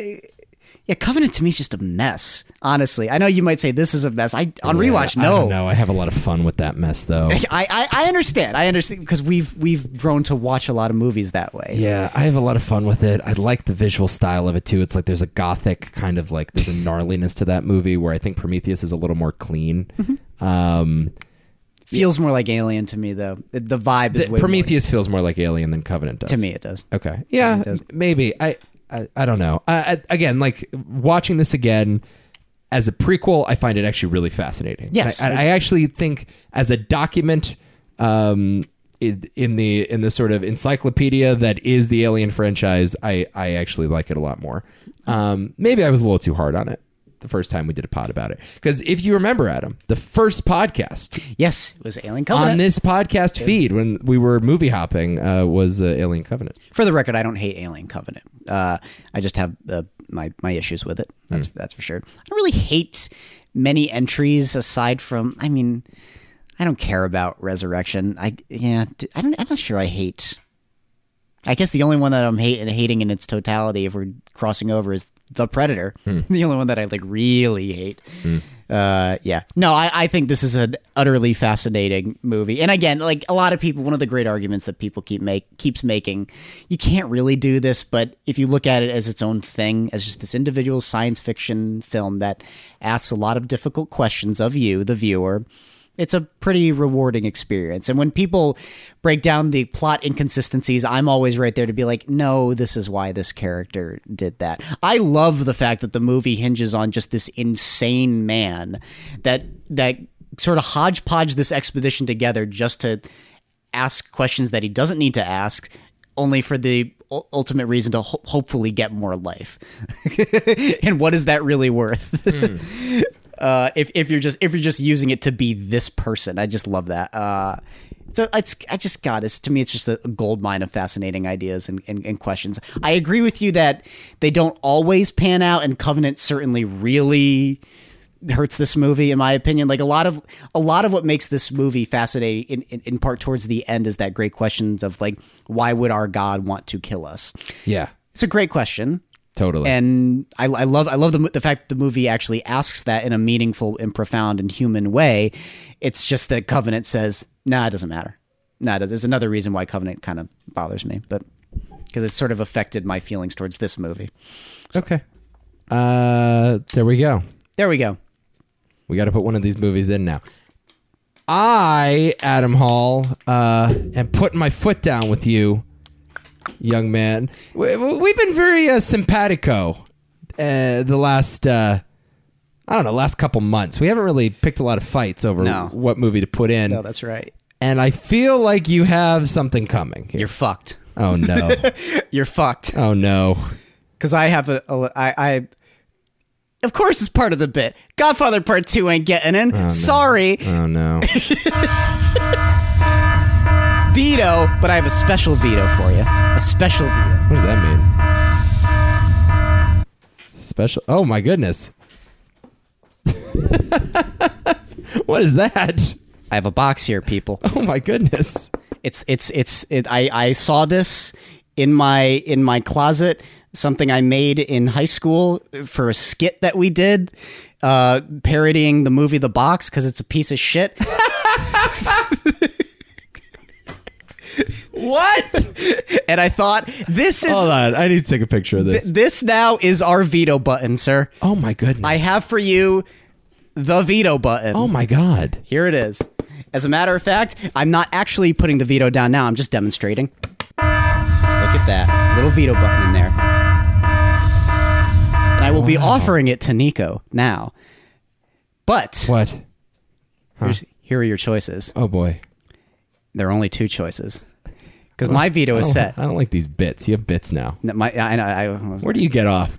Speaker 2: yeah, Covenant to me is just a mess. Honestly, I know you might say this is a mess. I on rewatch,
Speaker 1: Yeah, I
Speaker 2: no,
Speaker 1: don't know. I have a lot of fun with that mess, though.
Speaker 2: I, I I understand. I understand because we've we've grown to watch a lot of movies that way.
Speaker 1: Yeah, I have a lot of fun with it. I like the visual style of it too. It's like there's a gothic kind of like there's a gnarliness to that movie where I think Prometheus is a little more clean. Um,
Speaker 2: Feels more like Alien to me though. The- The vibe is way more-
Speaker 1: Prometheus feels more like Alien than Covenant does
Speaker 2: to me. It does.
Speaker 1: Okay, yeah,
Speaker 2: does.
Speaker 1: m- maybe I, I I don't know. I, I, again, like watching this again as a prequel, I find it actually really fascinating.
Speaker 2: Yes.
Speaker 1: I, I actually think as a document. Um, in in the in the sort of encyclopedia that is the Alien franchise, I I actually like it a lot more. Um, maybe I was a little too hard on it the first time we did a pod about it because if you remember, Adam, the first podcast
Speaker 2: Yes, it was Alien
Speaker 1: on
Speaker 2: Covenant.
Speaker 1: this podcast feed when we were movie hopping uh, was uh, Alien Covenant.
Speaker 2: for the record, I don't hate Alien Covenant. Uh, I just have uh, my my issues with it. That's that's for sure. I don't really hate many entries aside from. I mean, I don't care about Resurrection. I yeah, d- I don't. I'm not sure. I hate. I guess the only one that I'm hating, hating in its totality, if we're crossing over, is the Predator. The only one that I like really hate. Uh, yeah, no, I, I think this is an utterly fascinating movie. And again, like a lot of people, one of the great arguments that people keep make keeps making, you can't really do this. But if you look at it as its own thing, as just this individual science fiction film that asks a lot of difficult questions of you, the viewer, it's a pretty rewarding experience. And when people break down the plot inconsistencies, I'm always right there to be like, no, this is why this character did that. I love the fact that the movie hinges on just this insane man that that sort of hodgepodge this expedition together just to ask questions that he doesn't need to ask only for the u- ultimate reason to ho- hopefully get more life and what is that really worth uh, if, if you're just if you're just using it to be this person. I just love that. Uh, so it's I just God, it's to me it's just a gold mine of fascinating ideas and, and, and questions. I agree with you that they don't always pan out, and Covenant certainly really hurts this movie in my opinion like a lot of a lot of what makes this movie fascinating in, in, in part towards the end is that great questions of like why would our god want to kill us
Speaker 1: Yeah,
Speaker 2: it's a great question
Speaker 1: totally.
Speaker 2: and I, I love I love the, mo- the fact that the movie actually asks that in a meaningful and profound and human way. It's just that Covenant says, "Nah, it doesn't matter." Nah, there's another reason why Covenant kind of bothers me, but because it's sort of affected my feelings towards this movie.
Speaker 1: Okay. Uh, there we go.
Speaker 2: There we go.
Speaker 1: We got to put one of these movies in now. I, Adam Hall, uh, am putting my foot down with you, young man. We, we- we've been very uh, simpatico uh, the last, uh, I don't know, last couple months. We haven't really picked a lot of fights over
Speaker 2: No.
Speaker 1: what movie to put in.
Speaker 2: No, Oh, that's right.
Speaker 1: and I feel like you have something coming here.
Speaker 2: You're fucked.
Speaker 1: Oh, no.
Speaker 2: You're fucked.
Speaker 1: oh, no.
Speaker 2: Because I have a, a I, I. Of course, it's part of the bit. Godfather Part Two ain't getting in. Sorry,
Speaker 1: Oh, no.
Speaker 2: veto. But I have a special veto for you. A special veto.
Speaker 1: What does that mean? Special. Oh my goodness. what is that?
Speaker 2: I have a box here, people.
Speaker 1: Oh my goodness.
Speaker 2: It's it's it's. It, I I saw this in my in my closet. Something I made in high school for a skit that we did, uh, parodying the movie The Box because it's a piece of shit.
Speaker 1: What?
Speaker 2: and I thought this is
Speaker 1: Hold on. I need to take a picture of this.
Speaker 2: this now is our veto button, sir.
Speaker 1: Oh my goodness.
Speaker 2: I have for you the veto button.
Speaker 1: oh my god.
Speaker 2: Here it is. As a matter of fact, I'm not actually putting the veto down now. I'm just demonstrating. Look at that little veto button in there. will be offering it to Nico now. But
Speaker 1: What?
Speaker 2: here's- here are your choices.
Speaker 1: Oh boy.
Speaker 2: There are only two choices because
Speaker 1: Oh.
Speaker 2: my veto is set.
Speaker 1: I don't like these bits. You have bits now.
Speaker 2: No, My, I, I,
Speaker 1: Where do you get off?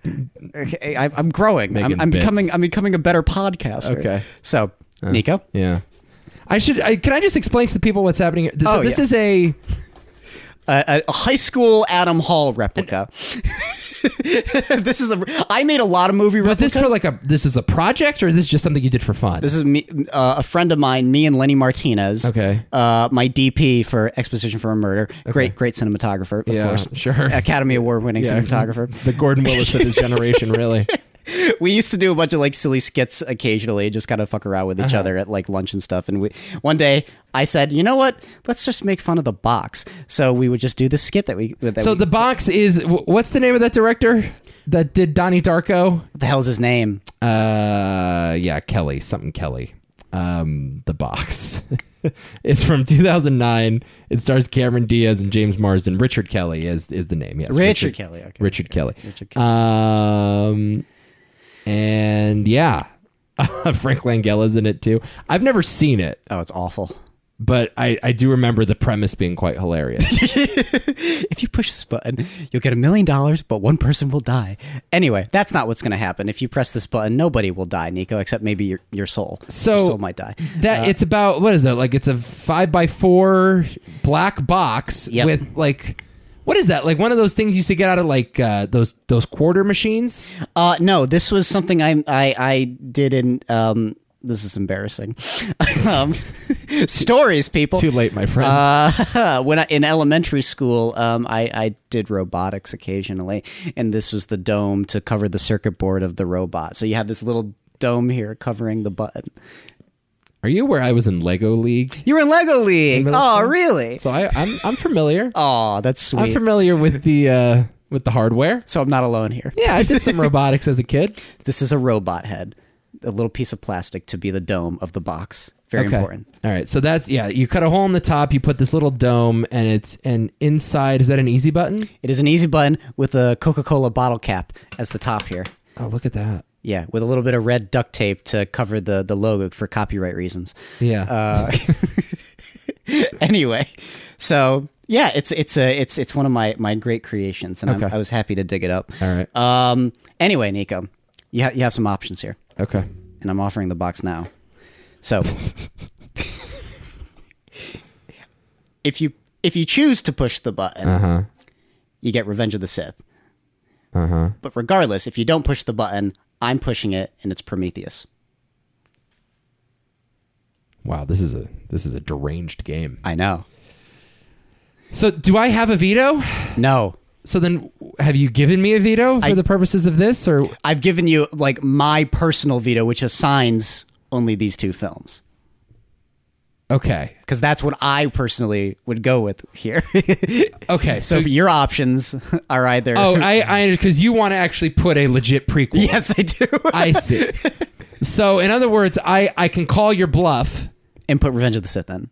Speaker 2: I, I, I'm growing. I'm,
Speaker 1: Making
Speaker 2: I'm
Speaker 1: bits.
Speaker 2: becoming. I'm becoming a better podcaster.
Speaker 1: Okay.
Speaker 2: So, Nico,
Speaker 1: Yeah. I should. I, can I just explain to the people what's happening here? This,
Speaker 2: Oh,
Speaker 1: so this
Speaker 2: yeah.
Speaker 1: is a.
Speaker 2: a, a high school Adam Hall replica. this is a. I made a lot of movie
Speaker 1: Was
Speaker 2: replicas.
Speaker 1: this for like a? This is a project, or is this just something you did for fun?
Speaker 2: This is me, uh, a friend of mine, me and Lenny Martinez.
Speaker 1: Okay.
Speaker 2: Uh, my DP for Exposition for a Murder. Great, great cinematographer, of
Speaker 1: Yeah,
Speaker 2: course.
Speaker 1: sure.
Speaker 2: Academy Award winning cinematographer.
Speaker 1: the Gordon Willis of his generation, really.
Speaker 2: we used to do a bunch of like silly skits occasionally, just kind of fuck around with each
Speaker 1: Uh-huh.
Speaker 2: other at like lunch and stuff. And we, one day I said, you know what? Let's just make fun of the box. So we would just do the skit that we. That
Speaker 1: So
Speaker 2: we,
Speaker 1: the box is. wh- What's the name of that director that did Donnie Darko?
Speaker 2: what the hell's his name?
Speaker 1: Uh, yeah, Kelly, something Kelly. Um, the box. it's from 2009. It stars Cameron Diaz and James Marsden. Richard Kelly is is the name. Yes,
Speaker 2: Richard Kelly, okay.
Speaker 1: Richard Kelly. Richard Kelly. Um, and yeah, Frank Langella's in it too. I've never seen it,
Speaker 2: Oh, it's awful.
Speaker 1: but I I do remember the premise being quite hilarious.
Speaker 2: if you push this button, you'll get a million dollars, but one person will die. Anyway, that's not what's going to happen. If you press this button, nobody will die, Nico, except maybe your, your soul.
Speaker 1: So-
Speaker 2: your soul might die.
Speaker 1: That it's about what is it like? It's a five by four black box
Speaker 2: Yep.
Speaker 1: with like what is that? Like one of those things you used to get out of like uh, those those quarter machines.
Speaker 2: Uh, no, this was something I I, I did in. Um, this is embarrassing. um, stories, people.
Speaker 1: late, my friend.
Speaker 2: Uh, when I, in elementary school, um, I, I did robotics occasionally, and this was the dome to cover the circuit board of the robot. So you have this little dome here covering the button.
Speaker 1: Are you aware I was in Lego League?
Speaker 2: You were in Lego League.
Speaker 1: middle
Speaker 2: Oh,
Speaker 1: school?
Speaker 2: really?
Speaker 1: So I, I'm I'm familiar.
Speaker 2: Oh, that's sweet.
Speaker 1: I'm familiar with the uh, with the hardware.
Speaker 2: so I'm not alone here.
Speaker 1: Yeah, I did some robotics as a kid.
Speaker 2: This is a robot head, a little piece of plastic to be the dome of the box. Very important.
Speaker 1: All right, so that's yeah. You cut a hole in the top. You put this little dome, and it's and inside is that an easy button?
Speaker 2: It is an easy button with a Coca-Cola bottle cap as the top here.
Speaker 1: Oh, look at that.
Speaker 2: Yeah, with a little bit of red duct tape to cover the the logo for copyright reasons.
Speaker 1: Yeah.
Speaker 2: Uh, Anyway, so yeah, it's it's a it's it's one of my my great creations, and I'm-
Speaker 1: Okay.
Speaker 2: I was happy to dig it up.
Speaker 1: All right.
Speaker 2: Um. Anyway, Nico, you ha- you have some options here.
Speaker 1: okay.
Speaker 2: and I'm offering the box now. So if you if you choose to push the button, you get Revenge of the Sith. Uh-huh. But regardless, if you don't push the button, I'm pushing it, and it's Prometheus.
Speaker 1: Wow, this is a this is a deranged game.
Speaker 2: I know.
Speaker 1: So do I have a veto?
Speaker 2: No,
Speaker 1: So then, have you given me a veto for the purposes of this, or
Speaker 2: I've given you like my personal veto, which assigns only these two films.
Speaker 1: okay,
Speaker 2: Because that's what I personally would go with here.
Speaker 1: okay?
Speaker 2: so
Speaker 1: So,
Speaker 2: your options are either.
Speaker 1: oh, I I because you want to actually put a legit prequel.
Speaker 2: yes, I do.
Speaker 1: I see. So in other words, I I can call your bluff.
Speaker 2: and put Revenge of the Sith in.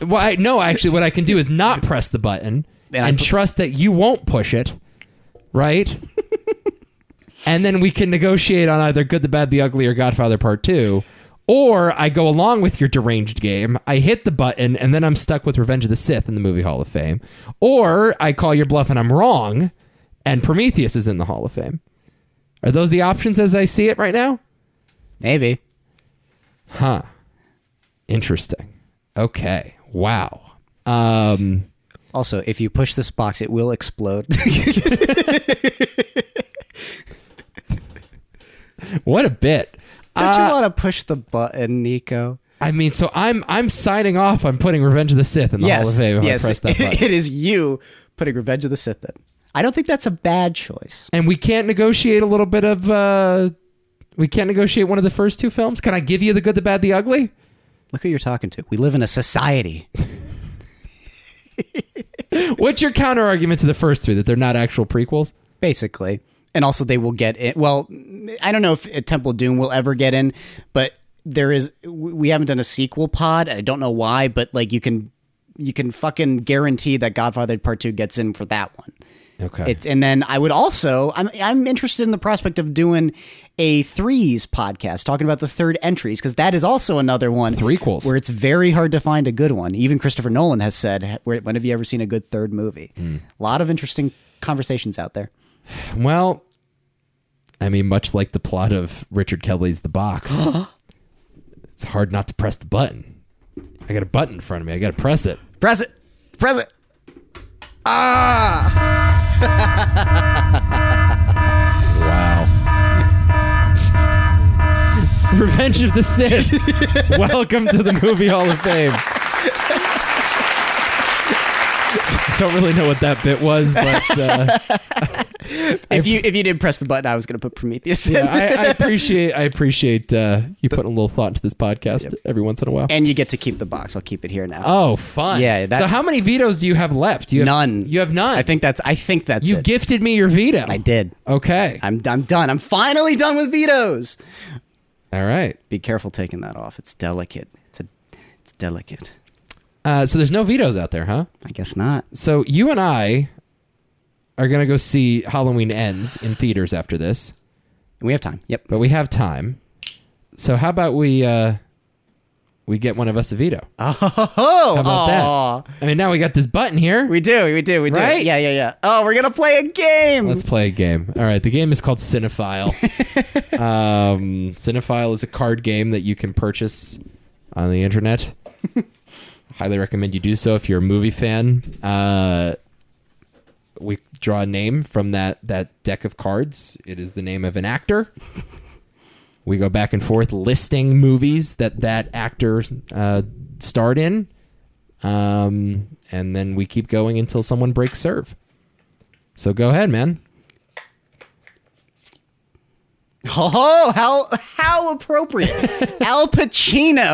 Speaker 1: Well, I, no, actually, what I can do is not press the button and,
Speaker 2: And I pu-
Speaker 1: trust that you won't push it, right? and then we can negotiate on either Good, the Bad, the Ugly, or Godfather Part Two. Or I go along with your deranged game. I hit the button, and then I'm stuck with Revenge of the Sith in the movie Hall of Fame. Or I call your bluff, and I'm wrong, and Prometheus is in the Hall of Fame. Are those the options as I see it right now?
Speaker 2: Maybe.
Speaker 1: Interesting. Okay. Wow. Um,
Speaker 2: Also, if you push this box, it will explode.
Speaker 1: what a bit.
Speaker 2: Don't
Speaker 1: Uh,
Speaker 2: you want to push the button, Nico?
Speaker 1: I mean, so I'm I'm signing off on putting Revenge of the Sith in the Hall of Fame if I press that button.
Speaker 2: it is you putting Revenge of the Sith in. I don't think that's a bad choice.
Speaker 1: and we can't negotiate a little bit of uh we can't negotiate one of the first two films. Can I give you the good, the bad, the ugly?
Speaker 2: Look who you're talking to. We live in a society.
Speaker 1: What's your counter argument to the first three that they're not actual prequels?
Speaker 2: basically. And also, they will get in. Well, I don't know if uh, Temple of Doom will ever get in, but there is. w- We haven't done a sequel pod. and I don't know why, but like you can, you can fucking guarantee that Godfather Part Two gets in for that one.
Speaker 1: Okay.
Speaker 2: It's and then I would also I'm I'm interested in the prospect of doing a threes podcast talking about the third entries because that is also another one
Speaker 1: Threequels.
Speaker 2: where it's very hard to find a good one. Even Christopher Nolan has said, "Where- "When have you ever seen a good third movie?"
Speaker 1: Hmm.
Speaker 2: A lot of interesting conversations out there.
Speaker 1: Well, I mean, much like the plot of Richard Kelly's The Box, it's hard not to press the button. I got a button in front of me. I got to press it.
Speaker 2: Press it, press it.
Speaker 1: Wow. Revenge of the Sith. Welcome to the Movie Hall of Fame. Don't really know what that bit was, but uh,
Speaker 2: If you if you did press the button, I was going to put Prometheus.
Speaker 1: yeah,
Speaker 2: in.
Speaker 1: I, I appreciate I appreciate uh, you putting a little thought into this podcast every once in a while.
Speaker 2: and you get to keep the box. I'll keep it here now.
Speaker 1: Oh, fun!
Speaker 2: Yeah, that-
Speaker 1: so how many vetoes do you have left? You have,
Speaker 2: none.
Speaker 1: You have none.
Speaker 2: I think that's. I think that's
Speaker 1: you
Speaker 2: it.
Speaker 1: gifted me your veto.
Speaker 2: I did.
Speaker 1: Okay.
Speaker 2: I'm I'm done. I'm finally done with vetoes.
Speaker 1: All right.
Speaker 2: Be careful taking that off. It's delicate. It's a, it's delicate.
Speaker 1: Uh, so there's no vetoes out there, huh?
Speaker 2: I guess not.
Speaker 1: So you and I are gonna go see Halloween Ends in theaters after this,
Speaker 2: We have time. Yep.
Speaker 1: but we have time. So how about we uh, we get one of us a veto?
Speaker 2: Oh,
Speaker 1: How about that? I mean, now we got this button here.
Speaker 2: we do. We do. We do.
Speaker 1: Right?
Speaker 2: Yeah, yeah, yeah. Oh, we're gonna play a game.
Speaker 1: Let's play a game. All right, the game is called Cinephile. um, Cinephile is a card game that you can purchase on the internet. Highly recommend you do so if you're a movie fan. Uh, we draw a name from that that deck of cards. It is the name of an actor. We go back and forth listing movies that that actor uh, starred in, um, and then we keep going until someone breaks serve. So go ahead, man.
Speaker 2: Oh, how how appropriate. Al Pacino.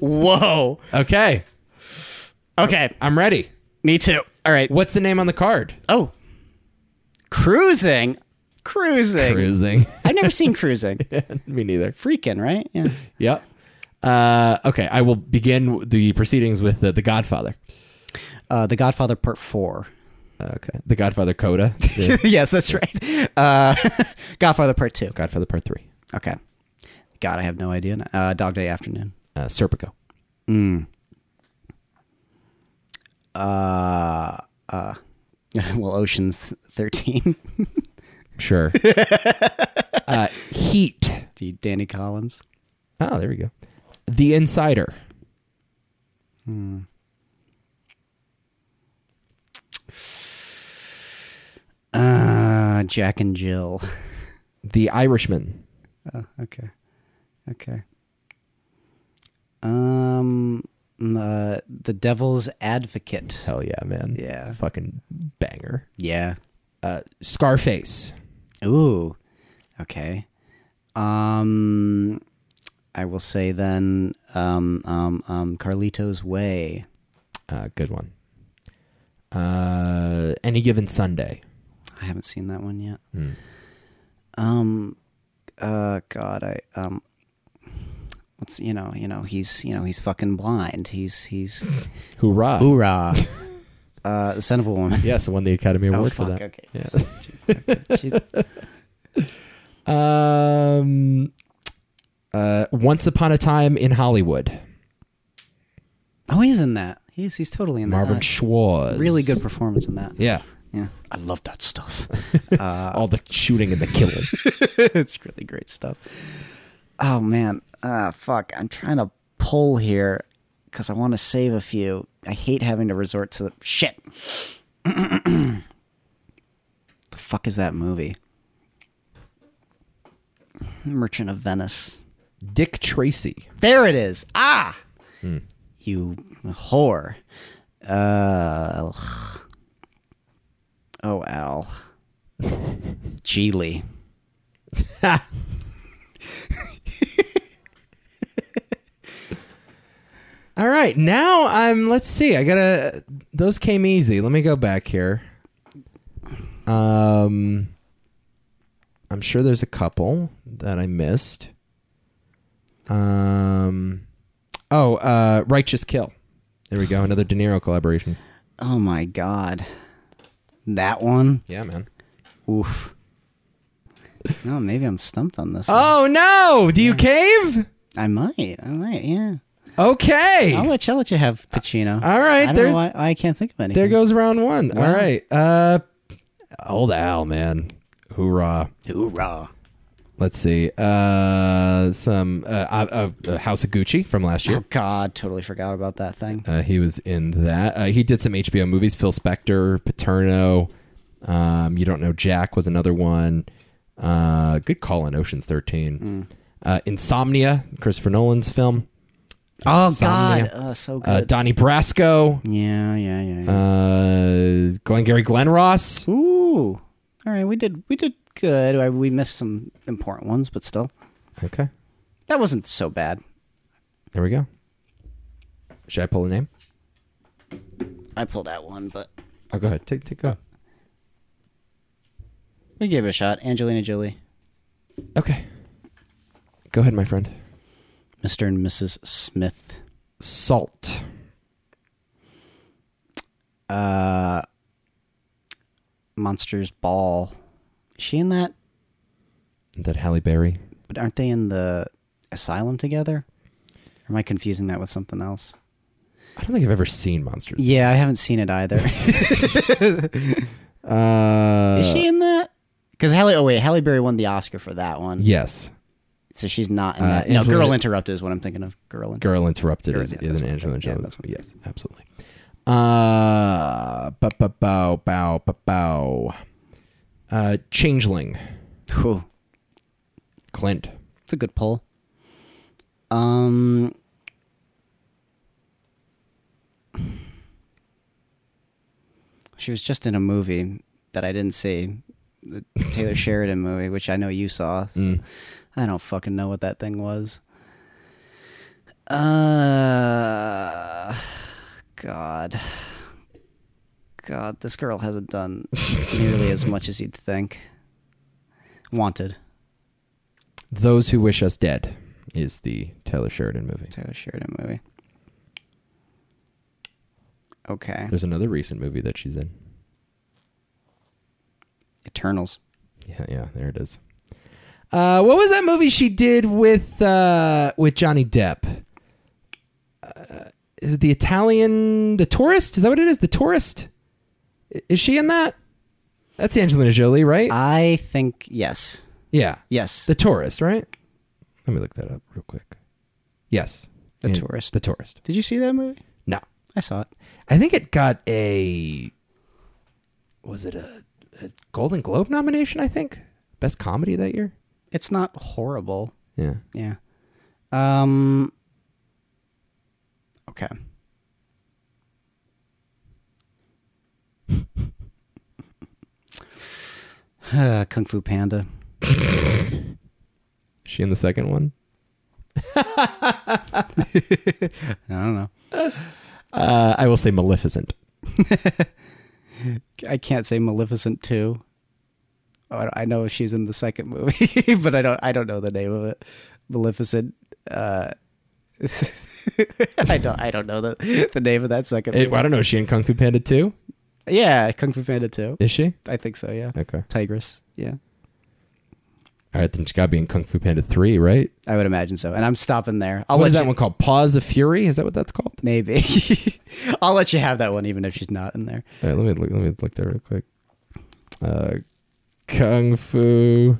Speaker 2: Whoa.
Speaker 1: Okay,
Speaker 2: Okay.
Speaker 1: I'm ready.
Speaker 2: Me too. All right.
Speaker 1: What's the name on the card?
Speaker 2: Oh, cruising. Cruising.
Speaker 1: Cruising.
Speaker 2: I've never seen cruising.
Speaker 1: Me neither.
Speaker 2: Freaking right. Yeah.
Speaker 1: Yep. Uh, okay, I will begin the proceedings with uh, The Godfather.
Speaker 2: Uh, the Godfather Part Four.
Speaker 1: Okay. The Godfather Coda. The
Speaker 2: yes, that's right. Uh, Godfather Part Two.
Speaker 1: Godfather Part 3.
Speaker 2: Okay. God, I have no idea. now. Uh, Dog Day Afternoon.
Speaker 1: Uh, Serpico.
Speaker 2: Uh, well, Ocean's Thirteen.
Speaker 1: Sure. uh, Heat.
Speaker 2: The Danny Collins.
Speaker 1: Oh, there we go. The Insider.
Speaker 2: Uh, Jack and Jill.
Speaker 1: The Irishman.
Speaker 2: Oh, okay. Okay. Um, uh, the Devil's Advocate.
Speaker 1: Hell yeah, man.
Speaker 2: Yeah.
Speaker 1: Fucking banger.
Speaker 2: Yeah.
Speaker 1: Uh, Scarface.
Speaker 2: Ooh. Okay. Um, I will say then. Um, um, um, Carlito's Way.
Speaker 1: Uh, good one. Uh, Any Given Sunday.
Speaker 2: I haven't seen that one yet.
Speaker 1: Hmm.
Speaker 2: Um, uh, God, I um, what's you know, you know, he's you know, he's fucking blind. He's he's
Speaker 1: Hoorah.
Speaker 2: hoorah, uh, son of a woman.
Speaker 1: Yes, I won the Academy Award for
Speaker 2: fuck,
Speaker 1: that.
Speaker 2: okay.
Speaker 1: Yeah.
Speaker 2: She's,
Speaker 1: Um, uh, Once Upon a Time in Hollywood.
Speaker 2: oh, he's in that. He's he's totally in
Speaker 1: Marvin
Speaker 2: that. Uh,
Speaker 1: Schwartz.
Speaker 2: really good performance in that.
Speaker 1: Yeah.
Speaker 2: yeah. I love that stuff.
Speaker 1: All the shooting and the killing.
Speaker 2: it's really great stuff. Oh man, ah fuck! I'm trying to pull here because I want to save a few. I hate having to resort to the shit. the fuck is that movie? Merchant of Venice.
Speaker 1: Dick Tracy.
Speaker 2: There it is. Ah, you whore. Uh, ugh. oh, Al. Geely.
Speaker 1: All right, now I'm. Let's see. I gotta. Those came easy. Let me go back here. Um, I'm sure there's a couple that I missed. Um, oh, uh, Righteous Kill. There we go. Another De Niro collaboration.
Speaker 2: Oh my god, that one.
Speaker 1: Yeah, man.
Speaker 2: Oof. No, maybe I'm stumped on this. one.
Speaker 1: Oh no! Do you cave?
Speaker 2: I might. I might. Yeah.
Speaker 1: Okay.
Speaker 2: I'll let you. I'll let you have Pacino.
Speaker 1: All right,
Speaker 2: I don't
Speaker 1: there-
Speaker 2: know why, why I can't think of anything.
Speaker 1: there goes round one. All right. Uh, old Al, man. Hoorah.
Speaker 2: Hoorah.
Speaker 1: Let's see. Uh, some uh, uh, uh, House of Gucci from last year.
Speaker 2: Oh God, totally forgot about that thing.
Speaker 1: Uh, he was in that. Uh, he did some HBO movies. Phil Spector, Paterno. Um, you don't know Jack was another one. Uh, good call on Ocean's Thirteen. Uh, Insomnia, Christopher Nolan's film.
Speaker 2: Oh
Speaker 1: Insomnia.
Speaker 2: God, oh, so
Speaker 1: Uh,
Speaker 2: good.
Speaker 1: Donnie Brasco.
Speaker 2: yeah, yeah, yeah. yeah.
Speaker 1: Uh, Glengarry Glen Ross.
Speaker 2: Ooh. All right, we did. We did good. I, we missed some important ones, but still,
Speaker 1: Okay,
Speaker 2: that wasn't so bad.
Speaker 1: there we go. Should I pull a name?
Speaker 2: I pulled out one, but
Speaker 1: Oh, go ahead. Take take go.
Speaker 2: we gave it a shot. Angelina Jolie,
Speaker 1: Okay, go ahead, my friend.
Speaker 2: Mr. and Mrs. Smith.
Speaker 1: Salt.
Speaker 2: Monsters Ball. Is she in that?
Speaker 1: That Halle Berry.
Speaker 2: But aren't they in the asylum together? Or am I confusing that with something else?
Speaker 1: I don't think I've ever seen Monsters.
Speaker 2: Yeah, I haven't seen it either. Is
Speaker 1: Uh,
Speaker 2: she in that? Because Halle, oh wait, Halle Berry won the Oscar for that one,
Speaker 1: Yes.
Speaker 2: so she's not in that. no,
Speaker 1: Angelina-
Speaker 2: Girl Interrupted is what I'm thinking of. Girl Interrupted.
Speaker 1: Girl Interrupted is,
Speaker 2: yeah,
Speaker 1: is
Speaker 2: that's
Speaker 1: an
Speaker 2: what-
Speaker 1: Angela
Speaker 2: yeah,
Speaker 1: Jolie.
Speaker 2: that's what-
Speaker 1: yes, absolutely. Uh, bow, bow, bow, bow, bow. Uh, Changeling.
Speaker 2: Cool.
Speaker 1: Clint.
Speaker 2: It's a good poll. Um. She was just in a movie that I didn't see, the Taylor Sheridan movie, which I know you saw. so I don't fucking know what that thing was. Uh, God, God, this girl hasn't done nearly as much as you'd think. Wanted.
Speaker 1: Those Who Wish Us Dead is the Taylor Sheridan movie.
Speaker 2: Taylor Sheridan movie. Okay.
Speaker 1: There's another recent movie that she's in.
Speaker 2: Eternals.
Speaker 1: Yeah, yeah, there it is. Uh, what was that movie she did with uh, with Johnny Depp? Uh, is it the Italian The Tourist? Is that what it is? The Tourist? I- Is she in that? That's Angelina Jolie, right?
Speaker 2: I think yes.
Speaker 1: yeah.
Speaker 2: Yes.
Speaker 1: The Tourist, right? Let me look that up real quick. Yes.
Speaker 2: The
Speaker 1: An-
Speaker 2: Tourist.
Speaker 1: The Tourist.
Speaker 2: Did you see that movie?
Speaker 1: No.
Speaker 2: I saw it.
Speaker 1: I think it got a was it a, a Golden Globe nomination, I think? Best comedy that year?
Speaker 2: It's not horrible.
Speaker 1: Yeah.
Speaker 2: Yeah. Um Okay. Uh, Kung Fu Panda.
Speaker 1: She in the second one?
Speaker 2: I don't know.
Speaker 1: Uh, I will say Maleficent.
Speaker 2: I can't say Maleficent two. Oh, I- I know she's in the second movie, but I don't. I don't know the name of it. Maleficent. Uh, I don't. I don't know the the name of that second.
Speaker 1: It,
Speaker 2: Movie.
Speaker 1: Eh, I don't know. Is she in Kung Fu Panda 2?
Speaker 2: Yeah, Kung Fu Panda two.
Speaker 1: Is she?
Speaker 2: I think so. Yeah,
Speaker 1: Okay.
Speaker 2: Tigress. Yeah,
Speaker 1: All right, then she got to be in Kung Fu Panda 3, right?
Speaker 2: I would imagine so. And I'm stopping there. I'll
Speaker 1: What
Speaker 2: let
Speaker 1: is
Speaker 2: you,
Speaker 1: that one called? Paws of Fury? Is that what that's called?
Speaker 2: Maybe. I'll let you have that one, even if she's not in there.
Speaker 1: All right, let me look, let me look there real quick. Uh, Kung Fu.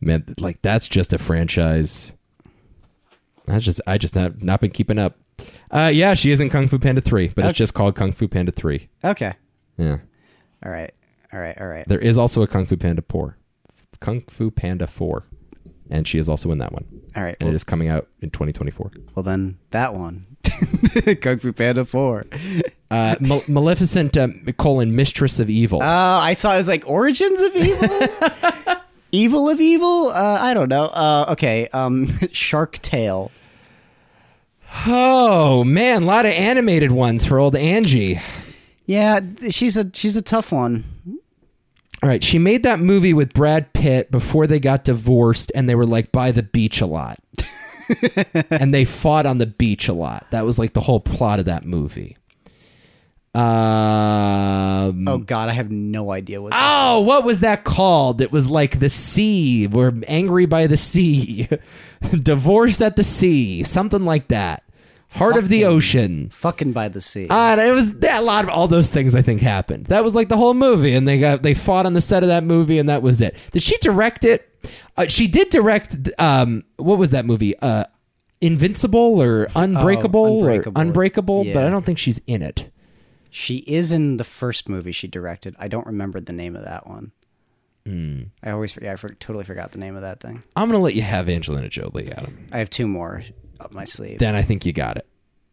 Speaker 1: Man, like that's just a franchise. That's just I just not not been keeping up. Uh, yeah, she is in Kung Fu Panda 3, but it's
Speaker 2: Okay.
Speaker 1: just called Kung Fu Panda 3.
Speaker 2: Okay.
Speaker 1: Yeah.
Speaker 2: All right. All right. All right.
Speaker 1: There is also a Kung Fu Panda 4. Kung Fu Panda 4. And she is also in that one.
Speaker 2: All right.
Speaker 1: and it is coming out in 2024.
Speaker 2: Well, then that one, Kung Fu Panda Four.
Speaker 1: Uh, Mal- Maleficent uh, colon Mistress of Evil.
Speaker 2: Oh, I saw it was like Origins of Evil, Evil of Evil. Uh, I don't know. Uh, okay, um, Shark Tale.
Speaker 1: oh man, a lot of animated ones for old Angie.
Speaker 2: Yeah, th- she's a she's a tough one.
Speaker 1: All right, she made that movie with Brad Pitt before they got divorced, and they were like by the beach a lot, and they fought on the beach a lot. That was like the whole plot of that movie. Um,
Speaker 2: Oh God, I have no idea what.
Speaker 1: Oh, what was that called? It was like the sea. We're angry by the sea. Divorce at the sea. Something like that. Heart of the ocean.
Speaker 2: fucking by the sea.
Speaker 1: Uh, it was that, a lot of all those things I think happened. That was like the whole movie, and they got they fought on the set of that movie, and that was it. Did she direct it? Uh, she did direct. Um, what was that movie? Uh, Invincible or Unbreakable,
Speaker 2: Oh, Unbreakable.
Speaker 1: or Unbreakable, but
Speaker 2: Yeah.
Speaker 1: I don't think she's in it.
Speaker 2: she is in the first movie she directed. I don't remember the name of that one. I always forget. I for, totally forgot the name of that thing.
Speaker 1: I'm gonna let you have Angelina Jolie, Adam.
Speaker 2: I have two more up my sleeve.
Speaker 1: Then I think you got it.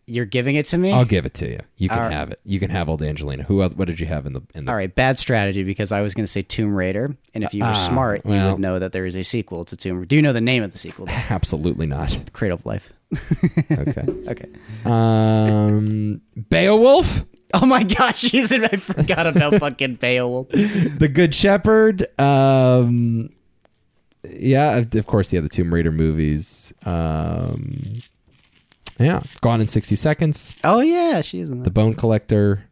Speaker 2: You're giving it to me.
Speaker 1: I'll give it to you. You can
Speaker 2: All right.
Speaker 1: have it. You can have old Angelina. Who else? What did you have in the in the?
Speaker 2: All right, bad strategy because I was going to say Tomb Raider, and if you were smart, you
Speaker 1: Ah, well.
Speaker 2: would know that there is a sequel to Tomb. Do you know the name of the sequel? The
Speaker 1: Absolutely not.
Speaker 2: Cradle of Life.
Speaker 1: Okay.
Speaker 2: Okay.
Speaker 1: um, Beowulf,
Speaker 2: Oh my gosh, she's in. I forgot about fucking Beowulf.
Speaker 1: the Good Shepherd. Um, yeah, of of course. Yeah, the Tomb Raider movies. Um, yeah, Gone in sixty seconds.
Speaker 2: Oh yeah, she is in
Speaker 1: The
Speaker 2: that.
Speaker 1: Bone Collector.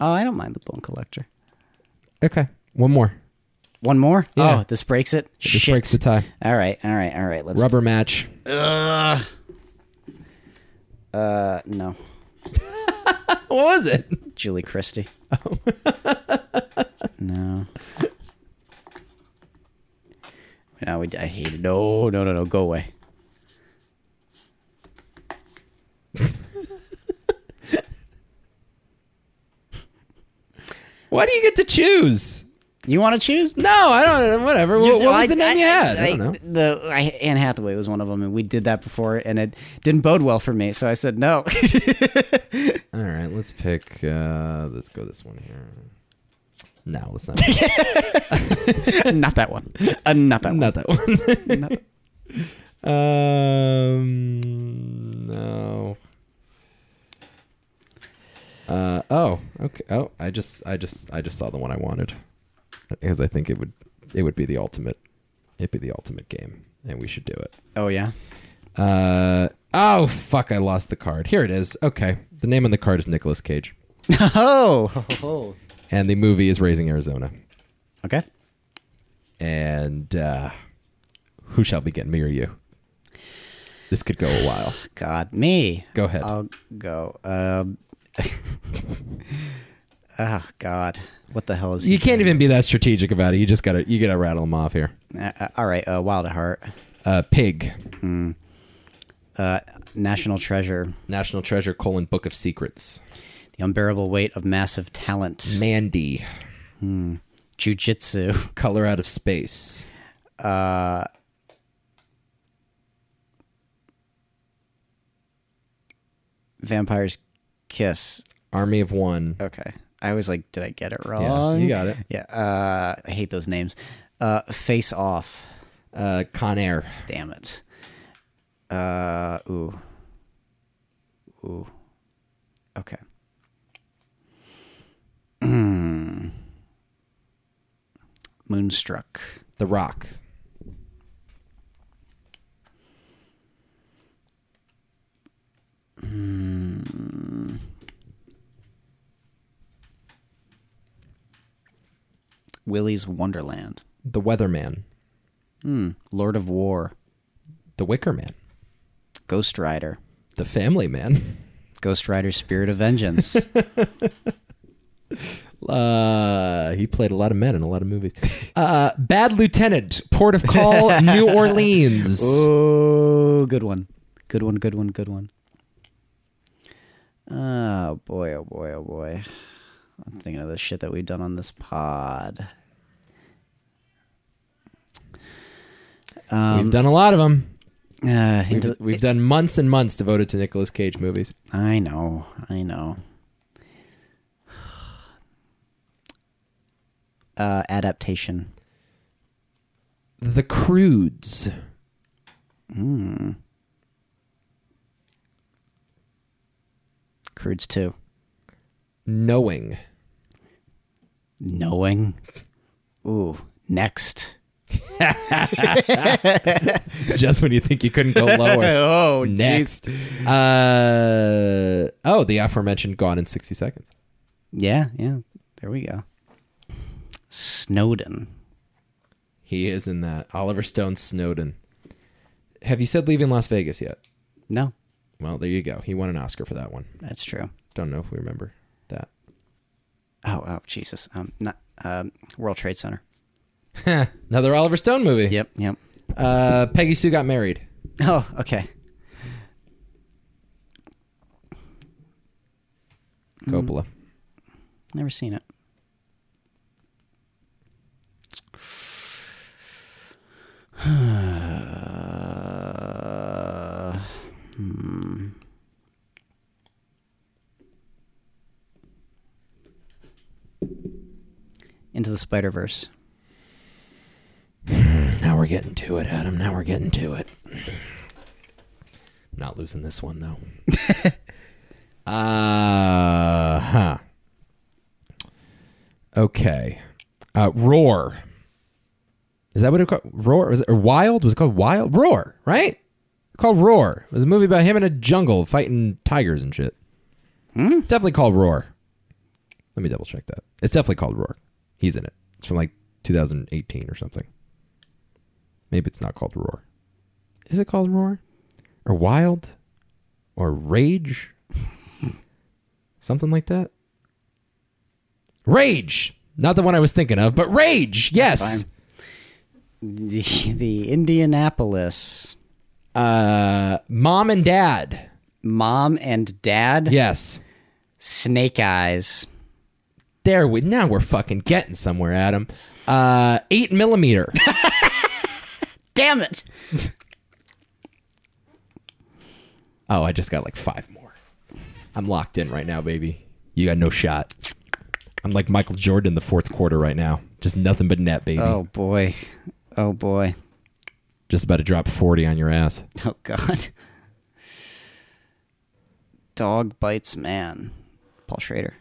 Speaker 2: Oh, I don't mind the Bone Collector.
Speaker 1: Okay, one more.
Speaker 2: One more.
Speaker 1: Yeah.
Speaker 2: Oh, this breaks it.
Speaker 1: This
Speaker 2: Shit.
Speaker 1: breaks the tie.
Speaker 2: All right, all right, all right. Let's.
Speaker 1: Rubber match.
Speaker 2: Ugh. Uh, no,
Speaker 1: What was it?
Speaker 2: Julie Christie. Oh. no. No, we, I hate it. No, no, no, no. Go away.
Speaker 1: Why do you get to choose?
Speaker 2: You want to choose?
Speaker 1: No, I don't. Whatever. What, what was the name you had? I don't know.
Speaker 2: The I, Anne Hathaway was one of them, and we did that before, and it didn't bode well for me. So I said no.
Speaker 1: All right, let's pick. Uh, let's go this one here. No, let's not.
Speaker 2: not that one. Uh, not that
Speaker 1: not that one.
Speaker 2: one. Not-
Speaker 1: Um, no. Uh, oh, okay. Oh, I just, I just, I just saw the one I wanted because I think it would, it would be the ultimate, it'd be the ultimate game, and we should do it.
Speaker 2: oh yeah.
Speaker 1: Uh, oh fuck, I lost the card. Here it is. Okay, the name on the card is Nicolas Cage,
Speaker 2: Oh. oh.
Speaker 1: and the movie is Raising Arizona.
Speaker 2: Okay.
Speaker 1: and uh, who shall begin, me or you? This could go a while.
Speaker 2: God, me.
Speaker 1: Go ahead.
Speaker 2: I'll go. Um, oh God, what the hell is
Speaker 1: you can't even be that strategic about it. You just gotta you gotta rattle them off here.
Speaker 2: Uh, uh, all right, uh, Wild at Heart,
Speaker 1: Uh, Pig,
Speaker 2: uh, National Treasure,
Speaker 1: National Treasure: colon, Book of Secrets,
Speaker 2: The Unbearable Weight of Massive Talent,
Speaker 1: Mandy,
Speaker 2: Jiu Jitsu.
Speaker 1: Color Out of Space,
Speaker 2: Vampire's Kiss.
Speaker 1: Army of One.
Speaker 2: Okay. I was like, did I get it
Speaker 1: Yeah,
Speaker 2: wrong?
Speaker 1: you got it.
Speaker 2: Yeah. Uh, I hate those names. Uh, face Off.
Speaker 1: Uh, Con Air,
Speaker 2: Damn it. Uh, ooh. Ooh. Okay. Hmm. Moonstruck.
Speaker 1: The Rock,
Speaker 2: Willy's Wonderland. Hmm.
Speaker 1: The Weatherman,
Speaker 2: Lord of War.
Speaker 1: The Wicker Man,
Speaker 2: Ghost Rider.
Speaker 1: The Family Man,
Speaker 2: Ghost Rider Spirit of Vengeance.
Speaker 1: Uh, he played a lot of men in a lot of movies. Uh, Bad Lieutenant, Port of Call, New Orleans.
Speaker 2: Oh, good one. Good one, good one, good one. Oh, boy, oh, boy, oh, boy. I'm thinking of the shit that we've done on this pod.
Speaker 1: We've done a lot of them.
Speaker 2: Um, Uh,
Speaker 1: We've,
Speaker 2: into the-
Speaker 1: we've done months and months devoted to Nicolas Cage movies.
Speaker 2: I know, I know. Uh, adaptation.
Speaker 1: The Crudes,
Speaker 2: Crudes 2.
Speaker 1: Knowing,
Speaker 2: Knowing. Ooh, next.
Speaker 1: just when you think you couldn't go lower.
Speaker 2: Oh,
Speaker 1: Next, uh, oh, the aforementioned Gone in sixty seconds.
Speaker 2: Yeah, yeah. There we go. Snowden.
Speaker 1: He is in that. Oliver Stone Snowden. Have you said leaving Las Vegas yet?
Speaker 2: No,
Speaker 1: Well, there you go. He won an Oscar for that one.
Speaker 2: that's true.
Speaker 1: Don't know if we remember that.
Speaker 2: Oh, oh, Jesus. Um, not um, World Trade Center.
Speaker 1: Another Oliver Stone movie.
Speaker 2: Yep, yep.
Speaker 1: Uh, Peggy Sue got married.
Speaker 2: Oh, okay. Mm.
Speaker 1: Coppola.
Speaker 2: Never seen it. Hmm. Into the Spider Verse.
Speaker 1: Now we're getting to it, Adam. Now we're getting to it. Not losing this one though. uh huh. Okay. Uh, roar. Is that what it called? Roar was it or Wild? Was it called Wild? Roar, right? Called Roar. It was a movie about him in a jungle fighting tigers and shit. It's definitely called Roar. Let me double check that. It's definitely called Roar. He's in it. It's from like 2018 or something. Maybe it's not called Roar. Is it called Roar? Or Wild? Or Rage? Something like that? Rage! Not the one I was thinking of, but Rage! Yes!
Speaker 2: The, the Indianapolis
Speaker 1: Uh, Mom and Dad.
Speaker 2: mom and dad.
Speaker 1: Yes.
Speaker 2: Snake Eyes.
Speaker 1: There we now we're fucking getting somewhere, Adam. Uh, eight millimeter.
Speaker 2: Damn it!
Speaker 1: oh, I just got like five more. I'm locked in right now, baby. You got no shot. I'm like Michael Jordan in the fourth quarter right now. Just nothing but net, baby.
Speaker 2: Oh boy. Oh boy.
Speaker 1: Just about to drop 40 on your ass.
Speaker 2: Oh God. Dog bites man. Paul Schrader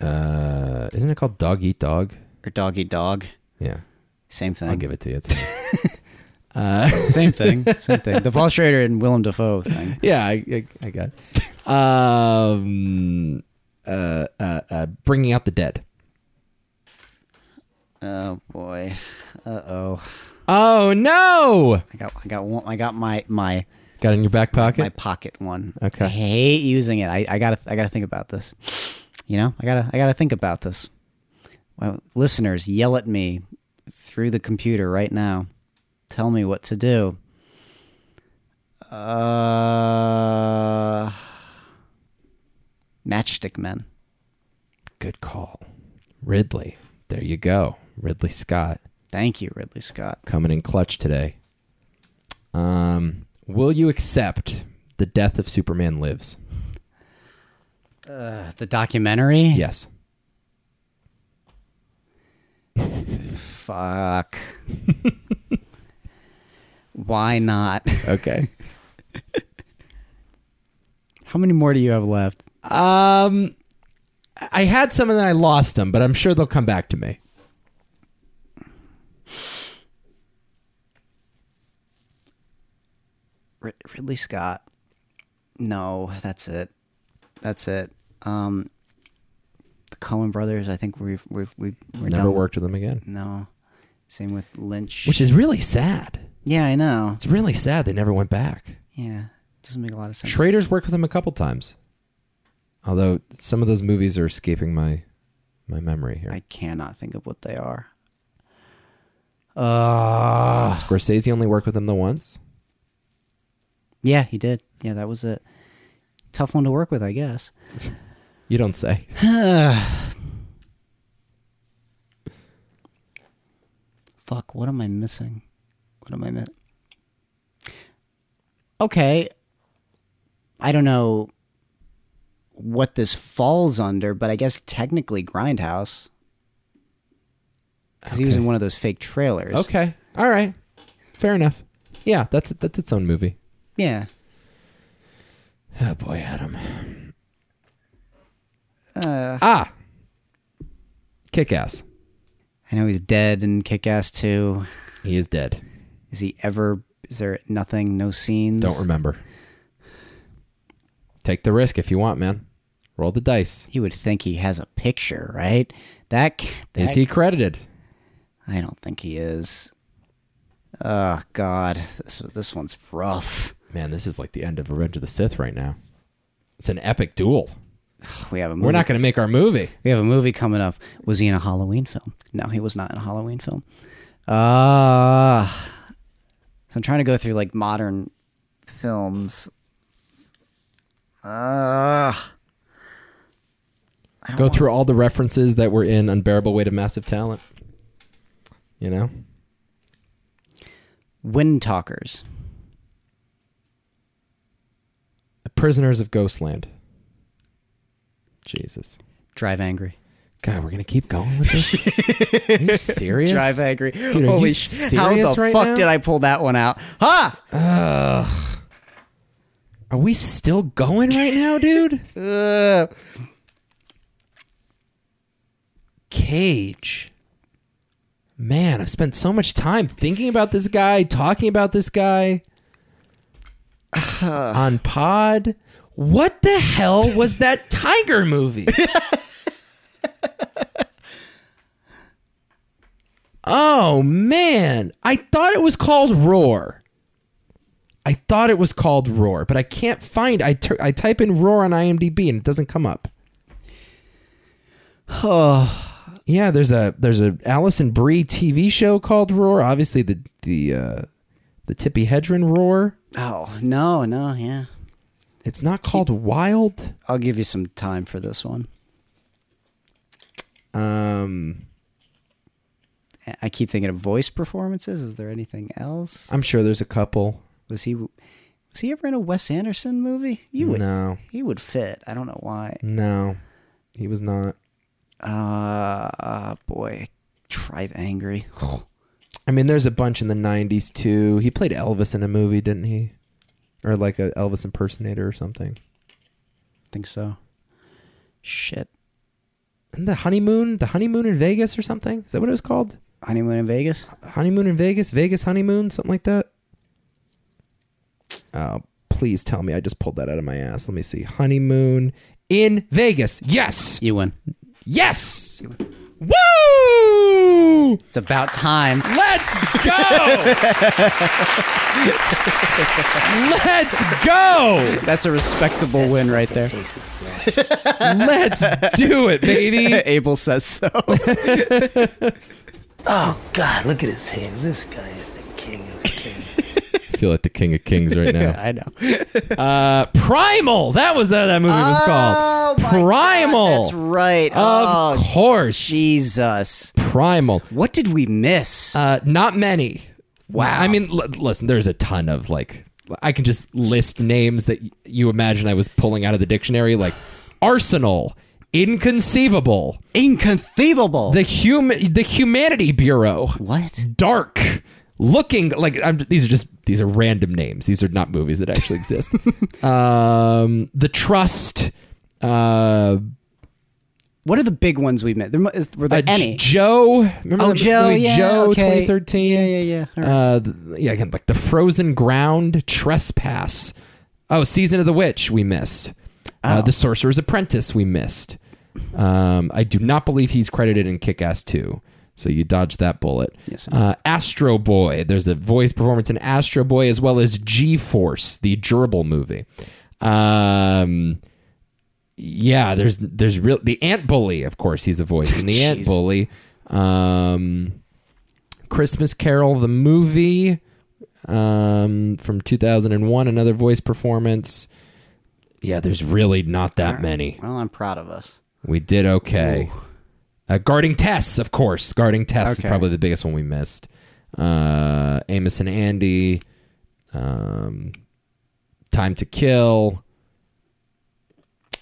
Speaker 1: Uh, isn't it called Dog Eat Dog?
Speaker 2: or doggy dog.
Speaker 1: Yeah.
Speaker 2: Same thing.
Speaker 1: I'll give it to you. It's-
Speaker 2: Same thing. Same thing. The Paul Schrader and Willem Dafoe thing.
Speaker 1: yeah, I, I, I got it. Um, uh, uh, uh, bringing out the dead.
Speaker 2: Oh boy. Uh oh.
Speaker 1: Oh, no.
Speaker 2: I got I got one, I got my my
Speaker 1: Got it in your back pocket?
Speaker 2: my pocket one.
Speaker 1: Okay.
Speaker 2: I hate using it. I, I gotta I gotta think about this. You know, I gotta I gotta think about this. Well, listeners, yell at me through the computer right now. Tell me what to do. Uh, matchstick men.
Speaker 1: Good call. Ridley. There you go. Ridley Scott
Speaker 2: Thank you, Ridley Scott.
Speaker 1: coming in clutch today. Um, will you accept the death of Superman lives?
Speaker 2: Uh, the documentary.
Speaker 1: Yes.
Speaker 2: Fuck. Why not?
Speaker 1: Okay.
Speaker 2: How many more do you have left?
Speaker 1: Um, I had some and then I lost them, but I'm sure they'll come back to me.
Speaker 2: Rid- Ridley Scott. No, that's it. That's it. Um, the Coen Brothers. I think we've we've we've we're
Speaker 1: Never
Speaker 2: done.
Speaker 1: worked with them again,
Speaker 2: No, same with Lynch.
Speaker 1: which is really sad.
Speaker 2: yeah, I know.
Speaker 1: It's really sad they never went back.
Speaker 2: Yeah, doesn't make a lot of sense.
Speaker 1: Schrader's worked with them a couple times, although some of those movies are escaping my my memory here.
Speaker 2: I cannot think of what they are. Uh,
Speaker 1: Scorsese only worked with them the once.
Speaker 2: yeah, he did. Yeah, that was a tough one to work with, I guess.
Speaker 1: You don't say.
Speaker 2: Fuck, what am I missing? What am I missing? Okay. I don't know what this falls under, but I guess technically Grindhouse. Because he was in one of those fake trailers.
Speaker 1: Okay. All right. Fair enough. Yeah, that's that's its own movie.
Speaker 2: Yeah.
Speaker 1: Oh boy, Adam.
Speaker 2: Uh,
Speaker 1: ah. Kick ass.
Speaker 2: I know he's dead in Kick Ass 2.
Speaker 1: He is dead.
Speaker 2: Is he ever. Is there nothing? No scenes?
Speaker 1: Don't remember. Take the risk if you want, man. Roll the dice.
Speaker 2: He would think he has a picture, right? That, ca- that
Speaker 1: Is he credited?
Speaker 2: I don't think he is. Oh God, this this one's rough.
Speaker 1: Man, this is like the end of Revenge of the Sith right now. It's an epic duel.
Speaker 2: We have a movie.
Speaker 1: We're not going to make our movie.
Speaker 2: we have a movie coming up. Was he in a Halloween film? No, he was not in a Halloween film. Uh, so I'm trying to go through like modern films. Uh,
Speaker 1: Go through all the references that were in Unbearable Weight of Massive Talent. You know?
Speaker 2: Wind Talkers.
Speaker 1: The Prisoners of Ghostland. Jesus.
Speaker 2: Drive Angry.
Speaker 1: God, we're going to keep going with this? are you serious?
Speaker 2: Drive Angry.
Speaker 1: are you
Speaker 2: Holy sh- How the
Speaker 1: serious right
Speaker 2: fuck
Speaker 1: now?
Speaker 2: did I pull that one out? Ha!
Speaker 1: Are we still going right now, dude?
Speaker 2: Uh,
Speaker 1: Oh. Cage. Man, I've spent so much time thinking about this guy, talking about this guy on pod. What the hell was that tiger movie? oh man, I thought it was called Roar. I thought it was called Roar, but I can't find. I tur- I type in Roar on IMDb and it doesn't come up.
Speaker 2: Oh,
Speaker 1: Yeah, there's a there's a Allison Brie TV show called Roar. Obviously the the uh, the Tippy Hedren Roar.
Speaker 2: oh no, no, yeah.
Speaker 1: It's not called Wild.
Speaker 2: I'll give you some time for this one.
Speaker 1: Um,
Speaker 2: I- I keep thinking of voice performances. Is there anything else?
Speaker 1: I'm sure there's a couple.
Speaker 2: Was he was he ever in a Wes Anderson movie? You would
Speaker 1: No,
Speaker 2: he would fit. I don't know why.
Speaker 1: no, he was not.
Speaker 2: Uh, uh boy, Drive Angry.
Speaker 1: I mean, there's a bunch in the '90s too. He played Elvis in a movie, didn't he? Or like a Elvis impersonator or something.
Speaker 2: think so. Shit.
Speaker 1: And the honeymoon, the honeymoon in Vegas or something. Is that what it was called?
Speaker 2: Honeymoon in Vegas.
Speaker 1: honeymoon in Vegas, Vegas honeymoon, something like that. Oh, please tell me I just pulled that out of my ass. Let me see. Honeymoon in Vegas. Yes.
Speaker 2: You win.
Speaker 1: Yes. Woo!
Speaker 2: It's about time.
Speaker 1: Let's go. Let's go.
Speaker 2: That's a respectable win right there.
Speaker 1: Let's do it, baby.
Speaker 2: Abel says so.
Speaker 3: Oh God, look at his hands. This guy is the king of kings.
Speaker 1: I feel like the king of kings right now.
Speaker 2: I know.
Speaker 1: Uh, Primal. That was that that movie was called. Primal.
Speaker 2: Oh, That's right.
Speaker 1: Of
Speaker 2: oh,
Speaker 1: course.
Speaker 2: Jesus.
Speaker 1: Primal.
Speaker 2: What did we miss?
Speaker 1: Uh, not many. Wow. I mean, l- listen, there's a ton of like, I can just list names that y- you imagine I was pulling out of the dictionary, like Arsenal, Inconceivable,
Speaker 2: Inconceivable.
Speaker 1: the human, the Humanity Bureau,
Speaker 2: what?
Speaker 1: Dark, Looking. Like I'm, these are just these are random names. These are not movies that actually exist. um, the Trust. Uh,
Speaker 2: What are the big ones we met? There, mu- is, were there
Speaker 1: uh, J-
Speaker 2: any?
Speaker 1: Joe. Remember
Speaker 2: Oh,
Speaker 1: that
Speaker 2: Joe,
Speaker 1: movie
Speaker 2: yeah,
Speaker 1: Joe,
Speaker 2: okay.
Speaker 1: 2013.
Speaker 2: Yeah, yeah, yeah. All right.
Speaker 1: Uh, th- yeah, again, like the Frozen Ground, Trespass. Oh, Season of the Witch, we missed.
Speaker 2: Oh.
Speaker 1: Uh, the Sorcerer's Apprentice, we missed. Um, I do not believe he's credited in Kick Ass 2. So you dodged that bullet.
Speaker 2: Yes, I
Speaker 1: Uh, Astro Boy. There's a voice performance in Astro Boy as well as G Force, the Gerbil movie. Um, yeah, there's there's real the Ant Bully, of course, he's a voice in the Ant
Speaker 2: Jeez.
Speaker 1: Bully. Um, Christmas Carol the movie um, from 2001, another voice performance. Yeah, there's really not that many.
Speaker 2: Uh, well, I'm proud of us.
Speaker 1: We did okay. Uh, guarding Tess, of course. Guarding Tess is
Speaker 2: Okay.
Speaker 1: probably the biggest one we missed. Uh, Amos and Andy, um, Time to Kill.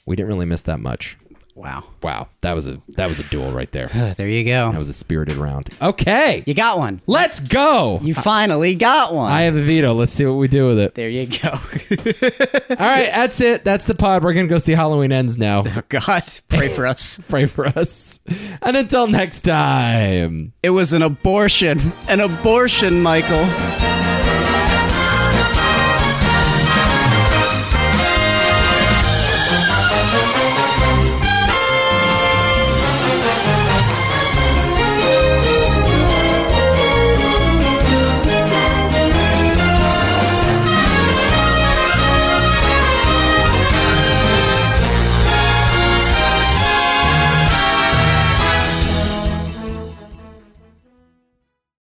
Speaker 1: We didn't really miss that much.
Speaker 2: Wow.
Speaker 1: Wow, that was a that was a duel right there. That
Speaker 2: there you go.
Speaker 1: was a spirited round. Okay,
Speaker 2: You got one.
Speaker 1: let's go.
Speaker 2: You finally got one.
Speaker 1: I have a veto. Let's see what we do with it.
Speaker 2: there you go.
Speaker 1: All right, that's it. That's the pod. We're gonna go see Halloween ends now.
Speaker 2: oh, God, pray for us.
Speaker 1: Pray for us, and until next time.
Speaker 2: It was an abortion. An abortion, Michael.